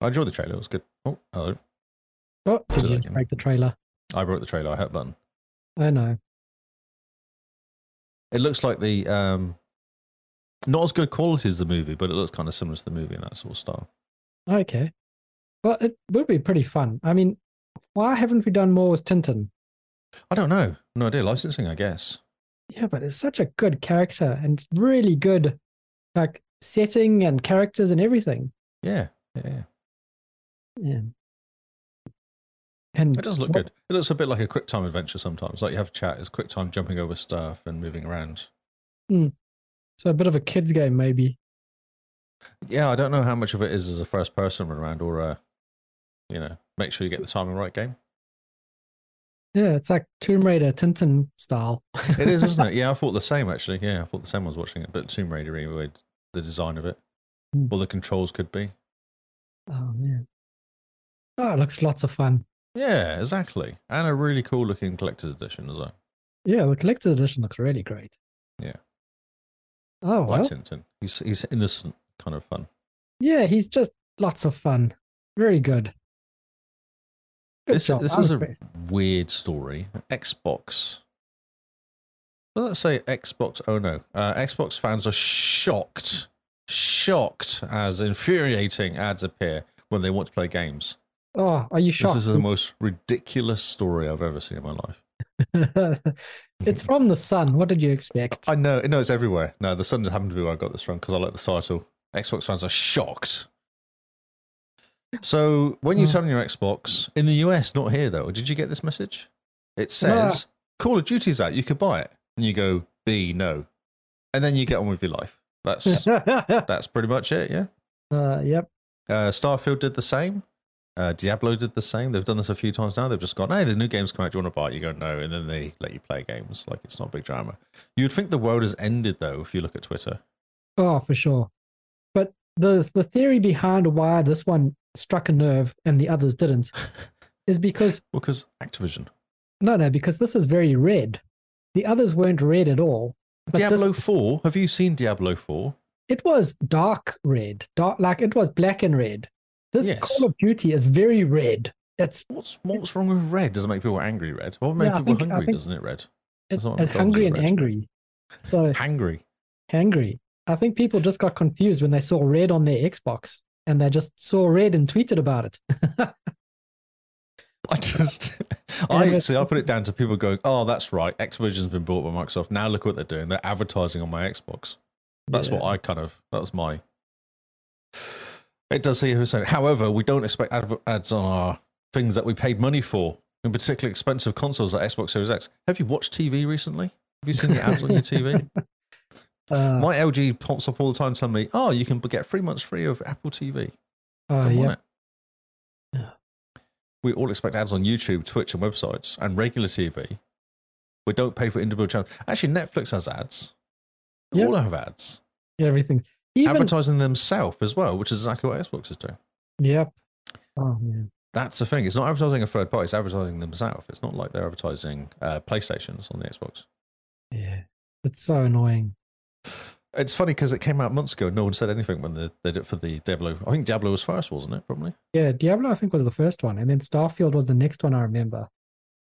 Speaker 4: I enjoyed the trailer. It was good. Oh, hello.
Speaker 3: Oh,
Speaker 4: So
Speaker 3: did
Speaker 4: that
Speaker 3: you
Speaker 4: can-
Speaker 3: break the trailer?
Speaker 4: I wrote the trailer. I hit button.
Speaker 3: I know.
Speaker 4: It looks like the um, not as good quality as the movie, but it looks kind of similar to the movie in that sort of style.
Speaker 3: Okay. Well, it would be pretty fun. I mean, why haven't we done more with Tintin?
Speaker 4: I don't know. No idea. Licensing, I guess.
Speaker 3: Yeah, but it's such a good character and really good, like setting and characters and everything.
Speaker 4: Yeah, yeah.
Speaker 3: Yeah. And
Speaker 4: It does look
Speaker 3: what-
Speaker 4: good. It looks a bit like a quick time adventure sometimes. Like you have a chat, it's quick time jumping over stuff and moving around.
Speaker 3: So a bit of a kids game, maybe.
Speaker 4: Yeah, I don't know how much of it is as a first person run around or a, you know, make sure you get the timing right game.
Speaker 3: Yeah, it's like Tomb Raider Tintin style.
Speaker 4: It is, isn't it? Yeah, I thought the same actually. Yeah, I thought the same. I was watching it, but Tomb Raider anyway, the design of it.
Speaker 3: Hmm.
Speaker 4: Well, the controls could be.
Speaker 3: Oh man. Oh, it looks lots of fun.
Speaker 4: Yeah, exactly. And a really cool looking collector's edition as well.
Speaker 3: Yeah, the collector's edition looks really great.
Speaker 4: Yeah.
Speaker 3: Oh
Speaker 4: Like
Speaker 3: well.
Speaker 4: Tintin. He's he's innocent kind of fun.
Speaker 3: Yeah, he's just lots of fun. Very good. Good
Speaker 4: this
Speaker 3: job.
Speaker 4: this
Speaker 3: I
Speaker 4: is
Speaker 3: was
Speaker 4: a
Speaker 3: very-
Speaker 4: weird story. Xbox. Well, let's say Xbox. Oh no, uh, Xbox fans are shocked, shocked as infuriating ads appear when they want to play games.
Speaker 3: Oh, are you shocked?
Speaker 4: This is the most ridiculous story I've ever seen in my life.
Speaker 3: it's from the sun. What did you expect?
Speaker 4: I know, no, it's everywhere. No, the Sun happened to be where I got this from because I like the title. Xbox fans are shocked. So when you
Speaker 3: Oh.
Speaker 4: turn on your Xbox in the US, not here though, did you get this message? It says Call of Duty's out. You could buy it, and you go B no, and then you get on with your life. That's that's pretty much it. Yeah.
Speaker 3: uh, yep.
Speaker 4: Uh, Starfield did the same. Uh, Diablo did the same. They've done this a few times now. They've just gone, hey, the new game's come out. Do you want to buy it? You go, no. And then they let you play games. Like, it's not a big drama. You'd think the world has ended, though, if you look at Twitter.
Speaker 3: Oh, for sure. But the the theory behind why this one struck a nerve and the others didn't is because
Speaker 4: Well, because Activision.
Speaker 3: no, no, because this is very red. The others weren't red at all. But this-
Speaker 4: Diablo 4. Have you seen Diablo 4?
Speaker 3: it was dark red, dark like it was black and red. This
Speaker 4: Yes.
Speaker 3: Call of Duty is very red. It's
Speaker 4: What's what's wrong with red? Does it make people angry, red? Well, it make
Speaker 3: Yeah, I
Speaker 4: people
Speaker 3: think- I
Speaker 4: hungry,
Speaker 3: think-
Speaker 4: doesn't it, red?
Speaker 3: it,
Speaker 4: That's
Speaker 3: it's
Speaker 4: not what McDonald's
Speaker 3: hungry
Speaker 4: is
Speaker 3: and
Speaker 4: red.
Speaker 3: angry. So
Speaker 4: Hangry.
Speaker 3: hangry. I think people just got confused when they saw red on their Xbox and they just saw red and tweeted about it.
Speaker 4: I just,
Speaker 3: Yeah,
Speaker 4: I
Speaker 3: but-
Speaker 4: see. I put it down to people going, "Oh, that's right. Activision's been bought by Microsoft. Now look what they're doing. They're advertising on my Xbox." That's what I kind of. That was my. It does say who said. However, we don't expect adver- ads on our things that we paid money for, in particular expensive consoles like Xbox Series X. Have you watched TV recently? Have you seen the ads on your TV?
Speaker 3: Uh,
Speaker 4: My LG pops up all the time telling me, "Oh, you can get three months free of Apple TV."
Speaker 3: uh,
Speaker 4: Don't
Speaker 3: yeah.
Speaker 4: want it.
Speaker 3: Yeah.
Speaker 4: We all expect ads on YouTube, Twitch, and websites, and regular TV. We don't pay for individual channels. Actually, Netflix has ads. They
Speaker 3: Yeah.
Speaker 4: All have ads.
Speaker 3: Everything. Even,
Speaker 4: Advertising themselves as well, which is exactly what Xbox is doing.
Speaker 3: Yep. Oh, man.
Speaker 4: That's the thing. It's not advertising a third party. It's advertising themselves. It's not like they're advertising uh, PlayStations on the Xbox.
Speaker 3: Yeah. It's so annoying.
Speaker 4: It's funny because it came out months ago. and No one said anything when they, they did it for the Diablo. I think Diablo was first, wasn't it? Probably.
Speaker 3: Yeah. Diablo, I think, was the first one. And then Starfield was the next one I remember.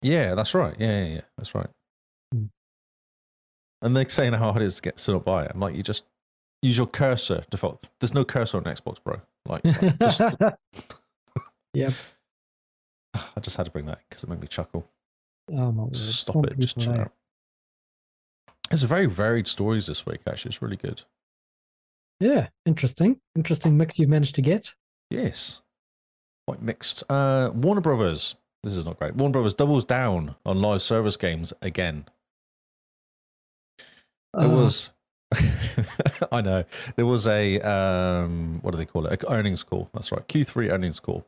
Speaker 4: Yeah, that's right. Yeah, yeah, yeah. That's right.
Speaker 3: Mm.
Speaker 4: And they're saying how hard it is to get to not buy it. I'm like, you just use your cursor default. There's no cursor on Xbox, bro. Like, like, just,
Speaker 3: yep.
Speaker 4: I just had to bring that because it made me chuckle.
Speaker 3: Oh, my word.
Speaker 4: Stop
Speaker 3: Can't
Speaker 4: it.
Speaker 3: believe
Speaker 4: Just chill
Speaker 3: I-
Speaker 4: out. There's very varied stories this week, actually. It's really good.
Speaker 3: Yeah. Interesting. Interesting mix you managed to get.
Speaker 4: Yes. Quite mixed. Uh, Warner Brothers. This is not great. Warner Brothers doubles down on live service games again. There
Speaker 3: Uh,
Speaker 4: was. I know. There was a um, what do they call it? A earnings call. That's right. Q3 earnings call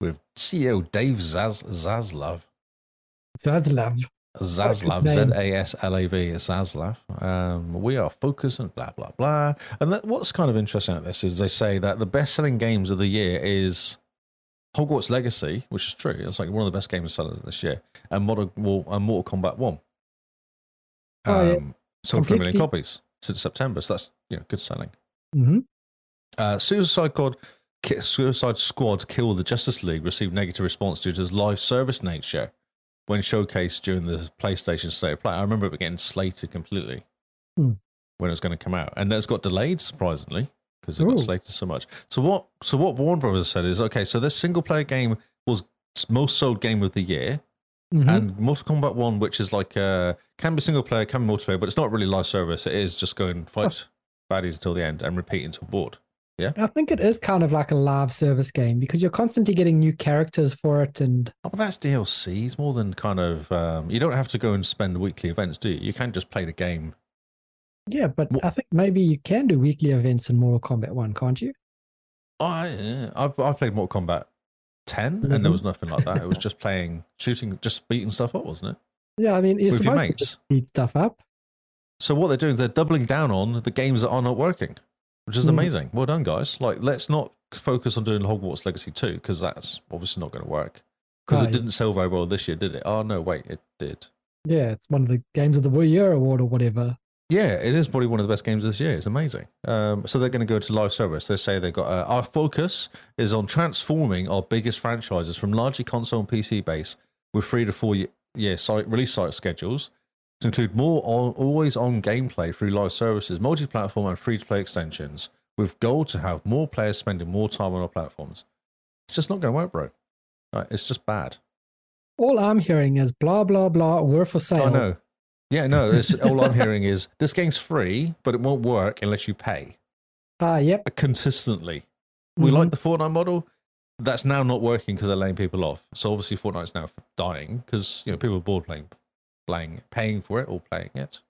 Speaker 4: with CEO Dave Zaz Zaslav.
Speaker 3: Uh, Zaslav.
Speaker 4: Zaslav,
Speaker 3: That's his name.
Speaker 4: Z A S L A V, Zaslav. Um, we are focused and blah, blah, blah. And that, what's kind of interesting at this is they say that the best selling games of the year is Hogwarts Legacy, which is true. It's like one of the best games selling this year, and Modern, well, and Mortal Kombat 1.
Speaker 3: Oh, yeah.
Speaker 4: Sold for a million
Speaker 3: Completely-
Speaker 4: copies since September. So that's you know, good selling.
Speaker 3: hmm
Speaker 4: Uh, Suicide Squad, Ki- Suicide Squad, Kill the Justice League received negative response due to its live service nature when showcased during the PlayStation State of Play. I remember it getting slated completely
Speaker 3: Hmm.
Speaker 4: when it was going to come out, and that's got delayed surprisingly because it got
Speaker 3: Ooh.
Speaker 4: slated so much. So what? So what Warner Brothers said is okay. So this single player game was most sold game of the year,
Speaker 3: Mm-hmm.
Speaker 4: and Mortal Kombat One, which is like uh, can be single player, can be multiplayer, but it's not really live service. It is just go and fight baddies until the end and repeat until bored.
Speaker 3: I think it is kind of like a live service game because you're constantly getting new characters for it, and
Speaker 4: Oh, but that's DLC. It's more than kind of. Um, you don't have to go and spend weekly events, do you? You can just play the game.
Speaker 3: yeah, but
Speaker 4: Wha-
Speaker 3: I think maybe you can do weekly events in Mortal Kombat One, can't you?
Speaker 4: I uh, I, I played Mortal Kombat 10, and
Speaker 3: Mm-hmm.
Speaker 4: there was nothing like that. It was just playing, shooting, just beating stuff up, wasn't it?
Speaker 3: Yeah, I mean, you're
Speaker 4: With your
Speaker 3: supposed to
Speaker 4: mates.
Speaker 3: just beat stuff up.
Speaker 4: So what they're doing, they're doubling down on the games that are not working. which
Speaker 3: Mm.
Speaker 4: is amazing. Well done, guys. Like, let's not focus on doing Hogwarts Legacy 2 because that's obviously not going to work. Because
Speaker 3: Right.
Speaker 4: it didn't sell very well this year, did it? Oh, no, wait, it did.
Speaker 3: Yeah, it's one of the games of the Wii Year Award or whatever.
Speaker 4: Yeah, it is probably one of the best games this year. It's amazing. Um, so they're going to go to live service. They say they've got uh, our focus is on transforming our biggest franchises from largely console and PC base with three to four year, year site, release site schedules to include more on, always on gameplay through live services, multi platform, and free to play extensions, with goal to have more players spending more time on our platforms. It's just not going to work, bro. Like, it's just bad.
Speaker 3: All I'm hearing is blah blah blah. We're for sale.
Speaker 4: Oh no. Yeah, no. This, all I'm hearing is this game's free, but it won't work unless you pay
Speaker 3: Ah, yep.
Speaker 4: consistently. We
Speaker 3: Mhm.
Speaker 4: like the Fortnite model. That's now not working because they're laying people off. So obviously Fortnite's now dying because you know people are bored playing, playing, paying for it or playing it.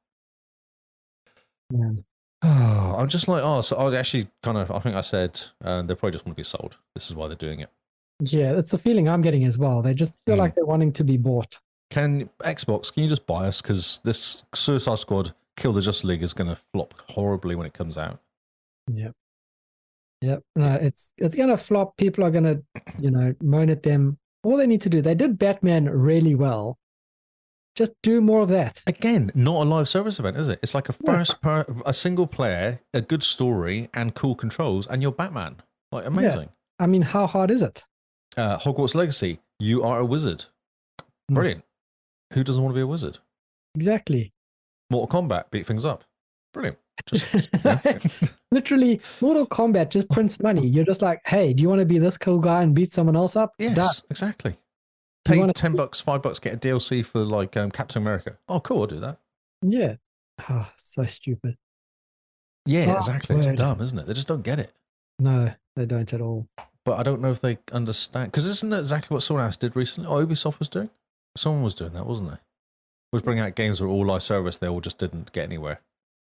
Speaker 3: Man.
Speaker 4: I'm just like, oh, so I actually kind of, I think I said uh, they probably just want to be sold. This is why they're doing it.
Speaker 3: Yeah, that's the feeling I'm getting as well. They just feel
Speaker 4: Mm.
Speaker 3: like they're wanting to be bought.
Speaker 4: Can Xbox? Can you just buy us? Because this Suicide Squad, Kill the Justice League is going to flop horribly when it comes out.
Speaker 3: Yep. Yep. No, it's it's gonna flop. People are gonna, you know, moan at them. All they need to do, they did Batman really well. Just do more of that.
Speaker 4: Again, not a live service event, is it? It's like a
Speaker 3: No.
Speaker 4: first, per, a single player, a good story, and cool controls, and you're Batman. Like amazing.
Speaker 3: I mean, how hard is it?
Speaker 4: Uh, Hogwarts Legacy, you are a wizard.
Speaker 3: Mm.
Speaker 4: Brilliant. Who doesn't want to be a wizard?
Speaker 3: Exactly.
Speaker 4: Mortal Kombat, beat things up. Brilliant. Just yeah.
Speaker 3: Literally, Mortal Kombat just prints money. You're just like, hey, do you want to be this cool guy and beat someone else up?
Speaker 4: yes,
Speaker 3: Done.
Speaker 4: exactly.
Speaker 3: You
Speaker 4: Pay
Speaker 3: wanna-
Speaker 4: ten bucks, five bucks, get a DLC for like um, Captain America. Oh, cool, I'll do that.
Speaker 3: Yeah. Oh, so stupid.
Speaker 4: Yeah,
Speaker 3: Oh,
Speaker 4: exactly. It's
Speaker 3: word.
Speaker 4: dumb, isn't it? They just don't get it.
Speaker 3: No, they don't at all.
Speaker 4: But I don't know if they understand because isn't that exactly what someone else did recently? Oh, Ubisoft was doing. Someone was doing that, wasn't they? Was bringing out games that were all live service. They all just didn't get anywhere.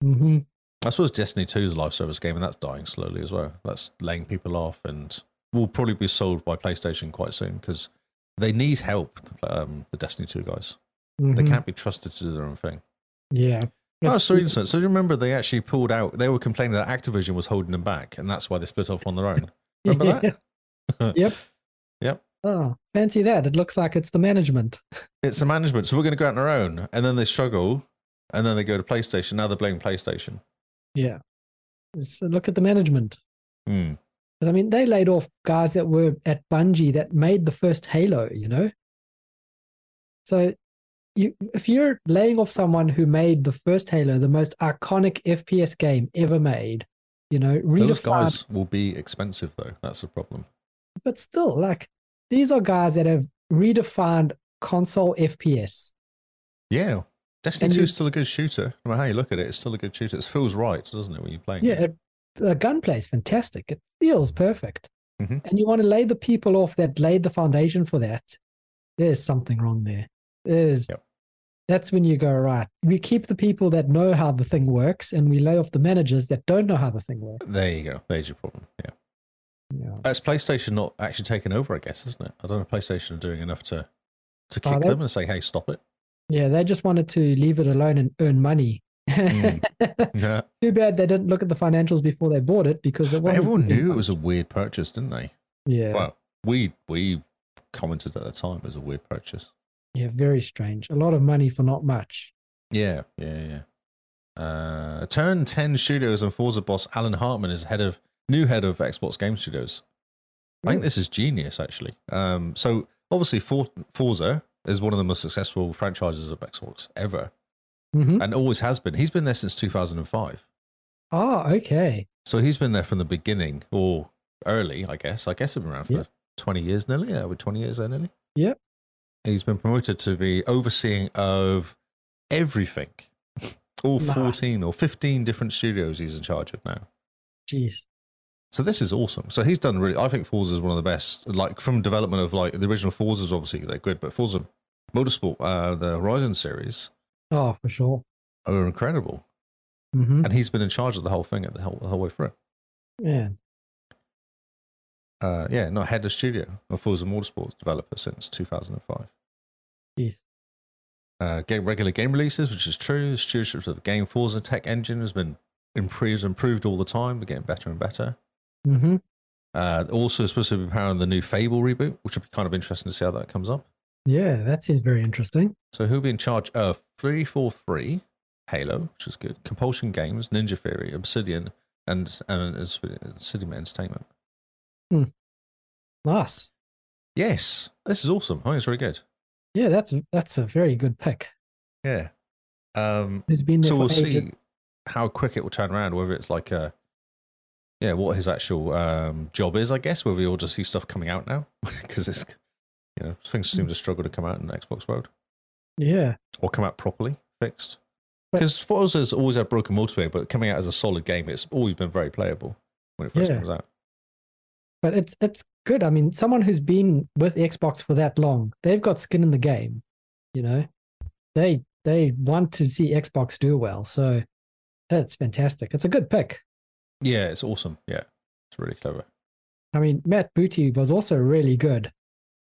Speaker 3: hmm
Speaker 4: I suppose Destiny 2 is a live service game, and that's dying slowly as well. That's laying people off, and will probably be sold by PlayStation quite soon because they need help. Um, the Destiny 2 guys, they can't be trusted to do their own thing.
Speaker 3: Mm-hmm. Yeah.
Speaker 4: Oh, so interesting. So do you remember they actually pulled out? They were complaining that Activision was holding them back, and that's why they split off on their own. Remember that?
Speaker 3: Yep.
Speaker 4: Yep.
Speaker 3: Oh, fancy that. It looks like it's the management.
Speaker 4: It's the management. So we're going to go out on our own, and then they struggle, and then they go to PlayStation. Now they're blaming PlayStation.
Speaker 3: Yeah. So look at the management.
Speaker 4: Hmm.
Speaker 3: 'Cause, I mean, they laid off guys that were at Bungie that made the first Halo, you know? So you, if you're laying off someone who made the first Halo, the most iconic FPS game ever made, you know,
Speaker 4: Those
Speaker 3: redefined
Speaker 4: guys will be expensive though. That's the problem.
Speaker 3: but still, like these are guys that have redefined console FPS.
Speaker 4: Yeah. Destiny
Speaker 3: And
Speaker 4: 2
Speaker 3: you-
Speaker 4: is still a good shooter. No matter how you look at it, it's still a good shooter. It feels right, doesn't it, when you're playing?
Speaker 3: Yeah,
Speaker 4: it?
Speaker 3: it- the gunplay is fantastic. It feels perfect,
Speaker 4: Mhm.
Speaker 3: and you want to lay the people off that laid the foundation for that. There's something wrong there. There's
Speaker 4: Yep.
Speaker 3: that's when you go right. We keep the people that know how the thing works, and we lay off the managers that don't know how the thing works.
Speaker 4: There you go. There's your problem. Yeah.
Speaker 3: Yeah.
Speaker 4: That's PlayStation not actually taking over, I guess, isn't it? I don't know if PlayStation are doing enough to to
Speaker 3: Are
Speaker 4: kick
Speaker 3: they?
Speaker 4: them and say, hey, stop it.
Speaker 3: Yeah, they just wanted to leave it alone and earn money.
Speaker 4: Mm. Yeah.
Speaker 3: Too bad they didn't look at the financials before they bought it because it
Speaker 4: But
Speaker 3: wasn't
Speaker 4: everyone
Speaker 3: looking-
Speaker 4: knew it was a weird purchase, didn't they?
Speaker 3: Yeah.
Speaker 4: Well, we we commented at the time it was a weird purchase.
Speaker 3: Yeah, very strange. A lot of money for not much.
Speaker 4: Yeah, yeah, yeah. Uh, Turn Ten Studios and Forza boss Alan Hartman is head of new head of Xbox Game Studios. I think this is genius, actually. Um, so obviously, For- Forza is one of the most successful franchises of Xbox ever,
Speaker 3: hmm
Speaker 4: and always has been. He's been there since 2005,
Speaker 3: Oh, okay.
Speaker 4: so he's been there from the beginning or early, I guess. I guess he's been around for
Speaker 3: Yeah.
Speaker 4: 20 years nearly. Yeah, with 20 years there nearly.
Speaker 3: Yep.
Speaker 4: He's been promoted to be overseeing of everything. All
Speaker 3: Nice.
Speaker 4: 14 or 15 different studios he's in charge of now.
Speaker 3: Jeez.
Speaker 4: So this is awesome. So he's done really, I think Forza is one of the best, like from development of like the original Forza's obviously they're good, but Forza Motorsport, uh, the Horizon series
Speaker 3: Oh, for sure.
Speaker 4: are incredible.
Speaker 3: hmm
Speaker 4: And he's been in charge of the whole thing at the whole, the whole way through.
Speaker 3: Man.
Speaker 4: Uh, yeah, not head of studio of Forza Motorsports developer since 2005.
Speaker 3: Jeez.
Speaker 4: uh, game, regular game releases, which is true. Stewardship of the game, Forza Tech Engine has been improves improved all the time. We're getting better and better.
Speaker 3: Mm-hmm.
Speaker 4: Uh, also, supposed to be powering the new Fable reboot, which would be kind of interesting to see how that comes up.
Speaker 3: Yeah, that seems very interesting.
Speaker 4: So who'll be in charge of 343, Halo, which is good, Compulsion Games, Ninja Theory, Obsidian, and and Obsidian Entertainment.
Speaker 3: Nice.
Speaker 4: Yes, this is awesome. I think it's very good.
Speaker 3: Yeah, that's that's a very good pick.
Speaker 4: Yeah. Um,
Speaker 3: Who's been there
Speaker 4: so
Speaker 3: for
Speaker 4: we'll see
Speaker 3: ages.
Speaker 4: how quick it will turn around, whether it's like a, yeah, what his actual um, job is, I guess, whether you'll just see stuff coming out now, because it's, you know, things
Speaker 3: Mm.
Speaker 4: seem to struggle to come out in the Xbox world.
Speaker 3: Yeah.
Speaker 4: or come out properly fixed.
Speaker 3: But-
Speaker 4: Because Forza's always had broken multiplayer, but coming out as a solid game, it's always been very playable when it first
Speaker 3: Yeah.
Speaker 4: comes out.
Speaker 3: But it's it's good. I mean, someone who's been with Xbox for that long, they've got skin in the game. You know? They they want to see Xbox do well. So that's fantastic. It's a good pick.
Speaker 4: Yeah, it's awesome. Yeah, it's really clever.
Speaker 3: I mean, Matt Booty was also really good.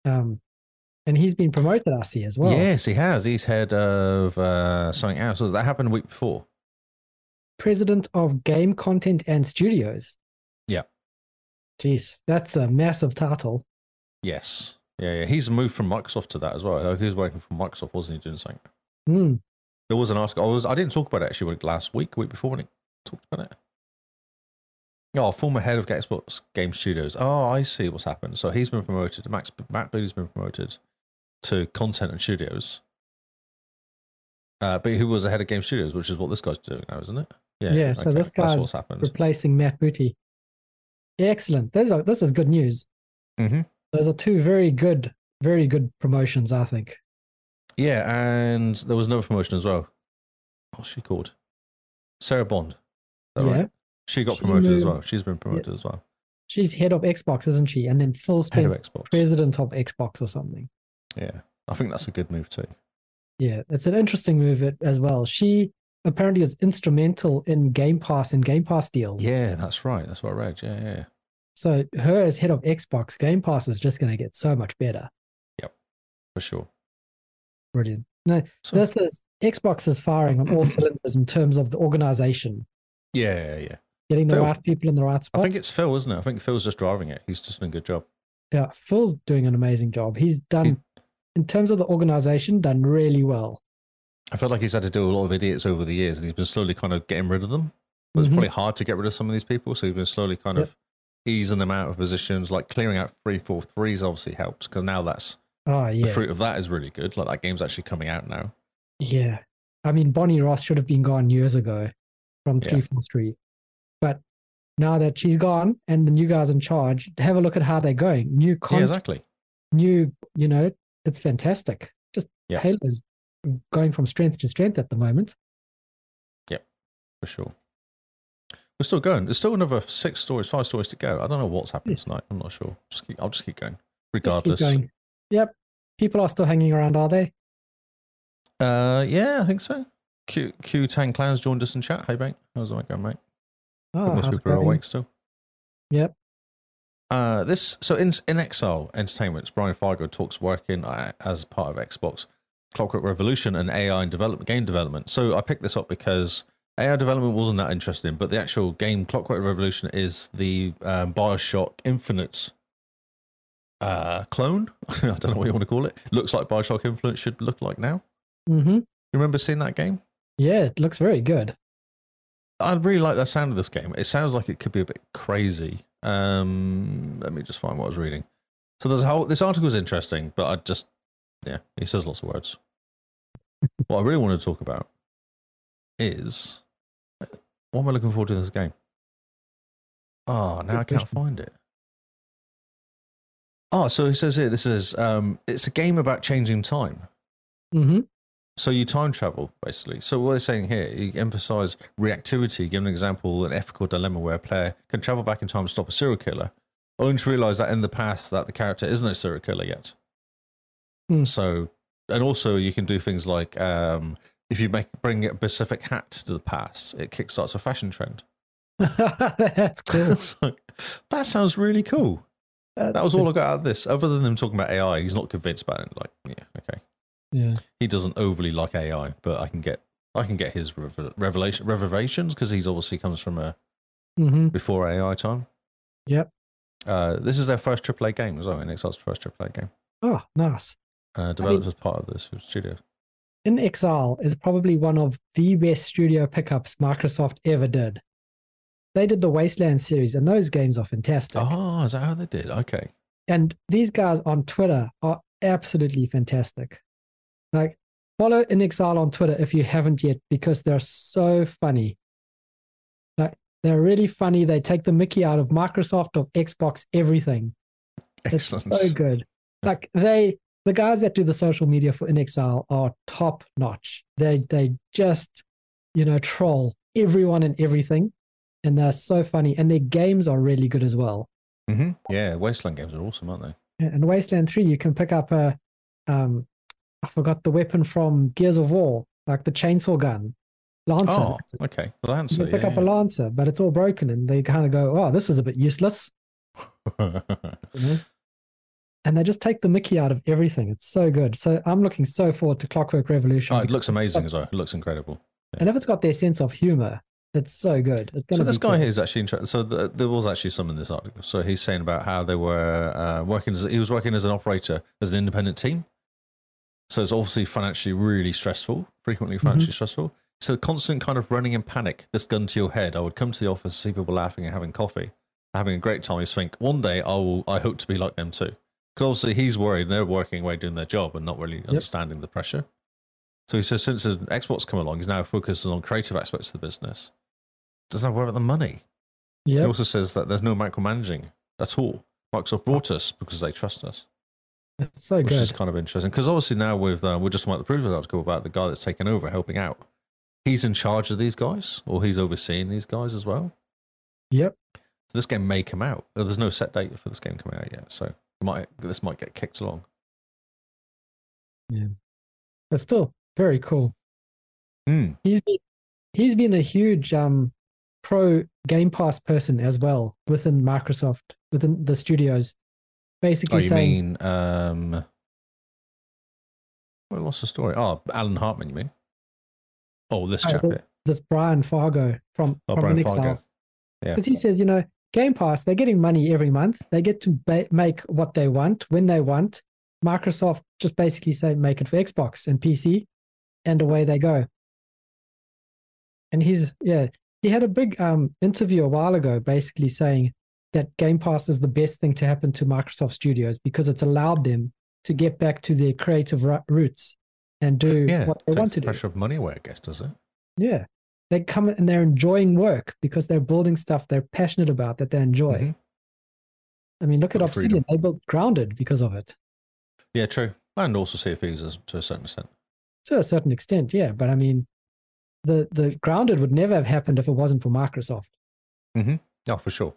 Speaker 3: Um and he's been promoted, I see, as well.
Speaker 4: Yes, he has. He's head of uh, something else. Was That happened a week before.
Speaker 3: President of Game Content and Studios.
Speaker 4: Yeah.
Speaker 3: Jeez, that's a massive title.
Speaker 4: Yes. Yeah, yeah. He's moved from Microsoft to that as well. Like, he was working for Microsoft, wasn't he, doing something?
Speaker 3: Hmm.
Speaker 4: There was an article. I, was, I didn't talk about it actually when- last week, week before when it talked about it. Oh, former head of Xbox Game Studios. Oh, I see what's happened. So he's been promoted. Max, Matt Booty's been promoted to content and studios. Uh, but who was the head of Game Studios, which is what this guy's doing now, isn't it?
Speaker 3: Yeah, so this
Speaker 4: That's
Speaker 3: guy's
Speaker 4: what's happened.
Speaker 3: replacing Matt Booty. Excellent. This is, this is good news.
Speaker 4: hmm
Speaker 3: Those are two very good, very good promotions, I think.
Speaker 4: Yeah, and there was another promotion as well. What's she called? Sarah Bond. Is that
Speaker 3: yeah.
Speaker 4: right? She got
Speaker 3: She
Speaker 4: promoted as
Speaker 3: moved-
Speaker 4: well. She's been promoted as well.
Speaker 3: She's head of Xbox, isn't she? And then Phil
Speaker 4: Head of
Speaker 3: Spencer,
Speaker 4: Xbox.
Speaker 3: president of Xbox or something.
Speaker 4: Yeah, I think that's a good move too.
Speaker 3: Yeah, it's an interesting move it- as well. She apparently was instrumental in Game Pass and Game Pass deals.
Speaker 4: Yeah, that's right. That's what I read. Yeah, yeah.
Speaker 3: So her as head of Xbox, Game Pass is just going to get so much better.
Speaker 4: for sure.
Speaker 3: Brilliant. No,
Speaker 4: So,
Speaker 3: this is Xbox is firing on all cylinders in terms of the organization,
Speaker 4: yeah, yeah, yeah.
Speaker 3: getting the
Speaker 4: Phil,
Speaker 3: right people in the right
Speaker 4: I
Speaker 3: spots.
Speaker 4: think it's Phil, isn't it? I think Phil's just driving it. He's just doing a good job.
Speaker 3: yeah. Phil's doing an amazing job. He's done
Speaker 4: He-
Speaker 3: in terms of the organization, done really well.
Speaker 4: I feel like he's had to deal with a lot of idiots over the years, and he's been slowly kind of getting rid of them. But
Speaker 3: Mhm.
Speaker 4: it's probably hard to get rid of some of these people, so he's been slowly kind
Speaker 3: Yep.
Speaker 4: of easing them out of positions. Like clearing out three, four threes obviously helped because now that's
Speaker 3: Oh yeah,
Speaker 4: the fruit of that is really good. Like that game's actually coming out now.
Speaker 3: yeah. I mean, Bonnie Ross should have been gone years ago from
Speaker 4: Yeah.
Speaker 3: three four three, but now that she's gone and the new guys in charge, have a look at how they're going. New
Speaker 4: Yeah,
Speaker 3: content,
Speaker 4: exactly.
Speaker 3: new, you know, it's fantastic. Just
Speaker 4: Yeah.
Speaker 3: Halo's going from strength to strength at the moment.
Speaker 4: For sure. We're still going. There's still another six stories, five stories to go. I don't know what's happening
Speaker 3: Yes.
Speaker 4: tonight. I'm not sure. Just keep, I'll just keep going,
Speaker 3: Just
Speaker 4: regardless.
Speaker 3: keep going. Yep. People are still hanging around, are they?
Speaker 4: Uh, yeah, I think so. Q Q Tang Clans joined us in chat. Hey, mate, how's it going, mate?
Speaker 3: Oh,
Speaker 4: Most
Speaker 3: how's it
Speaker 4: people are
Speaker 3: going?
Speaker 4: awake still.
Speaker 3: Yep.
Speaker 4: Uh, this so in in Exile Entertainment's Brian Fargo talks working uh, as part of Xbox Clockwork Revolution and AI and development game development. So I picked this up because AI development wasn't that interesting, but the actual game Clockwork Revolution is the um, Bioshock Infinite uh, clone. I don't know what you want to call it. Looks like Bioshock Infinite should look like now.
Speaker 3: hmm
Speaker 4: You remember seeing that game?
Speaker 3: Yeah, it looks very good.
Speaker 4: I really like the sound of this game. It sounds like it could be a bit crazy. Um, let me just find what I was reading. So there's a whole this article is interesting, but I just yeah, he says lots of words. what I really want to talk about is what am I looking forward to in this game? Ah, now I can't find it. Oh, so he says here this is um, it's a game about changing time.
Speaker 3: hmm
Speaker 4: So you time travel basically. So what they're saying here, you emphasize reactivity. Give an example, an ethical dilemma where a player can travel back in time to stop a serial killer, only to realize that in the past that the character isn't a serial killer yet.
Speaker 3: Hmm.
Speaker 4: So, and also you can do things like um, if you make bring a specific hat to the past, it kickstarts a fashion trend.
Speaker 3: That's cool.
Speaker 4: It's like, that sounds really cool. That was all I got out of this. Other than them talking about AI, he's not convinced about it. Like, yeah, okay
Speaker 3: Yeah.
Speaker 4: he doesn't overly like AI, but I can get I can get his revel- revelation revelations because he's obviously comes from a
Speaker 3: hmm
Speaker 4: before AI time.
Speaker 3: Yep.
Speaker 4: Uh, this is their first AAA game as well, and it's first AAA game
Speaker 3: Oh, nice.
Speaker 4: uh, developed as part of this studio.
Speaker 3: In Exile is probably one of the best studio pickups Microsoft ever did. They did the Wasteland series, and those games are fantastic.
Speaker 4: Oh, is that how they did? Okay.
Speaker 3: And these guys on Twitter are absolutely fantastic. Like, follow In Exile on Twitter if you haven't yet, because they're so funny. Like, they're really funny. They take the mickey out of Microsoft, of Xbox, everything.
Speaker 4: Excellent.
Speaker 3: It's so good. Like, they, the guys that do the social media for In Exile are top notch. They, they just, you know, troll everyone and everything. And they're so funny. And their games are really good as well.
Speaker 4: hmm Yeah, Wasteland games are awesome, aren't they?
Speaker 3: Yeah, and Wasteland 3, you can pick up a, um, I forgot the weapon from Gears of War, like the chainsaw gun, Lancer.
Speaker 4: Oh,
Speaker 3: That's it.
Speaker 4: okay.
Speaker 3: you
Speaker 4: Lancer.
Speaker 3: can pick
Speaker 4: yeah.
Speaker 3: up a Lancer, but it's all broken, and they kind of go, "Oh, this is a bit useless," you know? and they just take the Mickey out of everything. It's so good. So I'm looking so forward to Clockwork Revolution,
Speaker 4: oh, it looks amazing as well. It looks incredible.
Speaker 3: and if it's got their sense of humor, it's so good. It's gonna
Speaker 4: So this
Speaker 3: be cool.
Speaker 4: guy here is actually interesting. So th there was actually some in this article. So he's saying about how they were uh, working. As, he was working as an operator as an independent team. So it's obviously financially really stressful, frequently
Speaker 3: Mm-hmm.
Speaker 4: financially stressful. So the constant kind of running in panic, this gun to your head. I would come to the office, see people laughing and having coffee, having a great time. I used to think one day I will. I hope to be like them too. Because obviously he's worried. and They're working away doing their job and not really understanding the pressure. So he says since Xbox come along, he's now focusing on creative aspects of the business doesn't have to worry about the money. He
Speaker 3: Yep.
Speaker 4: also says that there's no micromanaging at all. Microsoft brought us because they trust us,
Speaker 3: it's so
Speaker 4: which
Speaker 3: good.
Speaker 4: is kind of interesting. Because obviously now with uh, we're just about the previous article about the guy that's taken over, helping out. He's in charge of these guys, or he's overseeing these guys as well.
Speaker 3: Yep.
Speaker 4: So this game may come out. Uh, There's no set date for this game coming out yet, so it might this might get kicked along.
Speaker 3: But still, very cool.
Speaker 4: Hmm.
Speaker 3: he's been he's been a huge um pro game pass person as well within microsoft within the studios
Speaker 4: Oh,
Speaker 3: basically
Speaker 4: you
Speaker 3: saying
Speaker 4: mean um? Well, what's the story? Oh, Alan Hartman, you mean? Oh, this
Speaker 3: Oh,
Speaker 4: chap
Speaker 3: the-
Speaker 4: here.
Speaker 3: this brian fargo from
Speaker 4: Oh,
Speaker 3: from
Speaker 4: Brian
Speaker 3: Inexile.
Speaker 4: Fargo. Yeah.
Speaker 3: because he says, you know, Game Pass, they're getting money every month. They get to ba- make what they want when they want. Microsoft just basically say, make it for Xbox and PC, and away they go. And he's, yeah, he had a big um, interview a while ago basically saying that Game Pass is the best thing to happen to Microsoft Studios because it's allowed them to get back to their creative ru- roots and do
Speaker 4: yeah,
Speaker 3: what they
Speaker 4: takes
Speaker 3: want
Speaker 4: the
Speaker 3: to do.
Speaker 4: pressure of money away, I guess, does it?
Speaker 3: Yeah. They come and they're enjoying work because they're building stuff they're passionate about that they enjoy.
Speaker 4: Mhm.
Speaker 3: I mean, look at
Speaker 4: Got
Speaker 3: Obsidian.
Speaker 4: freedom.
Speaker 3: They built Grounded because of it
Speaker 4: Yeah, true. And also Sea of Thieves as- to a certain extent.
Speaker 3: to a certain extent. Yeah. But I mean, the, the Grounded would never have happened if it wasn't for Microsoft.
Speaker 4: Oh, for sure.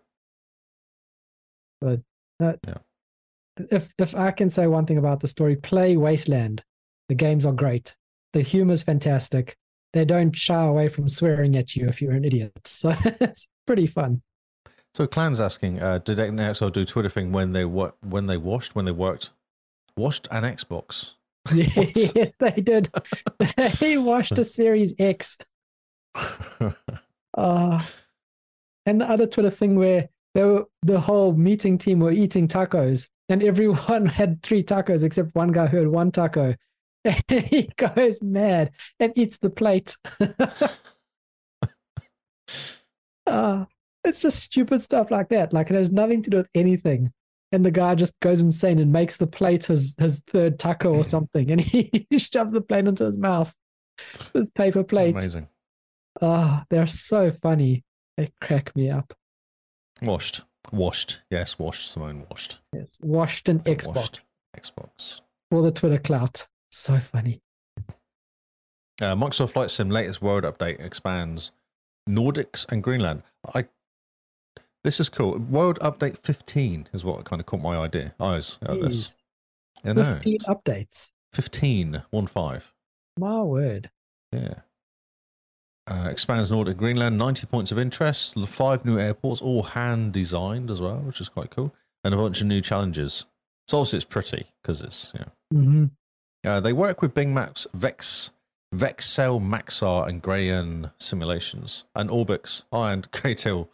Speaker 3: If, if I can say one thing about the story, play Wasteland. The games are great. The humor's fantastic. They don't shy away from swearing at you if you're an idiot. So it's pretty fun.
Speaker 4: So Clan's asking, uh, did XO do Twitter thing when they wa- when they washed when they worked washed an Xbox?
Speaker 3: Yeah, they did. they washed a Series X. Uh, and the other Twitter thing where they were, the whole meeting team were eating tacos and everyone had three tacos except one guy who had one taco. And he goes mad and eats the plate. uh, it's just stupid stuff like that. Like it has nothing to do with anything. And the guy just goes insane and makes the plate his, his third taco or something. And he shoves the plate into his mouth. This paper plate.
Speaker 4: Amazing.
Speaker 3: Oh, they're so funny. They crack me up.
Speaker 4: Washed. Washed. Yes, washed. Simone washed.
Speaker 3: Yes. Washed and
Speaker 4: They
Speaker 3: Xbox
Speaker 4: washed Xbox.
Speaker 3: for the Twitter clout. So funny.
Speaker 4: Uh, Microsoft Flight Sim latest world update expands Nordics and Greenland. I this is cool. World update fifteen is what kind of caught my idea eyes at this.
Speaker 3: Jeez.
Speaker 4: I know.
Speaker 3: 15 updates.
Speaker 4: 15, one five.
Speaker 3: My word.
Speaker 4: Yeah. Uh, expands Nordic Greenland, 90 points of interest, l- five new airports, all hand designed as well, which is quite cool, and a bunch of new challenges. So obviously it's pretty because it's, you know.
Speaker 3: hmm
Speaker 4: Uh, they work with Bing Maps Vex Vexel, Maxar, and Grayan simulations, and Orbix, oh, and Kratil.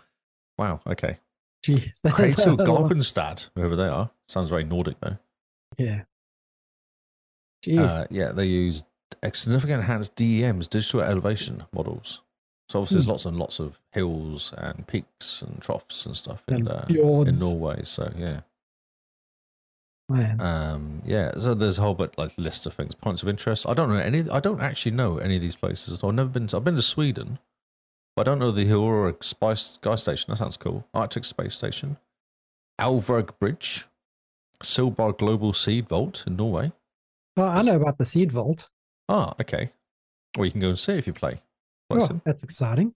Speaker 4: Wow, okay.
Speaker 3: Jeez. that is a
Speaker 4: Kratil,
Speaker 3: lot.
Speaker 4: Garpenstad, whoever they are. Sounds very Nordic, though.
Speaker 3: Yeah. Jeez.
Speaker 4: Uh, yeah, they use a significant enhanced DEMs, digital elevation models. So obviously,
Speaker 3: Hmm.
Speaker 4: there's lots and lots of hills and peaks and troughs and stuff in,
Speaker 3: And
Speaker 4: uh, in
Speaker 3: fjords.
Speaker 4: Norway. So yeah,
Speaker 3: Man.
Speaker 4: um, yeah. So there's a whole bit like list of things, points of interest. I don't know any. I don't actually know any of these places. at all. I've never been. To, I've been to Sweden, but I don't know the Aurora Spice Guy Station. That sounds cool. Arctic Space Station, Alvberg Bridge, Silbar Global Seed Vault in Norway.
Speaker 3: Well, I know about the seed vault.
Speaker 4: Ah, okay. Well, you can go and see if you play.
Speaker 3: Oh,
Speaker 4: Bison.
Speaker 3: that's exciting.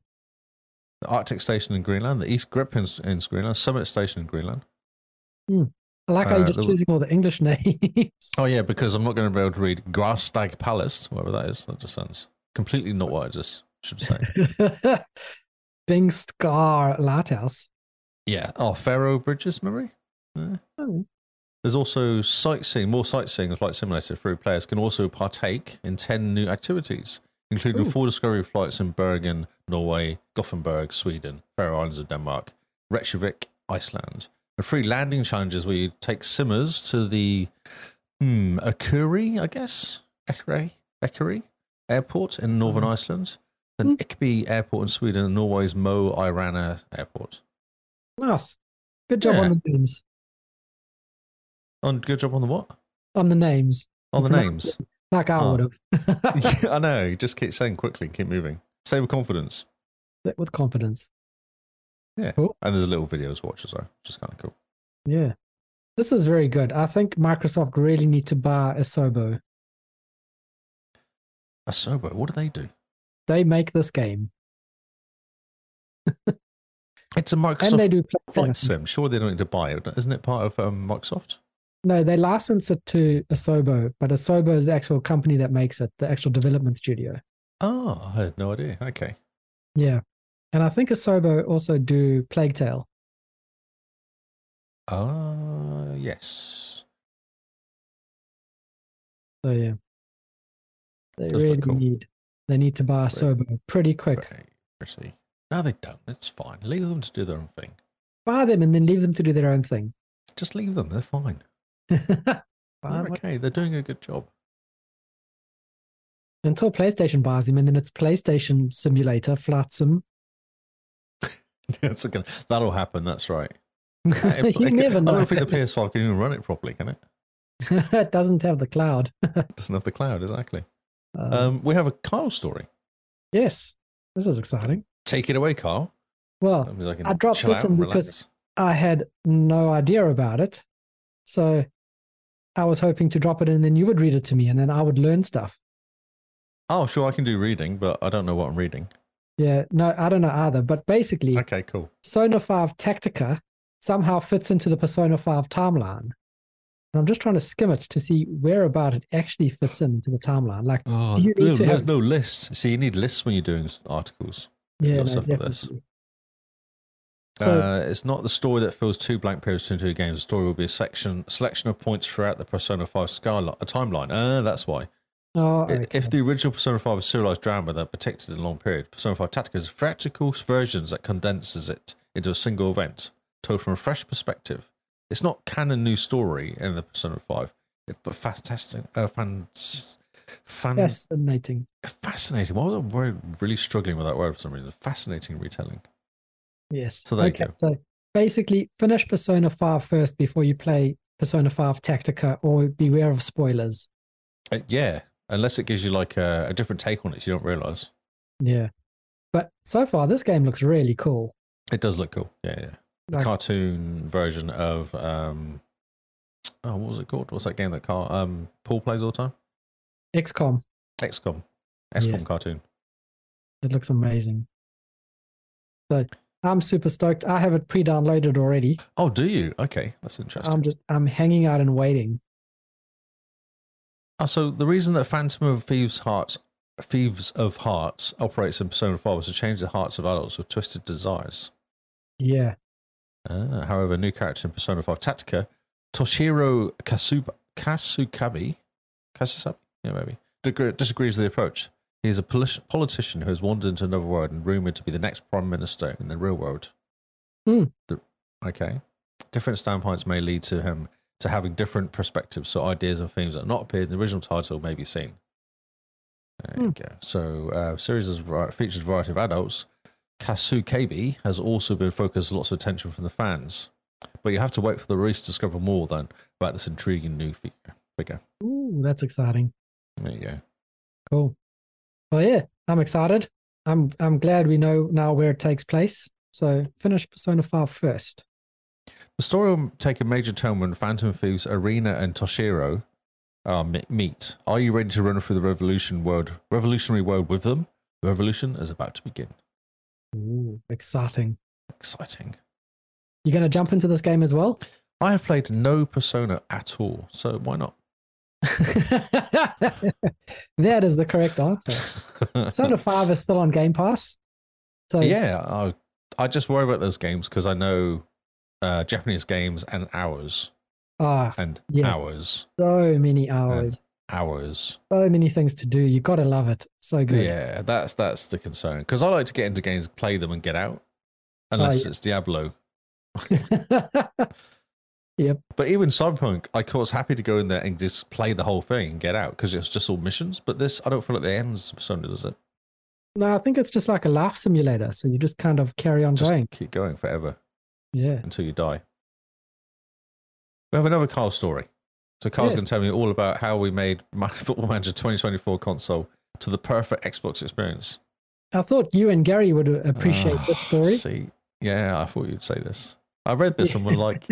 Speaker 4: The Arctic Station in Greenland, the East Grip in, in Greenland, Summit Station in Greenland.
Speaker 3: I like how
Speaker 4: Uh,
Speaker 3: you're just
Speaker 4: the-
Speaker 3: choosing all the English names.
Speaker 4: Oh, yeah, because I'm not going to be able to read Grass Stag Palace, whatever that is. That just sounds completely not what I just should say.
Speaker 3: yeah. Bing Scar Lighthouse.
Speaker 4: yeah. Oh, Faro Bridges, memory? Yeah.
Speaker 3: Oh.
Speaker 4: There's also sightseeing, more sightseeing of Flight Simulator through players can also partake in 10 new activities, including
Speaker 3: Ooh.
Speaker 4: four discovery flights in Bergen, Norway, Gothenburg, Sweden, Faroe Islands of Denmark, Reykjavik, Iceland. And free landing challenges where you take simmers to the hmm, Akuri, I guess, Ekere, Ekere Airport in northern Iceland, then Ikeby Airport in Sweden, and Norway's Mo Irana Airport.
Speaker 3: Nice. Good job on the names.
Speaker 4: On good job on the what?
Speaker 3: On the names.
Speaker 4: On the
Speaker 3: Pronounce
Speaker 4: names.
Speaker 3: it, Like I
Speaker 4: Oh.
Speaker 3: would have.
Speaker 4: Yeah, I know. You just keep saying quickly, keep moving. Say with confidence.
Speaker 3: With confidence.
Speaker 4: Yeah.
Speaker 3: Cool.
Speaker 4: And there's a little video to watch as well, which is kind of cool.
Speaker 3: Yeah. This is very good. I think Microsoft really need to buy Asobo.
Speaker 4: Asobo, what do they do?
Speaker 3: They make this game.
Speaker 4: It's a Microsoft
Speaker 3: And they do
Speaker 4: flight
Speaker 3: platforms.
Speaker 4: sim. Sure, they don't need to buy it. Isn't it part of um, Microsoft?
Speaker 3: No, they license it to Asobo, but Asobo is the actual company that makes it, the actual development studio.
Speaker 4: Oh, I had no idea. Okay.
Speaker 3: Yeah. And I think Asobo also do Plague Tale.
Speaker 4: Ah, yes.
Speaker 3: So yeah. They
Speaker 4: Does look
Speaker 3: really
Speaker 4: cool.
Speaker 3: need they need to buy
Speaker 4: Great.
Speaker 3: Asobo pretty quick.
Speaker 4: Very pretty. No, they don't. It's fine. Leave them to do their own thing.
Speaker 3: Buy them and then leave them to do their own thing.
Speaker 4: Just leave them. They're fine.
Speaker 3: Buy
Speaker 4: They're
Speaker 3: what-
Speaker 4: okay. They're doing a good job.
Speaker 3: Until PlayStation buys them and then it's PlayStation simulator, flat sim.
Speaker 4: That's a good- that'll happen. That's right.
Speaker 3: you never
Speaker 4: I
Speaker 3: know.
Speaker 4: don't think the PS5 can even run it properly, can it?
Speaker 3: it doesn't have the cloud.
Speaker 4: It doesn't have the cloud, exactly.
Speaker 3: Um,
Speaker 4: Um, we have a Kyle story.
Speaker 3: yes. This is exciting.
Speaker 4: Take it away, Kyle.
Speaker 3: Well,
Speaker 4: That means can
Speaker 3: I dropped
Speaker 4: chill
Speaker 3: this
Speaker 4: out
Speaker 3: in
Speaker 4: and
Speaker 3: because
Speaker 4: relax.
Speaker 3: I had no idea about it. So I was hoping to drop it and then you would read it to me and then I would learn stuff.
Speaker 4: Oh, sure, I can do reading, but I don't know what I'm reading.
Speaker 3: Yeah, no, I don't know either. But basically,
Speaker 4: Okay, cool.
Speaker 3: Persona 5 Tactica somehow fits into the Persona 5 timeline. And I'm just trying to skim it to see where about it actually fits into the timeline. Like,
Speaker 4: Oh,
Speaker 3: You need
Speaker 4: no,
Speaker 3: to
Speaker 4: no,
Speaker 3: have-
Speaker 4: no lists. See, you need lists when you're doing articles.
Speaker 3: yeah,
Speaker 4: got
Speaker 3: no,
Speaker 4: stuff like this.
Speaker 3: definitely. So,
Speaker 4: uh, it's not the story that fills two blank periods between two games. The story will be a section selection of points throughout the Persona 5 skyline, a timeline. Ah, that's why.
Speaker 3: oh,
Speaker 4: I-
Speaker 3: okay.
Speaker 4: If the original Persona 5 was serialized drama that protected in a long period, Persona 5 Tactica is practical versions that condenses it into a single event, told from a fresh perspective. It's not canon new story in the Persona 5, it- but fantastic, uh, fan, fan,
Speaker 3: fascinating.
Speaker 4: fascinating. Why was I word- really struggling with that word for some reason? Fascinating retelling.
Speaker 3: Yes.
Speaker 4: So there you
Speaker 3: okay,
Speaker 4: go.
Speaker 3: So basically, finish Persona 5 first before you play Persona 5 Tactica or beware of spoilers.
Speaker 4: Uh, yeah, unless it gives you like a, a different take on it, you don't realize.
Speaker 3: Yeah. But so far, this game looks really cool.
Speaker 4: It does look cool. Yeah, yeah. The
Speaker 3: Like-
Speaker 4: cartoon version of um, oh, what was it called? What's that game that car um Paul plays all the time?
Speaker 3: XCOM,
Speaker 4: XCOM, XCOM
Speaker 3: Yes.
Speaker 4: cartoon.
Speaker 3: it looks amazing. So I'm super stoked. I have it pre downloaded already.
Speaker 4: Oh, do you? Okay, that's interesting.
Speaker 3: I'm just I'm hanging out and waiting.
Speaker 4: Oh, so the reason that Phantom of Thieves Hearts, Thieves of Hearts, operates in Persona Four was to change the hearts of adults with twisted desires.
Speaker 3: Yeah.
Speaker 4: Ah, however, a new character in Persona 5 Tactica, Toshiro Kasuba, Kasukabi, Kasusabi? Yeah, maybe, Degre- disagrees with the approach. He is a polit- politician who has wandered into another world and rumored to be the next prime minister in the real world.
Speaker 3: Hmm.
Speaker 4: The- okay. Different standpoints may lead to him to having different perspectives, so ideas and themes that have not appeared in the original title may be seen. There you go. So, uh, series has vari- features a variety of adults. Kasu KB has also been focused lots of attention from the fans, but you have to wait for the release to discover more then about this intriguing new feature. Figure.
Speaker 3: Ooh, that's exciting.
Speaker 4: There you go.
Speaker 3: Cool. Well, yeah, I'm excited. I'm I'm glad we know now where it takes place. So finish Persona 5 first.
Speaker 4: The story will take a major turn when Phantom Thieves Arena and Toshiro uh, me- meet. Are you ready to run through the revolution world, revolutionary world with them? The revolution is about to begin.
Speaker 3: Ooh, exciting.
Speaker 4: Exciting.
Speaker 3: You're going to jump into this game as well?
Speaker 4: I have played no Persona at all, so why not?
Speaker 3: that is the correct answer. Persona 5 is still on Game Pass. So
Speaker 4: yeah, I, I just worry about those games because I know uh, Japanese games and hours
Speaker 3: ah,
Speaker 4: and
Speaker 3: Yes.
Speaker 4: hours,
Speaker 3: so many hours,
Speaker 4: hours.
Speaker 3: so many things to do. You got to love it. So good.
Speaker 4: Yeah, that's that's the concern because I like to get into games, play them, and get out. Unless
Speaker 3: Oh, yeah.
Speaker 4: it's Diablo,
Speaker 3: yeah,
Speaker 4: But even Cyberpunk, I was happy to go in there and just play the whole thing and get out because it's just all missions. But this, I don't feel like the ends Persona does it.
Speaker 3: no, I think it's just like a laugh simulator. So you just kind of carry on
Speaker 4: Just
Speaker 3: going.
Speaker 4: keep going forever
Speaker 3: Yeah.
Speaker 4: until you die. We have another Carl story. So Carl's
Speaker 3: Yes.
Speaker 4: going to tell me all about how we made my Football Manager 2024 console to the perfect Xbox experience.
Speaker 3: I thought you and Gary would uh, appreciate
Speaker 4: Ah,
Speaker 3: this story.
Speaker 4: See, yeah, I thought you'd say this. I read this and was like,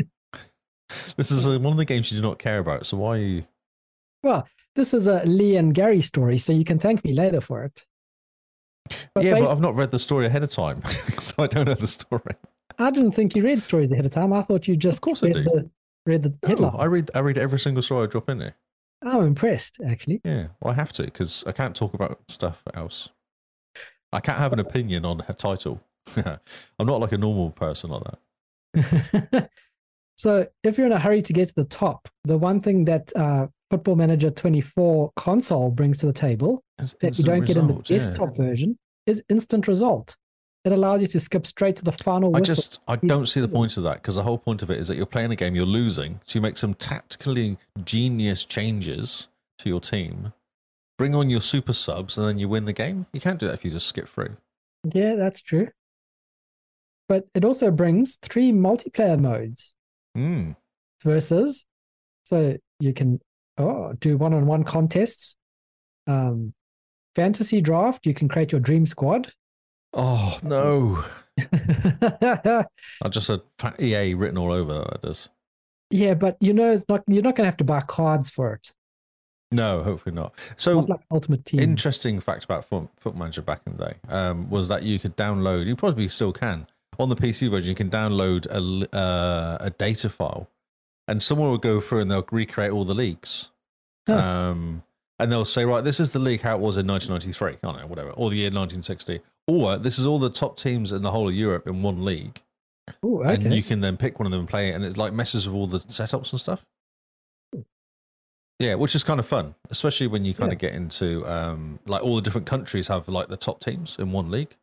Speaker 4: this is uh, one of the games you do not care about. So why are you?
Speaker 3: This is a Lee and Gary story, so you can thank me later for it. But
Speaker 4: yeah,
Speaker 3: bas-
Speaker 4: but I've not read the story ahead of time, so I don't know the story.
Speaker 3: I didn't think you read stories ahead of time. I thought you just
Speaker 4: course I
Speaker 3: read,
Speaker 4: do. Oh,
Speaker 3: the, read the
Speaker 4: No,
Speaker 3: headline.
Speaker 4: I read I read every single story I drop in there.
Speaker 3: I'm impressed, actually.
Speaker 4: Yeah, well, I have to because I can't talk about stuff else. I can't have an opinion on a title. I'm not like a normal person like that.
Speaker 3: so if you're in a hurry to get to the top, the one thing that uh, Football Manager 24 console brings to the table
Speaker 4: It's
Speaker 3: that you
Speaker 4: instant
Speaker 3: don't get in the
Speaker 4: result, yeah.
Speaker 3: desktop version is instant result. It allows you to skip straight to the final
Speaker 4: I
Speaker 3: whistle.
Speaker 4: just I don't see the point of that because the whole point of it is that you're playing a game, you're losing, so you make some tactically genius changes to your team, bring on your super subs, and then you win the game. You can't do that if you just skip through.
Speaker 3: Yeah, that's true. But it also brings three multiplayer modes
Speaker 4: Mm.
Speaker 3: versus, so you can oh do one-on-one contests, um, fantasy draft. You can create your dream squad.
Speaker 4: Oh no!
Speaker 3: yeah,
Speaker 4: I just had fat EA written all over that. That does.
Speaker 3: but you know it's not. You're not going to have to buy cards for it.
Speaker 4: No, hopefully not.
Speaker 3: Not
Speaker 4: So,
Speaker 3: like Ultimate Team.
Speaker 4: interesting fact about Foot, Foot Manager back in the day um, was that you could download, you probably still can, on the PC version, you can download a, li- uh, a data file and someone will go through and they'll recreate all the leagues.
Speaker 3: Huh.
Speaker 4: Um, and they'll say, right, this is the league how it was in 1993, I don't know, whatever, or the year 1960. Or this is all the top teams in the whole of Europe in one league.
Speaker 3: Ooh, okay.
Speaker 4: And you can then pick one of them and play it, and it like messes with all the setups and stuff. Yeah, which is kind of fun, especially when you kind of get into um, like all the different countries have like the top teams in one league.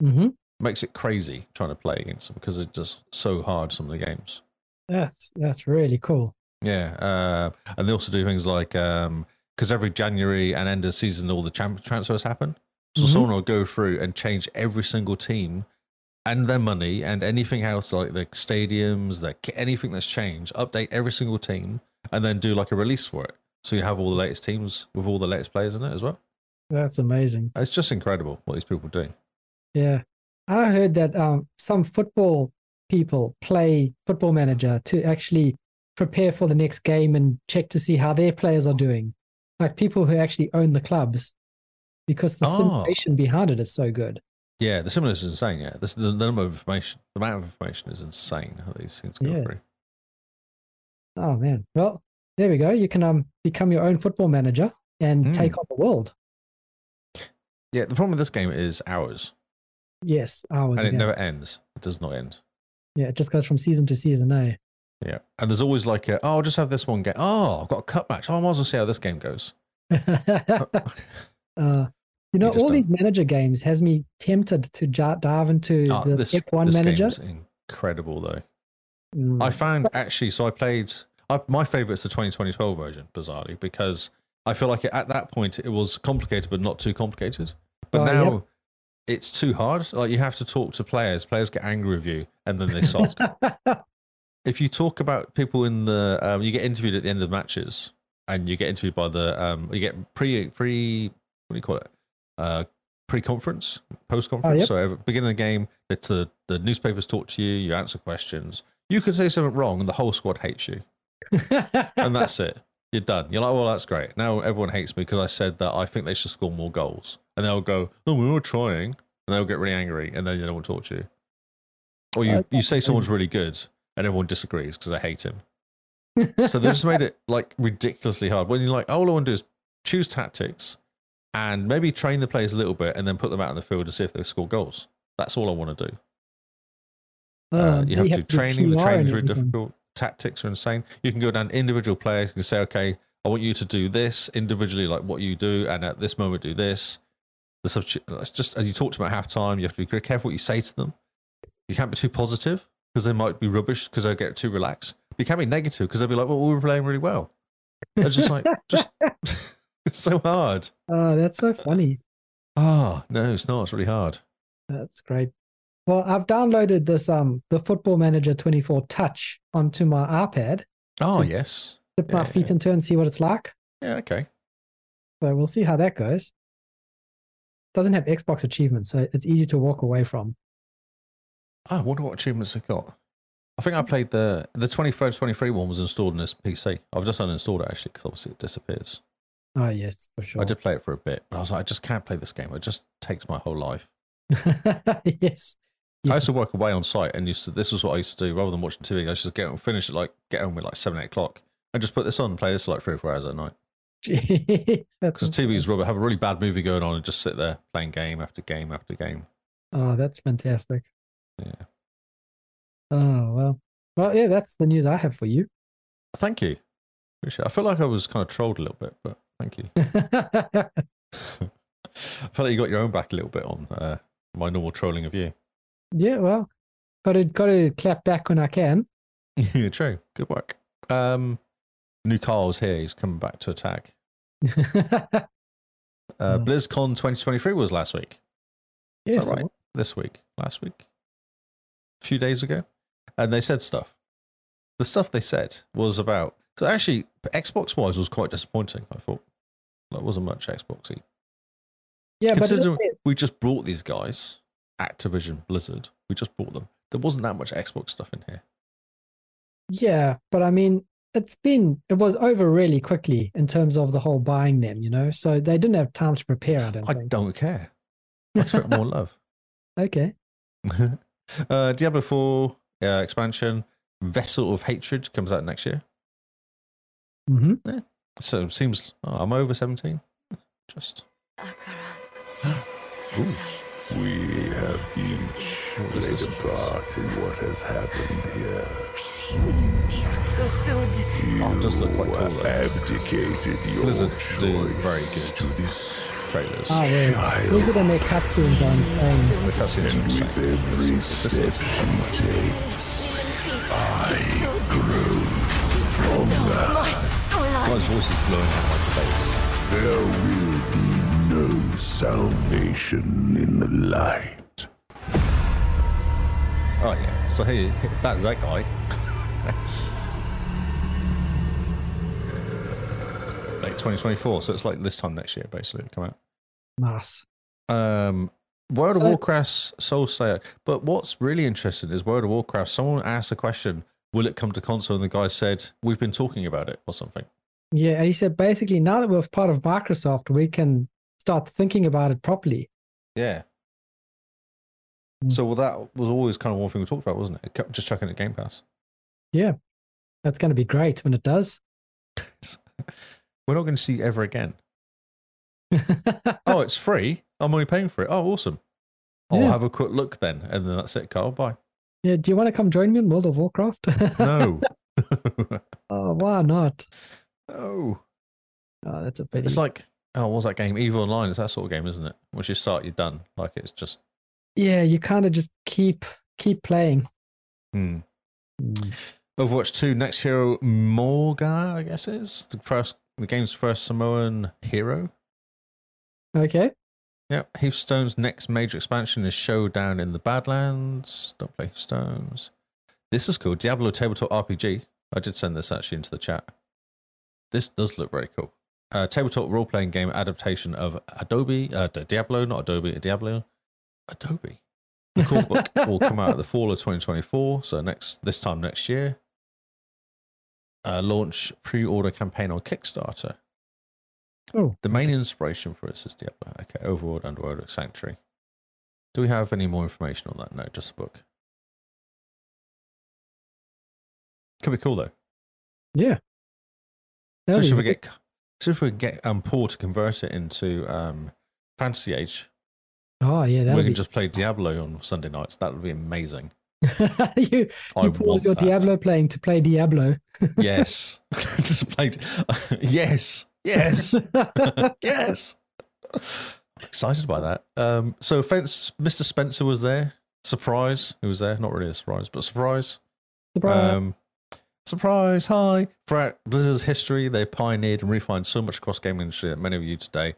Speaker 3: hmm
Speaker 4: Makes it crazy trying to play against them because it's just so hard some of the games.
Speaker 3: That's that's really cool.
Speaker 4: Yeah, uh, and they also do things like because every January and end of season, all the champ- transfers happen. So
Speaker 3: Mhm.
Speaker 4: someone will go through and change every single team and their money and anything else like the stadiums, the ki- anything that's changed. Update every single team and then do like a release for it. So you have all the latest teams with all the latest players in it as well.
Speaker 3: That's amazing.
Speaker 4: It's just incredible what these people do.
Speaker 3: Yeah. I heard that um, some football people play Football Manager to actually prepare for the next game and check to see how their players are doing. Like people who actually own the clubs, because the
Speaker 4: Ah.
Speaker 3: simulation behind it is so good.
Speaker 4: Yeah, the similar is insane. Yeah, this, the, the number of information, the amount of information is insane. How these things go
Speaker 3: Yeah.
Speaker 4: through.
Speaker 3: Oh man. Well, there we go. You can um, become your own football manager and
Speaker 4: Hmm.
Speaker 3: take on the world.
Speaker 4: Yeah, the problem with this game is hours.
Speaker 3: Yes, hours
Speaker 4: and it
Speaker 3: again.
Speaker 4: never ends. It does not end.
Speaker 3: Yeah, it just goes from season to season, eh?
Speaker 4: Yeah, and there's always like, a, oh, I'll just have this one Uh, Oh. game. Oh, I've got a cup match. Oh, I might as well see how this game goes.
Speaker 3: uh, You know,
Speaker 4: You just
Speaker 3: all
Speaker 4: don't-
Speaker 3: these manager games has me tempted to ja- dive into
Speaker 4: Ah,
Speaker 3: the
Speaker 4: this,
Speaker 3: F1
Speaker 4: this
Speaker 3: manager.
Speaker 4: game's incredible though.
Speaker 3: Mm.
Speaker 4: I found actually, so I played. I, my favorite's the 2012 version, bizarrely, because I feel like at that point it was complicated, but not too complicated. But
Speaker 3: Oh,
Speaker 4: now it's too hard. Like you have to talk to players. Players get angry with you, and then they sock. if you talk about people in the, um, you get interviewed at the end of matches, and you get interviewed by the, um, you get pre pre what do you call it? Uh, pre-conference, post-conference.
Speaker 3: Oh, yep.
Speaker 4: So at the beginning of the game, it's the, the newspapers talk to you, you answer questions. You could say something wrong and the whole squad hates you. And that's it. You're done. You're like, well, that's great. Now everyone hates me because I said that I think they should score more goals. And they'll go, no, we were trying. And they'll get really angry and then they don't want to talk to you. Or
Speaker 3: Oh,
Speaker 4: you,
Speaker 3: that's
Speaker 4: you say
Speaker 3: not
Speaker 4: someone's really good and everyone disagrees because they hate him. So they just made it like ridiculously hard. When you're like, all I want to do is choose tactics and maybe train the players a little bit and then put them out in the field to see if they score goals. That's all I want to do.
Speaker 3: Oh,
Speaker 4: Uh,
Speaker 3: they
Speaker 4: you have to do
Speaker 3: do
Speaker 4: training. The
Speaker 3: PR and
Speaker 4: training's really
Speaker 3: everything.
Speaker 4: difficult. Tactics are insane. You can go down to individual players. You can say, okay, I want you to do this individually, like what you do, and at this moment do this. The substitute. It's just as you talked about half time. You have to be very careful what you say to them. You can't be too positive because they might be rubbish because they get too relaxed. But you can't be negative because they'll be like, well, we were playing really well. It's just like just it's so hard.
Speaker 3: Oh, that's so funny.
Speaker 4: Ah, no, it's not. It's really hard.
Speaker 3: That's great. Well, I've downloaded this um the Football Manager 24 Touch onto my iPad.
Speaker 4: Oh
Speaker 3: So-
Speaker 4: yes.
Speaker 3: Dip my
Speaker 4: Yeah.
Speaker 3: feet into it and see what it's like.
Speaker 4: Yeah. Okay.
Speaker 3: So we'll see how that goes. Doesn't have Xbox achievements, so it's easy to walk away from.
Speaker 4: I wonder what achievements they got. I think I played the the 23rd 23 one was installed on this PC. I've just uninstalled it actually because obviously it disappears.
Speaker 3: Oh yes, for sure.
Speaker 4: I did play it for a bit, but I was like, I just can't play this game. It just takes my whole life.
Speaker 3: yes.
Speaker 4: I
Speaker 3: Yes.
Speaker 4: used to work away on site and used to this was what I used to do rather than watching TV. I used to get home, finish it like get home at like seven, eight o'clock and just put this on and play this for like three or four hours at night.
Speaker 3: Jeez, that's
Speaker 4: Because TV is rubber, have a really bad movie going on and just sit there playing game after game after game.
Speaker 3: Oh, that's fantastic.
Speaker 4: Yeah.
Speaker 3: Oh well. Well, yeah, that's the news I have for you.
Speaker 4: Thank you. Appreciate it. I feel like I was kind of trolled a little bit, but thank you. I feel like you got your own back a little bit on uh, my normal trolling of you.
Speaker 3: yeah, well, gotta gotta clap back when I can.
Speaker 4: yeah, true. Good work. Um, new Carl's here. He's coming back to attack. Uh,
Speaker 3: Mm.
Speaker 4: BlizzCon 2023 was last week.
Speaker 3: yes.
Speaker 4: right? This week. Last week. A few days ago. And they said stuff. The stuff they said was about. So actually, Xbox wise was quite disappointing, I thought. That wasn't much Xboxy.
Speaker 3: Yeah, but
Speaker 4: Considering
Speaker 3: it-
Speaker 4: we just brought these guys, Activision, Blizzard, we just brought them. There wasn't that much Xbox stuff in here.
Speaker 3: yeah, but I mean, it's been it was over really quickly in terms of the whole buying them, you know. So they didn't have time to prepare. I don't
Speaker 4: I
Speaker 3: think.
Speaker 4: don't care. I expect more love.
Speaker 3: Okay.
Speaker 4: uh, Diablo 4 uh, expansion, Vessel of Hatred comes out next year.
Speaker 3: Mm-hmm.
Speaker 4: So it seems oh, I'm over 17. Just. Ooh.
Speaker 6: We have each played a part in what has happened here.
Speaker 4: Oh, it does look quite
Speaker 6: You
Speaker 4: cool though.
Speaker 6: abdicated your
Speaker 4: Blizzard do very
Speaker 6: choice
Speaker 4: good
Speaker 6: to this
Speaker 4: Trailers.
Speaker 3: Ah, well, these are the make cutscenes are insane.
Speaker 4: The cutscenes are
Speaker 6: with
Speaker 4: insane.
Speaker 6: every step she takes. I grow stronger.
Speaker 4: Guy's voice is blowing out my face.
Speaker 6: There will be no salvation in the light.
Speaker 4: Oh, yeah. So hey, that's that guy. Like 2024, so it's like this time next year, basically, it'll come out.
Speaker 3: Nice.
Speaker 4: Um, World of
Speaker 3: So-
Speaker 4: Warcraft's Soul Sayer. But what's really interesting is World of Warcraft. Someone asked the question, "Will it come to console?" And the guy said, "We've been talking about it or something."
Speaker 3: Yeah, and he said basically now that we're part of Microsoft, we can start thinking about it properly.
Speaker 4: Yeah.
Speaker 3: Hmm.
Speaker 4: Mm. So well, that was always kind of one thing we talked about, wasn't it? It kept Just chucking it at Game Pass.
Speaker 3: That's going to be great when it does.
Speaker 4: We're not going to see it ever again. oh, it's free. I'm only paying for it. Oh, awesome. I'll
Speaker 3: Yeah.
Speaker 4: have a quick look then, and then that's it, Carl. Bye.
Speaker 3: Yeah, do you want to come join me in World of Warcraft?
Speaker 4: No.
Speaker 3: oh, why not?
Speaker 4: no.
Speaker 3: Oh, that's a pity.
Speaker 4: It's like Oh, what was that game? Eve Online is that sort of game, isn't it? Once you start, you're done. Like it's just.
Speaker 3: Yeah, you kind of just keep keep playing.
Speaker 4: Hmm. Overwatch 2, next hero Morga, I guess it is. The first the game's first Samoan hero.
Speaker 3: Okay.
Speaker 4: Yep. Heapstone's next major expansion is Showdown in the Badlands. Don't play Stones. This is cool. Diablo Tabletop RPG. I did send this actually into the chat. This does look very cool. Uh, tabletop role playing game adaptation of Adobe, uh, D- Diablo, not Adobe, Diablo, Adobe. The core book will come out at the fall of 2024, so next this time next year. Uh, launch pre order campaign on Kickstarter.
Speaker 3: Oh.
Speaker 4: The main inspiration for this is Diablo. Okay, Overworld, Underworld, Sanctuary. Do we have any more information on that? No, just a book. Could be cool though.
Speaker 3: Yeah. That'd
Speaker 4: Especially if we
Speaker 3: be-
Speaker 4: get, especially if we get um, Paul to convert it into um, Fantasy Age.
Speaker 3: Oh yeah, that
Speaker 4: we
Speaker 3: would
Speaker 4: can
Speaker 3: be.
Speaker 4: just play Diablo on Sunday nights. That would be amazing.
Speaker 3: you you
Speaker 4: I want
Speaker 3: pause your
Speaker 4: that.
Speaker 3: Diablo playing to play Diablo.
Speaker 4: Yes. just play. yes. Yes. yes. Excited by that. Um, so, Fence, Mr. Spencer was there. Surprise. Who was there? Not really a surprise, but surprise.
Speaker 3: Surprise.
Speaker 4: Um, surprise. Hi. Throughout Blizzard's history, they pioneered and refined so much across gaming industry that many of you today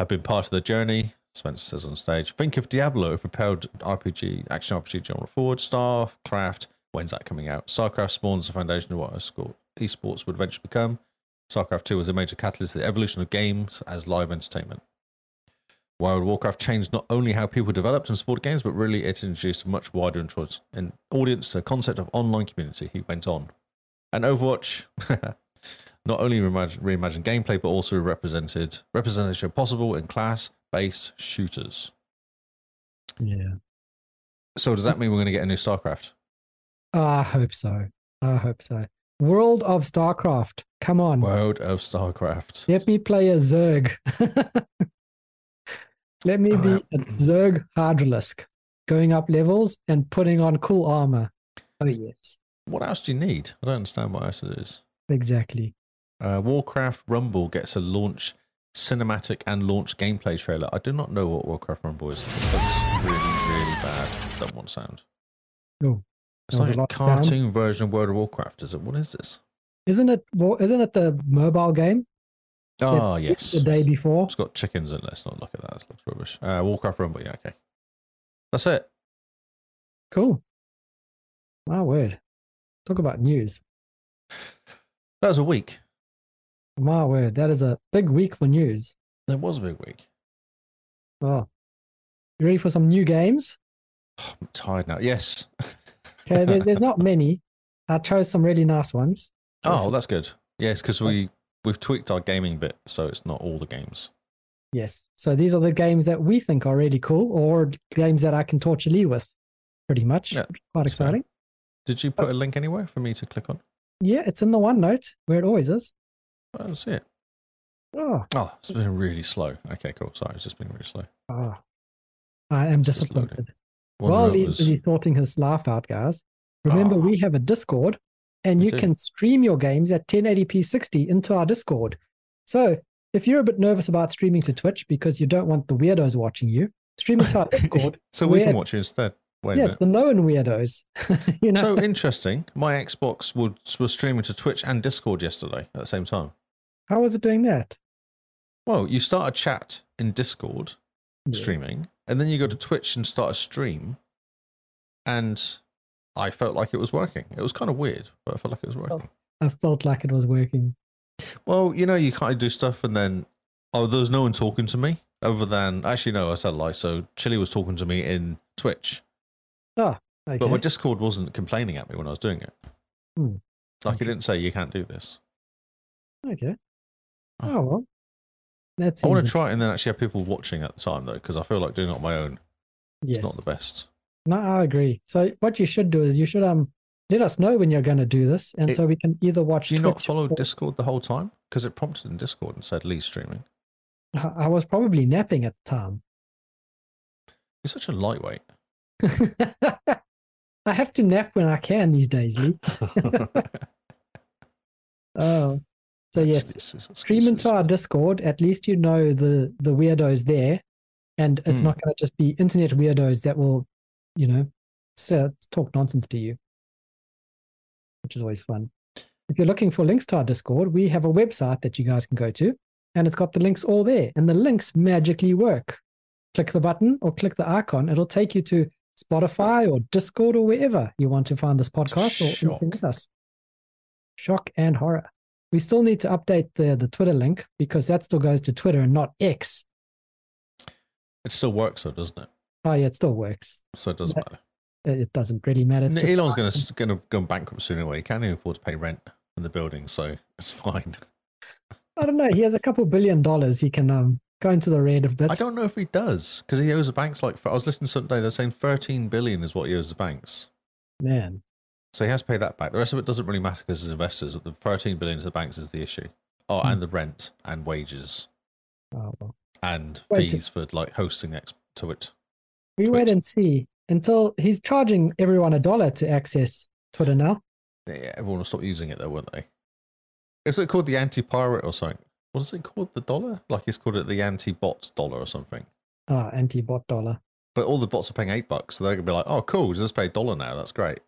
Speaker 4: have been part of the journey. Spencer says on stage, think of Diablo, it propelled RPG, action RPG genre forward, StarCraft, when's that coming out? StarCraft spawns the foundation of what escort- esports would eventually become. StarCraft 2 was a major catalyst to the evolution of games as live entertainment. While Warcraft changed not only how people developed and supported games, but really it introduced a much wider intro- an audience to the concept of online community, he went on. And Overwatch not only reimag- reimagined gameplay, but also represented representation possible in class based shooters.
Speaker 3: yeah.
Speaker 4: So, does that mean we're going to get a new StarCraft?
Speaker 3: Ah, I hope so. I hope so. World of StarCraft. Come on.
Speaker 4: World of StarCraft.
Speaker 3: Let me play a Zerg. Let me be a Zerg Hardralisk, going up levels and putting on cool armor. Oh, yes.
Speaker 4: What else do you need? I don't understand what else it is.
Speaker 3: Exactly.
Speaker 4: Uh, Warcraft Rumble gets a launch cinematic and launch gameplay trailer. I do not know what Warcraft Rumble is. It looks really, really bad. Don't want sound.
Speaker 3: Oh, that
Speaker 4: It's
Speaker 3: was
Speaker 4: like
Speaker 3: a
Speaker 4: a,
Speaker 3: lot of sound.
Speaker 4: cartoon version of World of Warcraft, is it? What is this?
Speaker 3: Isn't it? Well, isn't it the mobile game?
Speaker 4: Ah,
Speaker 3: that-
Speaker 4: yes.
Speaker 3: The day before.
Speaker 4: It's got chickens in it. Let's not look at that. It looks rubbish. Uh, Warcraft Rumble, yeah, okay. That's it.
Speaker 3: Cool. My word. Talk about news.
Speaker 4: That was a week.
Speaker 3: My word. That is a big week for news.
Speaker 4: It was a big week.
Speaker 3: Well, you ready for some new games?
Speaker 4: I'm tired now. Yes.
Speaker 3: Okay, there, there's not many. I chose some really nice ones.
Speaker 4: Oh, that's good. Yes, because we we've tweaked our gaming bit, so it's not all the games.
Speaker 3: Yes. So these are the games that we think are really cool or games that I can torture Lee with, pretty much.
Speaker 4: Yeah,
Speaker 3: Quite
Speaker 4: that's fair.
Speaker 3: exciting.
Speaker 4: Did you
Speaker 3: Oh.
Speaker 4: put a link anywhere for me to click on?
Speaker 3: Yeah, it's in the OneNote where it always is.
Speaker 4: I don't see it.
Speaker 3: Oh,
Speaker 4: Oh, it's been really slow. Okay, cool. Sorry, it's just been really slow.
Speaker 3: ah. I am
Speaker 4: This is loading.
Speaker 3: disappointed.
Speaker 4: Wonder
Speaker 3: While
Speaker 4: what
Speaker 3: Lee's
Speaker 4: was-
Speaker 3: busy sorting his laugh out, guys, remember
Speaker 4: Ah.
Speaker 3: we have a Discord and
Speaker 4: We
Speaker 3: you
Speaker 4: do.
Speaker 3: can stream your games at 1080p 60 into our Discord. So if you're a bit nervous about streaming to Twitch because you don't want the weirdos watching you, stream into our Discord.
Speaker 4: so we
Speaker 3: where
Speaker 4: can
Speaker 3: it's-
Speaker 4: watch it instead. Wait
Speaker 3: yeah,
Speaker 4: a
Speaker 3: it's
Speaker 4: minute.
Speaker 3: the known weirdos. you know,
Speaker 4: So interesting. My Xbox would, was streaming to Twitch and Discord yesterday at the same time.
Speaker 3: how was it doing that?
Speaker 4: Well, you start a chat in Discord streaming, and then you go to Twitch and start a stream. And I felt like it was working. It was kind of weird, but I felt like it was working.
Speaker 3: I felt like it was working.
Speaker 4: Well, you know, you kind of do stuff, and then oh, there was no one talking to me other than actually no, I said a lie. So Chili was talking to me in Twitch,
Speaker 3: Okay.
Speaker 4: but my Discord wasn't complaining at me when I was doing it.
Speaker 3: Hmm.
Speaker 4: Like it didn't say you can't do this.
Speaker 3: okay. Oh well. That's
Speaker 4: Ah. I want to try it and then actually have people watching at the time though, because I feel like doing it on my own
Speaker 3: Yes.
Speaker 4: is not the best.
Speaker 3: No, I agree. So what you should do is you should um let us know when you're going to do this, and
Speaker 4: It-
Speaker 3: so we can either watch.
Speaker 4: Do you not
Speaker 3: Twitch
Speaker 4: follow
Speaker 3: or-
Speaker 4: Discord the whole time? Because it prompted in Discord and said Lee's streaming.
Speaker 3: I I was probably napping at the time.
Speaker 4: You're such a lightweight.
Speaker 3: I have to nap when I can these days, Lee. Oh, So yes, stream into our Discord. At least you know the the weirdos there, and it's
Speaker 4: Hmm.
Speaker 3: not going to just be internet weirdos that will, you know, sit, talk nonsense to you, which is always fun. If you're looking for links to our Discord, we have a website that you guys can go to, and it's got the links all there, and the links magically work. Click the button or click the icon; it'll take you to Spotify or Discord or wherever you want to find this podcast or
Speaker 4: Shock.
Speaker 3: anything with us. Shock and horror. We still need to update the the Twitter link because that still goes to Twitter and not X.
Speaker 4: It still works though, doesn't it?
Speaker 3: Oh yeah, it still works.
Speaker 4: So it doesn't
Speaker 3: Yeah,
Speaker 4: matter.
Speaker 3: It it doesn't really matter. It's
Speaker 4: And
Speaker 3: just-
Speaker 4: Elon's going to going to go bankrupt soon anyway. He can't even afford to pay rent in the building, so it's fine.
Speaker 3: I don't know. He has a couple billion dollars. He can um go into the red a bit.
Speaker 4: I don't know if he does because he owes the banks like I was listening to something today. They're saying thirteen billion is what he owes the banks,
Speaker 3: Man,
Speaker 4: so he has to pay that back. The rest of it doesn't really matter because as investors, the thirteen billion to the banks is the issue. Oh, and the rent and wages
Speaker 3: oh, well.
Speaker 4: and
Speaker 3: Wait.
Speaker 4: fees for like hosting next to it.
Speaker 3: we wait
Speaker 4: Twitch.
Speaker 3: and see until he's charging everyone a dollar to access Twitter now.
Speaker 4: Yeah, everyone will stop using it though, won't they? Is it called the anti pirate or something? What is it called? The dollar? Like it's called it the anti bot dollar or something.
Speaker 3: Ah, anti bot dollar.
Speaker 4: But all the bots are paying eight bucks, so they're gonna be like, "Oh, cool, just pay a dollar now. That's great."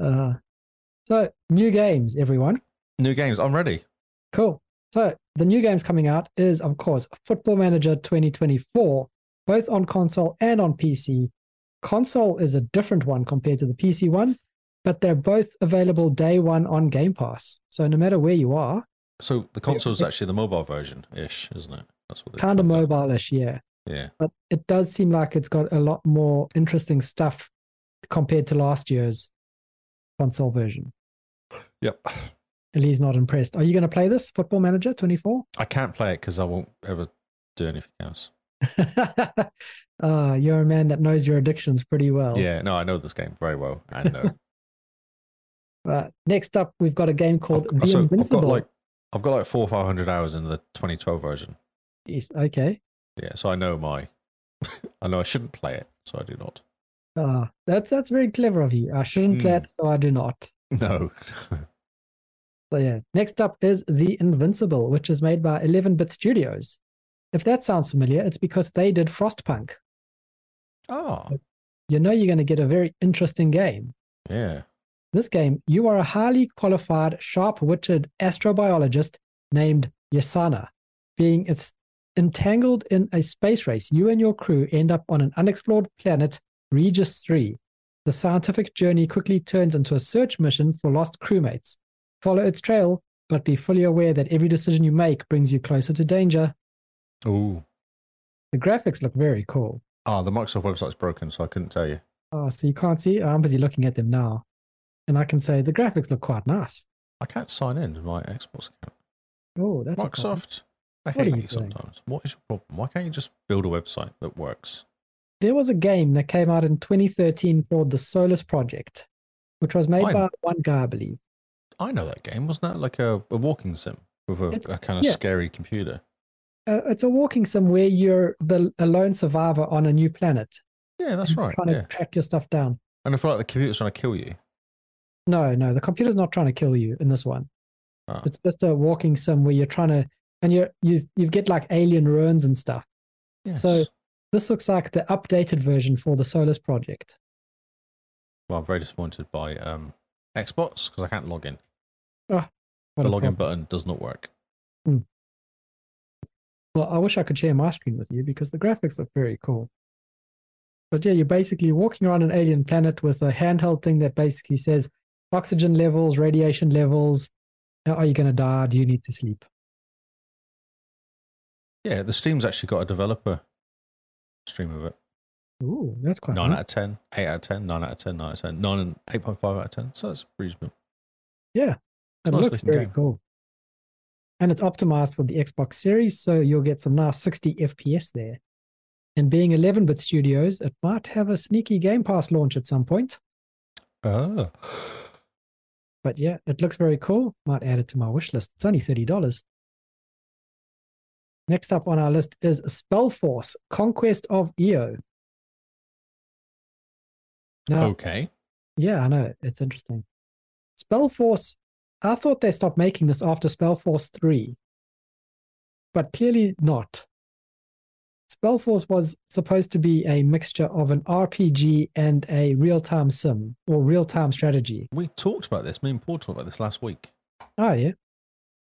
Speaker 3: uh, so new games, everyone.
Speaker 4: New games. I'm ready.
Speaker 3: Cool. So the new games coming out is, of course, Football Manager 2024, both on console and on PC. Console is a different one compared to the PC one, but they're both available day one on Game Pass. So no matter where you are,
Speaker 4: So the console is
Speaker 3: it-
Speaker 4: actually the mobile version ish, isn't it? That's what they
Speaker 3: kind of
Speaker 4: call it.
Speaker 3: mobile-ish, yeah.
Speaker 4: Yeah.
Speaker 3: But it does seem like it's got a lot more interesting stuff compared to last year's console version.
Speaker 4: Yep.
Speaker 3: Elie's not impressed. Are you going to play this Football Manager 24?
Speaker 4: I can't play it because I won't ever do anything else.
Speaker 3: uh, you're a man that knows your addictions pretty well.
Speaker 4: Yeah. No, I know this game very well. uh, I know.
Speaker 3: Right. Next up, we've got a game called The
Speaker 4: so I've
Speaker 3: Invincible.
Speaker 4: got like I've got like four or five hundred hours in the 2012 version.
Speaker 3: Jeez, okay.
Speaker 4: Yeah. So I know my. I know I shouldn't play it, so I do not.
Speaker 3: Uh, that's that's very clever of you. I shouldn't
Speaker 4: Hmm.
Speaker 3: play it, so I do not.
Speaker 4: No.
Speaker 3: So yeah. Next up is The Invincible, which is made by 11 Bit Studios. If that sounds familiar, it's because they did Frostpunk.
Speaker 4: Oh,
Speaker 3: You know you're going to get a very interesting game.
Speaker 4: yeah.
Speaker 3: This game, you are a highly qualified, sharp-witted astrobiologist named Yasana, being it's entangled in a space race. You and your crew end up on an unexplored planet, Regis 3. The scientific journey quickly turns into a search mission for lost crewmates. Follow its trail, but be fully aware that every decision you make brings you closer to danger.
Speaker 4: Ooh.
Speaker 3: The graphics look very cool.
Speaker 4: Ah, the Microsoft website's broken, so I couldn't tell you.
Speaker 3: Oh, so you can't see? I'm busy looking at them now. And I can say the graphics look quite nice.
Speaker 4: I can't sign in to my Xbox account.
Speaker 3: Oh, that's a problem.
Speaker 4: Microsoft, I
Speaker 3: What are
Speaker 4: hate you,
Speaker 3: you doing?
Speaker 4: sometimes. What is your problem? Why can't you just build a website that works?
Speaker 3: there was a game that came out in 2013 called the Solus Project, which was made
Speaker 4: Fine.
Speaker 3: by one guy, I believe.
Speaker 4: I know that game. Wasn't that like a, a walking sim with a,
Speaker 3: It's-
Speaker 4: a kind of
Speaker 3: yeah.
Speaker 4: scary computer?
Speaker 3: Uh, it's a walking sim where you're the a lone survivor on a new planet,
Speaker 4: Yeah, that's right.
Speaker 3: trying
Speaker 4: Yeah.
Speaker 3: to track your stuff down.
Speaker 4: And I feel like the computer's trying to kill you.
Speaker 3: No, no, the computer's not trying to kill you in this one.
Speaker 4: Ah.
Speaker 3: It's just a walking sim where you're trying to, and you you you get like alien ruins and stuff.
Speaker 4: Yes.
Speaker 3: So- This looks like the updated version for the Solus Project.
Speaker 4: well, I'm very disappointed by um, Xbox because I can't log in.
Speaker 3: What
Speaker 4: the
Speaker 3: a
Speaker 4: login
Speaker 3: problem.
Speaker 4: button does not work.
Speaker 3: Well, I wish I could share my screen with you because the graphics look very cool. But yeah, you're basically walking around an alien planet with a handheld thing that basically says oxygen levels, radiation levels. uh, Are you going to die? Do you need to sleep?
Speaker 4: Yeah, the Steam's actually got a developer stream of it.
Speaker 3: Ooh, that's quite
Speaker 4: Nine
Speaker 3: nice.
Speaker 4: out of 10, 8 out of 10, 9 out of 10, 9 out of 10, 9 and 8.5 out of 10. So that's reasonable.
Speaker 3: It
Speaker 4: It's a nice
Speaker 3: looks
Speaker 4: looking
Speaker 3: very
Speaker 4: game.
Speaker 3: cool. And it's optimized for the Xbox Series, so you'll get some nice 60 FPS there. And being 11 bit studios, it might have a sneaky Game Pass launch at some point. Ah.
Speaker 4: Oh.
Speaker 3: But yeah, it looks very cool. Might add it to my wish list. It's only $30. Next up on our list is Spellforce Conquest of Io. Now,
Speaker 4: Okay. Uh, Oh.
Speaker 3: yeah, I know. It's interesting. Spellforce I thought they stopped making this after Spellforce 3, but clearly not. Spellforce was supposed to be a mixture of an RPG and a real time sim or real time strategy.
Speaker 4: We talked about this. Me and Paul talked about this last week.
Speaker 3: Oh, yeah.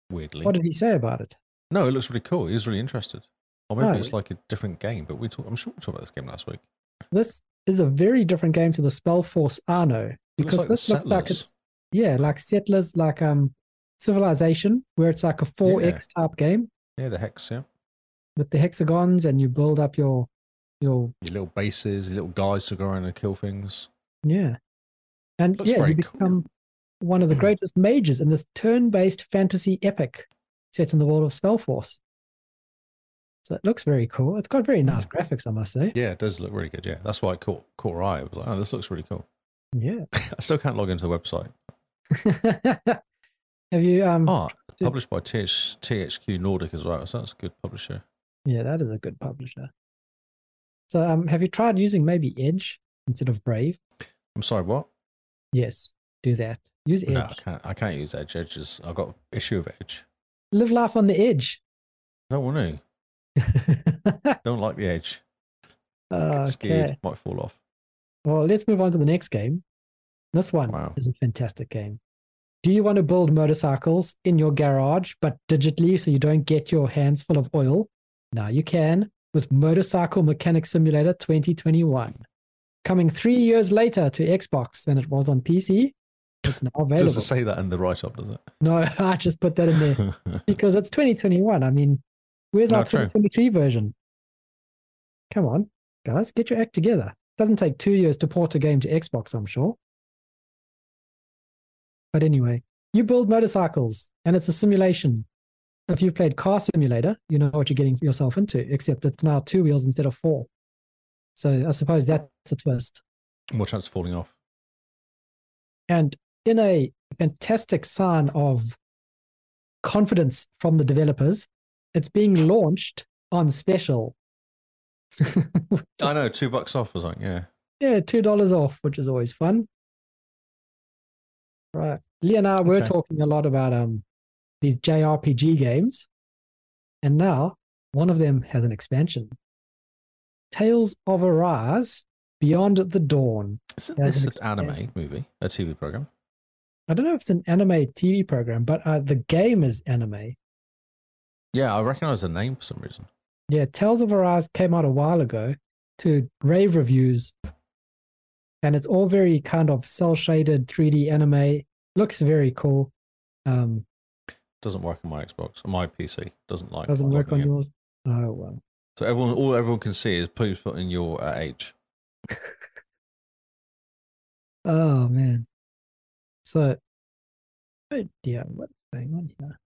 Speaker 4: Weirdly,
Speaker 3: What did he say about it?
Speaker 4: no, it looks really cool. He was really interested. Or maybe
Speaker 3: Oh.
Speaker 4: it's like a different game, but we talk, I'm sure we talked about this game last week.
Speaker 3: This is a very different game to the Spellforce Arno because
Speaker 4: like the
Speaker 3: this looked like
Speaker 4: Settlers.
Speaker 3: it's yeah, like Settlers, like um Civilization, where it's like a 4X type game
Speaker 4: Yeah, the hex, yeah.
Speaker 3: with the hexagons and you build up your your
Speaker 4: Your little bases, your little guys to go around and kill things.
Speaker 3: Yeah. And
Speaker 4: Looks
Speaker 3: yeah,
Speaker 4: very
Speaker 3: you
Speaker 4: cool.
Speaker 3: become one of the greatest mages in this turn based fantasy epic set in the world of Spellforce. So it looks very cool. It's got very nice
Speaker 4: Mm.
Speaker 3: graphics, I must say.
Speaker 4: Yeah, it does look really good. Yeah, that's why it caught caught our eye. I was like, oh, this looks really cool.
Speaker 3: Yeah.
Speaker 4: I still can't log into the website.
Speaker 3: Have you um
Speaker 4: Ah, published by TH, THQ Nordic as well. So that's a good publisher.
Speaker 3: yeah, that is a good publisher. So um have you tried using maybe Edge instead of Brave?
Speaker 4: I'm sorry, what?
Speaker 3: Yes, do that. Use Edge.
Speaker 4: No, I can't. I can't use Edge. Edge is. I've got an issue of Edge.
Speaker 3: Live life on the edge.
Speaker 4: I don't want to. Don't like the Edge. Get
Speaker 3: okay.
Speaker 4: scared. Might fall off.
Speaker 3: Well, let's move on to the next game. This one
Speaker 4: Wow.
Speaker 3: is a fantastic game. Do you want to build motorcycles in your garage, but digitally so you don't get your hands full of oil? Now you can with Motorcycle Mechanic Simulator 2021. Coming three years later to Xbox than it was on PC, it's now available.
Speaker 4: Doesn't say that in the write up, does it?
Speaker 3: no, I just put that in there because it's 2021. I mean, where's our
Speaker 4: No, true.
Speaker 3: 2023 version? Come on, guys, get your act together. Doesn't take two years to port a game to Xbox, I'm sure. But anyway, you build motorcycles and it's a simulation. If you've played Car Simulator, you know what you're getting yourself into, except it's now two wheels instead of four. So I suppose that's the twist.
Speaker 4: More chance of falling off.
Speaker 3: And in a fantastic sign of confidence from the developers, it's being launched on special.
Speaker 4: I know. Two bucks off or something. Yeah.
Speaker 3: Yeah, two dollars off, which is always fun. Right, Lee and I were
Speaker 4: Okay.
Speaker 3: talking a lot about um these JRPG games, and now one of them has an expansion. Tales of Arise Beyond the Dawn.
Speaker 4: Isn't
Speaker 3: Yeah,
Speaker 4: this
Speaker 3: it's
Speaker 4: an
Speaker 3: an
Speaker 4: anime movie? A TV program?
Speaker 3: I don't know if it's an anime TV program, but uh, the game is anime.
Speaker 4: Yeah, I recognize the name for some reason.
Speaker 3: Yeah, Tales of Arise came out a while ago to rave reviews. And it's all very kind of cell shaded 3D anime. Looks very cool. Um,
Speaker 4: Doesn't work on my Xbox. On my PC. Doesn't like.
Speaker 3: doesn't work on
Speaker 4: logging in.
Speaker 3: yours. Oh, well.
Speaker 4: So everyone, all everyone can see is please put in your uh, age.
Speaker 3: Oh, man. So, oh dear, what's going on here?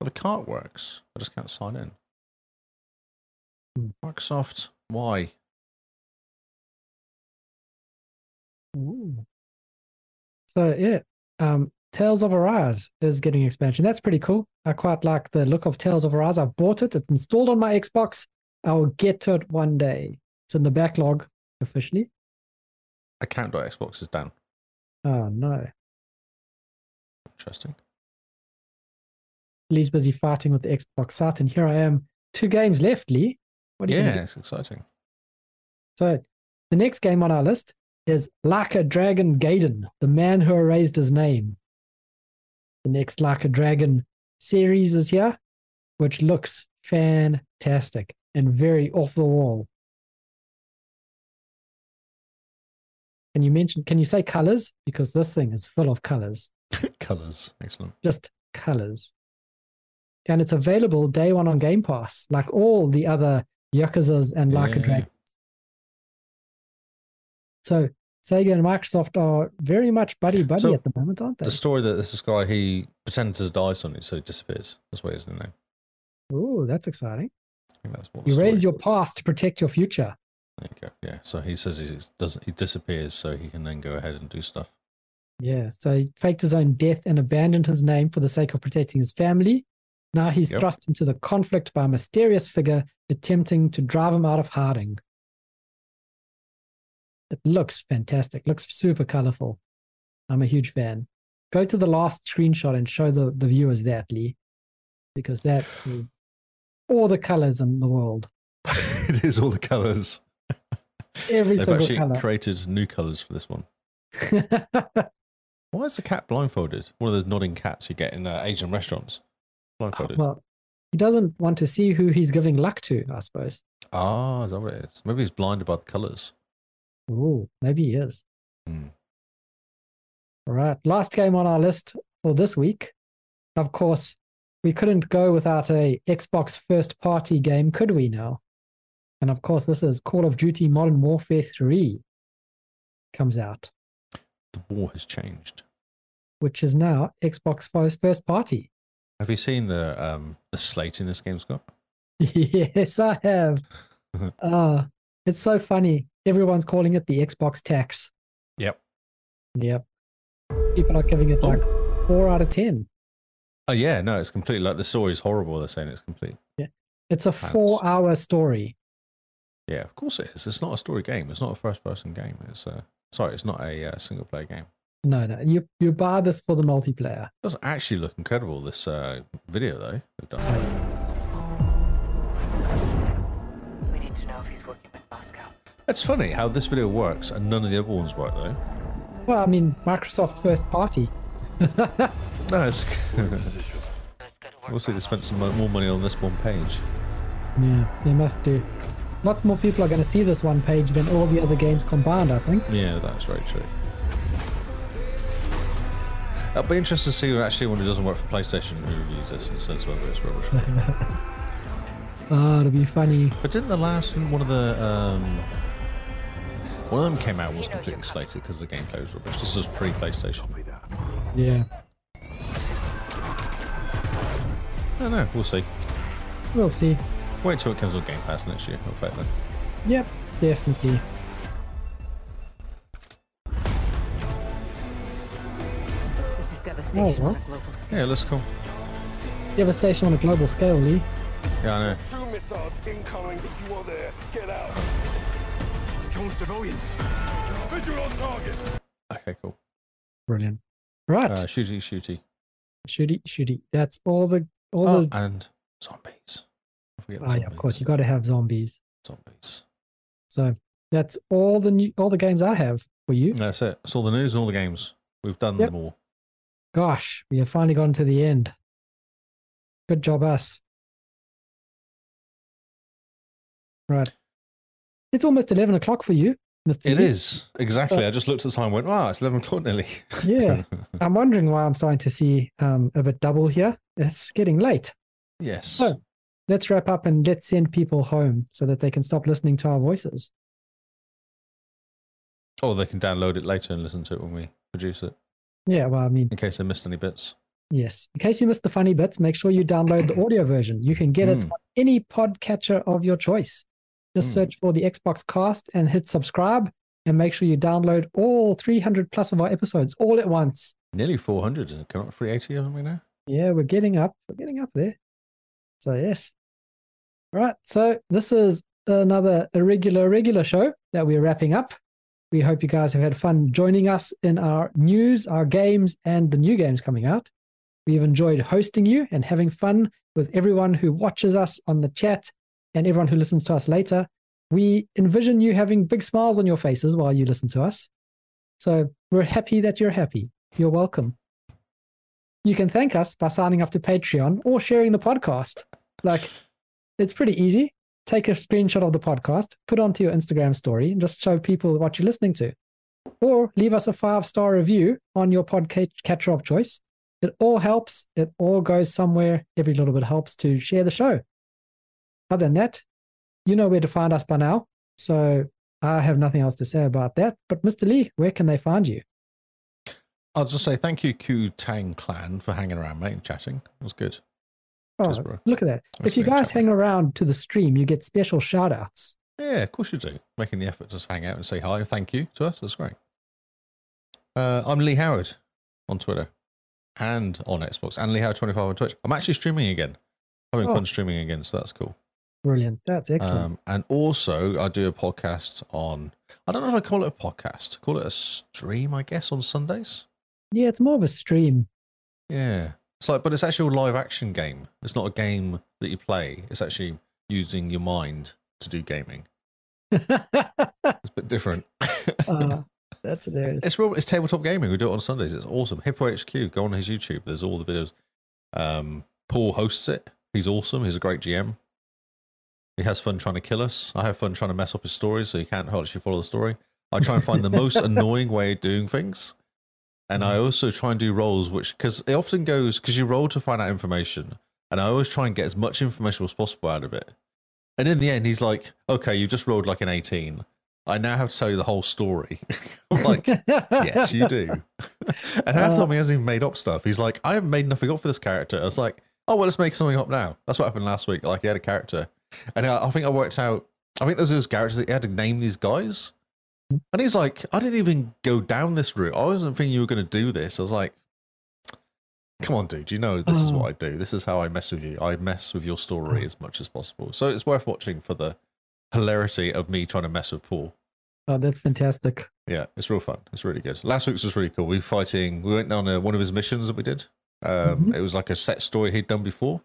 Speaker 4: But the cart works. I just can't sign in.
Speaker 3: Hmm.
Speaker 4: Microsoft, why?
Speaker 3: Ooh. So, yeah, um, Tales of Arise is getting expansion. That's pretty cool. I quite like the look of Tales of Arise. I've bought it, it's installed on my Xbox. I'll get to it one day. It's in the backlog officially.
Speaker 4: Account.xbox is down.
Speaker 3: Oh no.
Speaker 4: Interesting.
Speaker 3: Lee's busy fighting with the Xbox out, and here I am. Two games left, Lee. What are you gonna
Speaker 4: yeah,
Speaker 3: do?
Speaker 4: it's exciting.
Speaker 3: So the next game on our list is Like a Dragon Gaiden, the man who erased his name. The next Like a Dragon series is here, which looks fantastic and very off the wall. Can you mention can you say colors? Because this thing is full of colors.
Speaker 4: Colors, excellent.
Speaker 3: just colors. And it's available day one on Game Pass, like all the other Yakuza's and Like a
Speaker 4: Yeah.
Speaker 3: Dragon. So Sega and Microsoft are very much buddy buddy
Speaker 4: So,
Speaker 3: at the moment, aren't they?
Speaker 4: The story that this guy he pretended to die suddenly, so he disappears. That's what his name. I
Speaker 3: Ooh, that's exciting.
Speaker 4: think that's what. the
Speaker 3: You raise
Speaker 4: story-
Speaker 3: your past to protect your future.
Speaker 4: There you go. Yeah. So he says he doesn't. He disappears, so he can then go ahead and do stuff.
Speaker 3: Yeah. So he faked his own death and abandoned his name for the sake of protecting his family. Now he's
Speaker 4: Yep.
Speaker 3: thrust into the conflict by a mysterious figure attempting to drive him out of hiding. It looks fantastic. Looks super colorful. I'm a huge fan. Go to the last screenshot and show the, the viewers that, Lee, because that is all the colors in the world.
Speaker 4: it is all the colors.
Speaker 3: Every
Speaker 4: They've
Speaker 3: single
Speaker 4: actually
Speaker 3: color.
Speaker 4: created new colors for this one.
Speaker 3: oh,
Speaker 4: Why is the cat blindfolded? One of those nodding cats you get in uh, Asian restaurants. Blindfolded.
Speaker 3: well, he doesn't want to see who he's giving luck to, I suppose.
Speaker 4: ah, is that what it is? Maybe he's blinded by the colors.
Speaker 3: Oh, maybe he is.
Speaker 4: Hmm.
Speaker 3: All right. Last game on our list for this week. Of course, we couldn't go without a Xbox first party game, could we now? And of course, this is Call of Duty Modern Warfare 3 comes out,
Speaker 4: The war has changed.
Speaker 3: which is now Xbox first first party.
Speaker 4: Have you seen the um, the slate in this game, Scott?
Speaker 3: yes, I have.
Speaker 4: Uh-huh.
Speaker 3: uh, it's so funny. Everyone's calling it the Xbox tax.
Speaker 4: Yep.
Speaker 3: Yep. People are giving it
Speaker 4: Oh.
Speaker 3: like four out of 10.
Speaker 4: Oh yeah, no, it's completely like the story is horrible. They're saying it's complete.
Speaker 3: It's a four hour story.
Speaker 4: Yeah, of course it is. It's not a story game. It's not a first person game. It's a sorry, it's not a uh, single player game.
Speaker 3: No, no. You you buy this for the multiplayer.
Speaker 4: It doesn't actually look incredible. This uh, video though, they've done.
Speaker 7: We need to know if he's working with Moscow.
Speaker 4: It's funny how this video works and none of the other ones work though.
Speaker 3: Well, I mean, Microsoft first party.
Speaker 4: No, it's obviously they spent some mo- more money on this one page.
Speaker 3: Yeah, they must do. Lots more people are going to see this one page than all the other games combined, I think.
Speaker 4: Yeah, that's very true. I'll be interested to see actually when it doesn't work for PlayStation who reviews this and says whether it's rubbish. or not.
Speaker 3: Oh, it'll be funny.
Speaker 4: but didn't the last one, one of the um, one of them came out and was completely slated because the gameplay was rubbish. This is pre-PlayStation.
Speaker 3: Yeah,
Speaker 4: I don't know. We'll see.
Speaker 3: we'll see.
Speaker 4: Wait till it comes on Game Pass next year. I'll bet then.
Speaker 3: Yep, definitely.
Speaker 7: This is devastation
Speaker 3: Oh,
Speaker 7: on
Speaker 3: huh?
Speaker 7: a global scale.
Speaker 4: Yeah, it looks cool.
Speaker 3: Devastation on a global scale, Lee.
Speaker 4: Yeah, I know.
Speaker 8: Two missiles incoming. If you are there, get out. It's killing civilians. Visual target.
Speaker 4: Okay, cool.
Speaker 3: Brilliant. Right,
Speaker 4: Uh, shooty, shooty.
Speaker 3: shooty, shooty. That's all the all
Speaker 4: Oh,
Speaker 3: the.
Speaker 4: and zombies. I forget the
Speaker 3: Ah, yeah, of course, you got to have zombies.
Speaker 4: zombies.
Speaker 3: So that's all the new all the games I have for you.
Speaker 4: That's it. It's all the news and all the games. We've done
Speaker 3: Yep.
Speaker 4: them all.
Speaker 3: Gosh, we have finally gotten to the end. Good job, us. Right. It's almost 11 o'clock for you, Mr.
Speaker 4: It
Speaker 3: Lee.
Speaker 4: is exactly. I just looked at the time. and Went, wow, it's eleven o'clock nearly.
Speaker 3: Yeah. I'm wondering why I'm starting to see um, a bit double here. It's getting late.
Speaker 4: yes.
Speaker 3: Oh. Let's wrap up and let's send people home so that they can stop listening to our voices.
Speaker 4: Oh, they can download it later and listen to it when we produce it,
Speaker 3: Yeah, well, I mean,
Speaker 4: in case they missed any bits.
Speaker 3: yes. In case you missed the funny bits, make sure you download the audio version. You can get it
Speaker 4: Mm.
Speaker 3: on any podcatcher of your choice. Just
Speaker 4: Mm.
Speaker 3: search for the Xbox Cast and hit subscribe, and make sure you download all 300 plus of our episodes all at once.
Speaker 4: Nearly four hundred. and Come up three eighty, haven't we now?
Speaker 3: Yeah, we're getting up. We're getting up there. So yes. Right. So this is another irregular regular show that we're wrapping up. We hope you guys have had fun joining us in our news, our games, and the new games coming out. We've enjoyed hosting you and having fun with everyone who watches us on the chat and everyone who listens to us later. We envision you having big smiles on your faces while you listen to us. So we're happy that you're happy. You're welcome. You can thank us by signing up to Patreon or sharing the podcast. Like, it's pretty easy. Take a screenshot of the podcast, put onto your Instagram story, and just show people what you're listening to. Or leave us a five star review on your podcatcher of choice. It all helps. It all goes somewhere. Every little bit helps to share the show. Other than that, you know where to find us by now. So I have nothing else to say about that. But Mr. Lee, where can they find you?
Speaker 4: I'll just say thank you, Q Tang Clan, for hanging around, mate, and chatting. It was good.
Speaker 3: Oh,
Speaker 4: Cheers, bro.
Speaker 3: look at that.
Speaker 4: Nice
Speaker 3: if you
Speaker 4: to meet
Speaker 3: guys
Speaker 4: you.
Speaker 3: hang around to the stream, you get special shout outs.
Speaker 4: Yeah, of course you do. Making the effort to just hang out and say hi, thank you to us. That's great. Uh, I'm Lee Howard on Twitter and on Xbox and Lee Howard25 on Twitch. I'm actually streaming again. Having
Speaker 3: Oh.
Speaker 4: fun streaming again, so that's cool.
Speaker 3: Brilliant. That's excellent.
Speaker 4: Um, and also, I do a podcast on, I don't know if I call it a podcast, call it a stream, I guess, on Sundays.
Speaker 3: Yeah, it's more of a stream.
Speaker 4: Yeah. It's like, but it's actually a live action game. It's not a game that you play. It's actually using your mind to do gaming. It's a bit different.
Speaker 3: Uh, that's hilarious.
Speaker 4: It's real, it's tabletop gaming. We do it on Sundays. It's awesome. Hippo HQ. Go on his YouTube. There's all the videos. Um, Paul hosts it. He's awesome. He's a great GM. He has fun trying to kill us. I have fun trying to mess up his stories, so you can't actually follow the story. I try and find the most annoying way of doing things, and I also try and do rolls, which because it often goes because you roll to find out information, and I always try and get as much information as possible out of it. And in the end, he's like, "Okay, you just rolled like an eighteen. I now have to tell you the whole story." I'm like, yes, you do. and half the time he hasn't even made up stuff. He's like, I haven't made nothing up for this character. I was like, oh, well, let's make something up now. That's what happened last week. Like, he had a character. And uh, I, I think I worked out, I think those are his characters that he had to name these guys. And he's like, I didn't even go down this route. I wasn't thinking you were going to do this. I was like, come on, dude. You know, this is what I do. This is how I mess with you. I mess with your story as much as possible. So it's worth watching for the hilarity of me trying to mess with Paul.
Speaker 3: Oh, that's fantastic.
Speaker 4: Yeah, it's real fun. It's really good. Last week's was really cool. We were fighting. We went on a, one of his missions that we did. Um, It was like a set story he'd done before,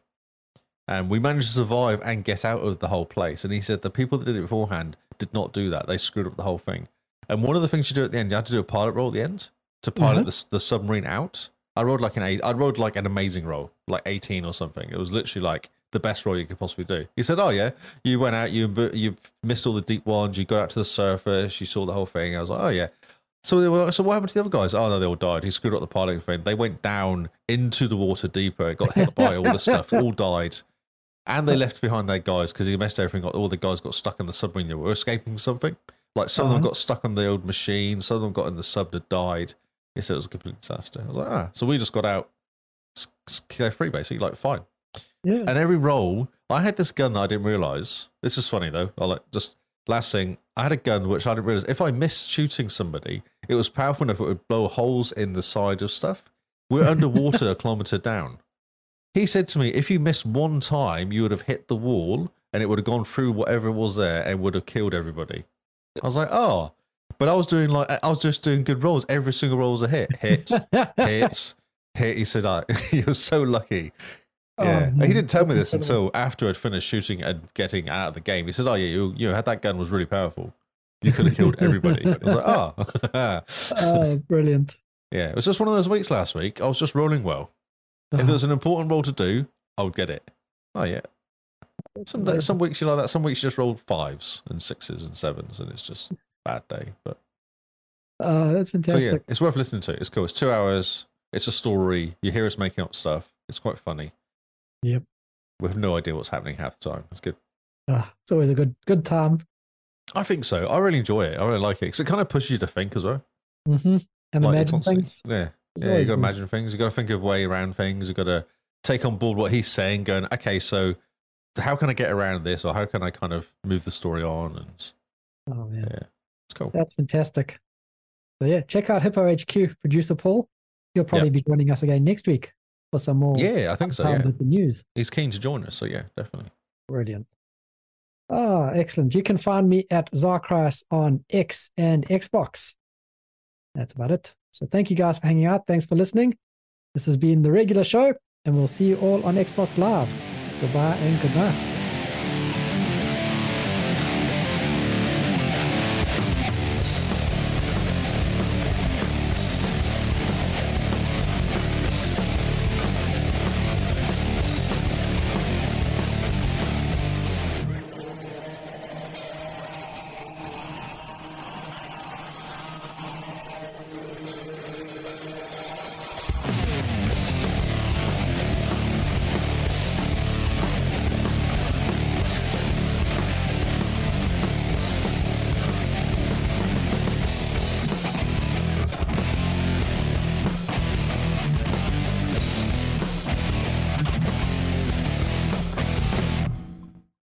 Speaker 4: and we managed to survive and get out of the whole place. And he said the people that did it beforehand did not do that. They screwed up the whole thing. And one of the things you do at the end, you had to do a pilot roll at the end to pilot the s the, submarine out. I rolled like an eight. I rolled like an amazing roll, like eighteen or something. It was literally like the best roll you could possibly do. He said, "Oh yeah, you went out, you you missed all the deep ones, you got out to the surface, you saw the whole thing." I was like, "Oh yeah." So they were, like, so what happened to the other guys? Oh no, they all died. He screwed up the piloting thing. They went down into the water deeper, got hit by all the stuff, all died, and they left behind their guys because he messed everything up. All the guys got stuck in the submarine. They were escaping from something. Like some of them
Speaker 3: Uh-huh.
Speaker 4: got stuck on the old machine. Some of them got in the sub that died. He said it was a complete disaster. I was like, ah. So we just got out s- s- carefree, basically. Like, fine.
Speaker 3: Yeah.
Speaker 4: And every roll, I had this gun that I didn't realize. This is funny though. I like just last thing. I had a gun which I didn't realize. If I missed shooting somebody, it was powerful enough it would blow holes in the side of stuff. We're underwater a kilometer down. He said to me, "If you missed one time, you would have hit the wall, and it would have gone through whatever was there and would have killed everybody." I was like, "Oh." But I was doing like I was just doing good rolls. Every single roll was a hit, hit, hit, hit. He said, "I, you're so lucky." Yeah,
Speaker 3: Oh,
Speaker 4: he didn't tell me
Speaker 3: that's
Speaker 4: this until after I'd finished shooting and getting out of the game. He said, "Oh yeah, you you had that gun was really powerful. You could have killed everybody." I was like, "Oh,
Speaker 3: Oh, brilliant.
Speaker 4: yeah." It was just one of those weeks last week. I was just rolling well. If
Speaker 3: uh-huh.
Speaker 4: there was an important roll to do, I would get it. Oh yeah.
Speaker 3: Uh,
Speaker 4: Some day, some weeks you like that. Some weeks you just roll fives and sixes and sevens, and it's just a bad day. But
Speaker 3: Oh, that's
Speaker 4: so
Speaker 3: fantastic.
Speaker 4: yeah, it's worth listening to. It's cool. It's two hours. It's a story. You hear us making up stuff. It's quite funny.
Speaker 3: Yep.
Speaker 4: We have no idea what's happening half the time. It's good.
Speaker 3: Ah, it's always a good good time.
Speaker 4: I think so. I really enjoy it. I really like it because it kind of pushes you to think as well.
Speaker 3: hmm And
Speaker 4: Like, you're
Speaker 3: imagine
Speaker 4: constantly-
Speaker 3: things.
Speaker 4: Yeah,
Speaker 3: It's
Speaker 4: yeah. You
Speaker 3: always
Speaker 4: got to
Speaker 3: good.
Speaker 4: imagine things. You got to think of way around things. You got to take on board what he's saying. Going, okay, so how can I get around this, or how can I kind of move the story on? And it's
Speaker 3: Oh man,
Speaker 4: Yeah. cool.
Speaker 3: that's fantastic. So yeah, check out Hippo HQ producer Paul. You'll probably be joining us again next week for some more
Speaker 4: Yeah, I think so.
Speaker 3: time
Speaker 4: Yeah,
Speaker 3: with the news.
Speaker 4: he's keen to join us. So yeah, definitely.
Speaker 3: Brilliant. Ah, excellent. You can find me at Zarkris on X and Xbox. That's about it. So thank you guys for hanging out. Thanks for listening. This has been the regular show, and we'll see you all on Xbox Live. Goodbye and good night.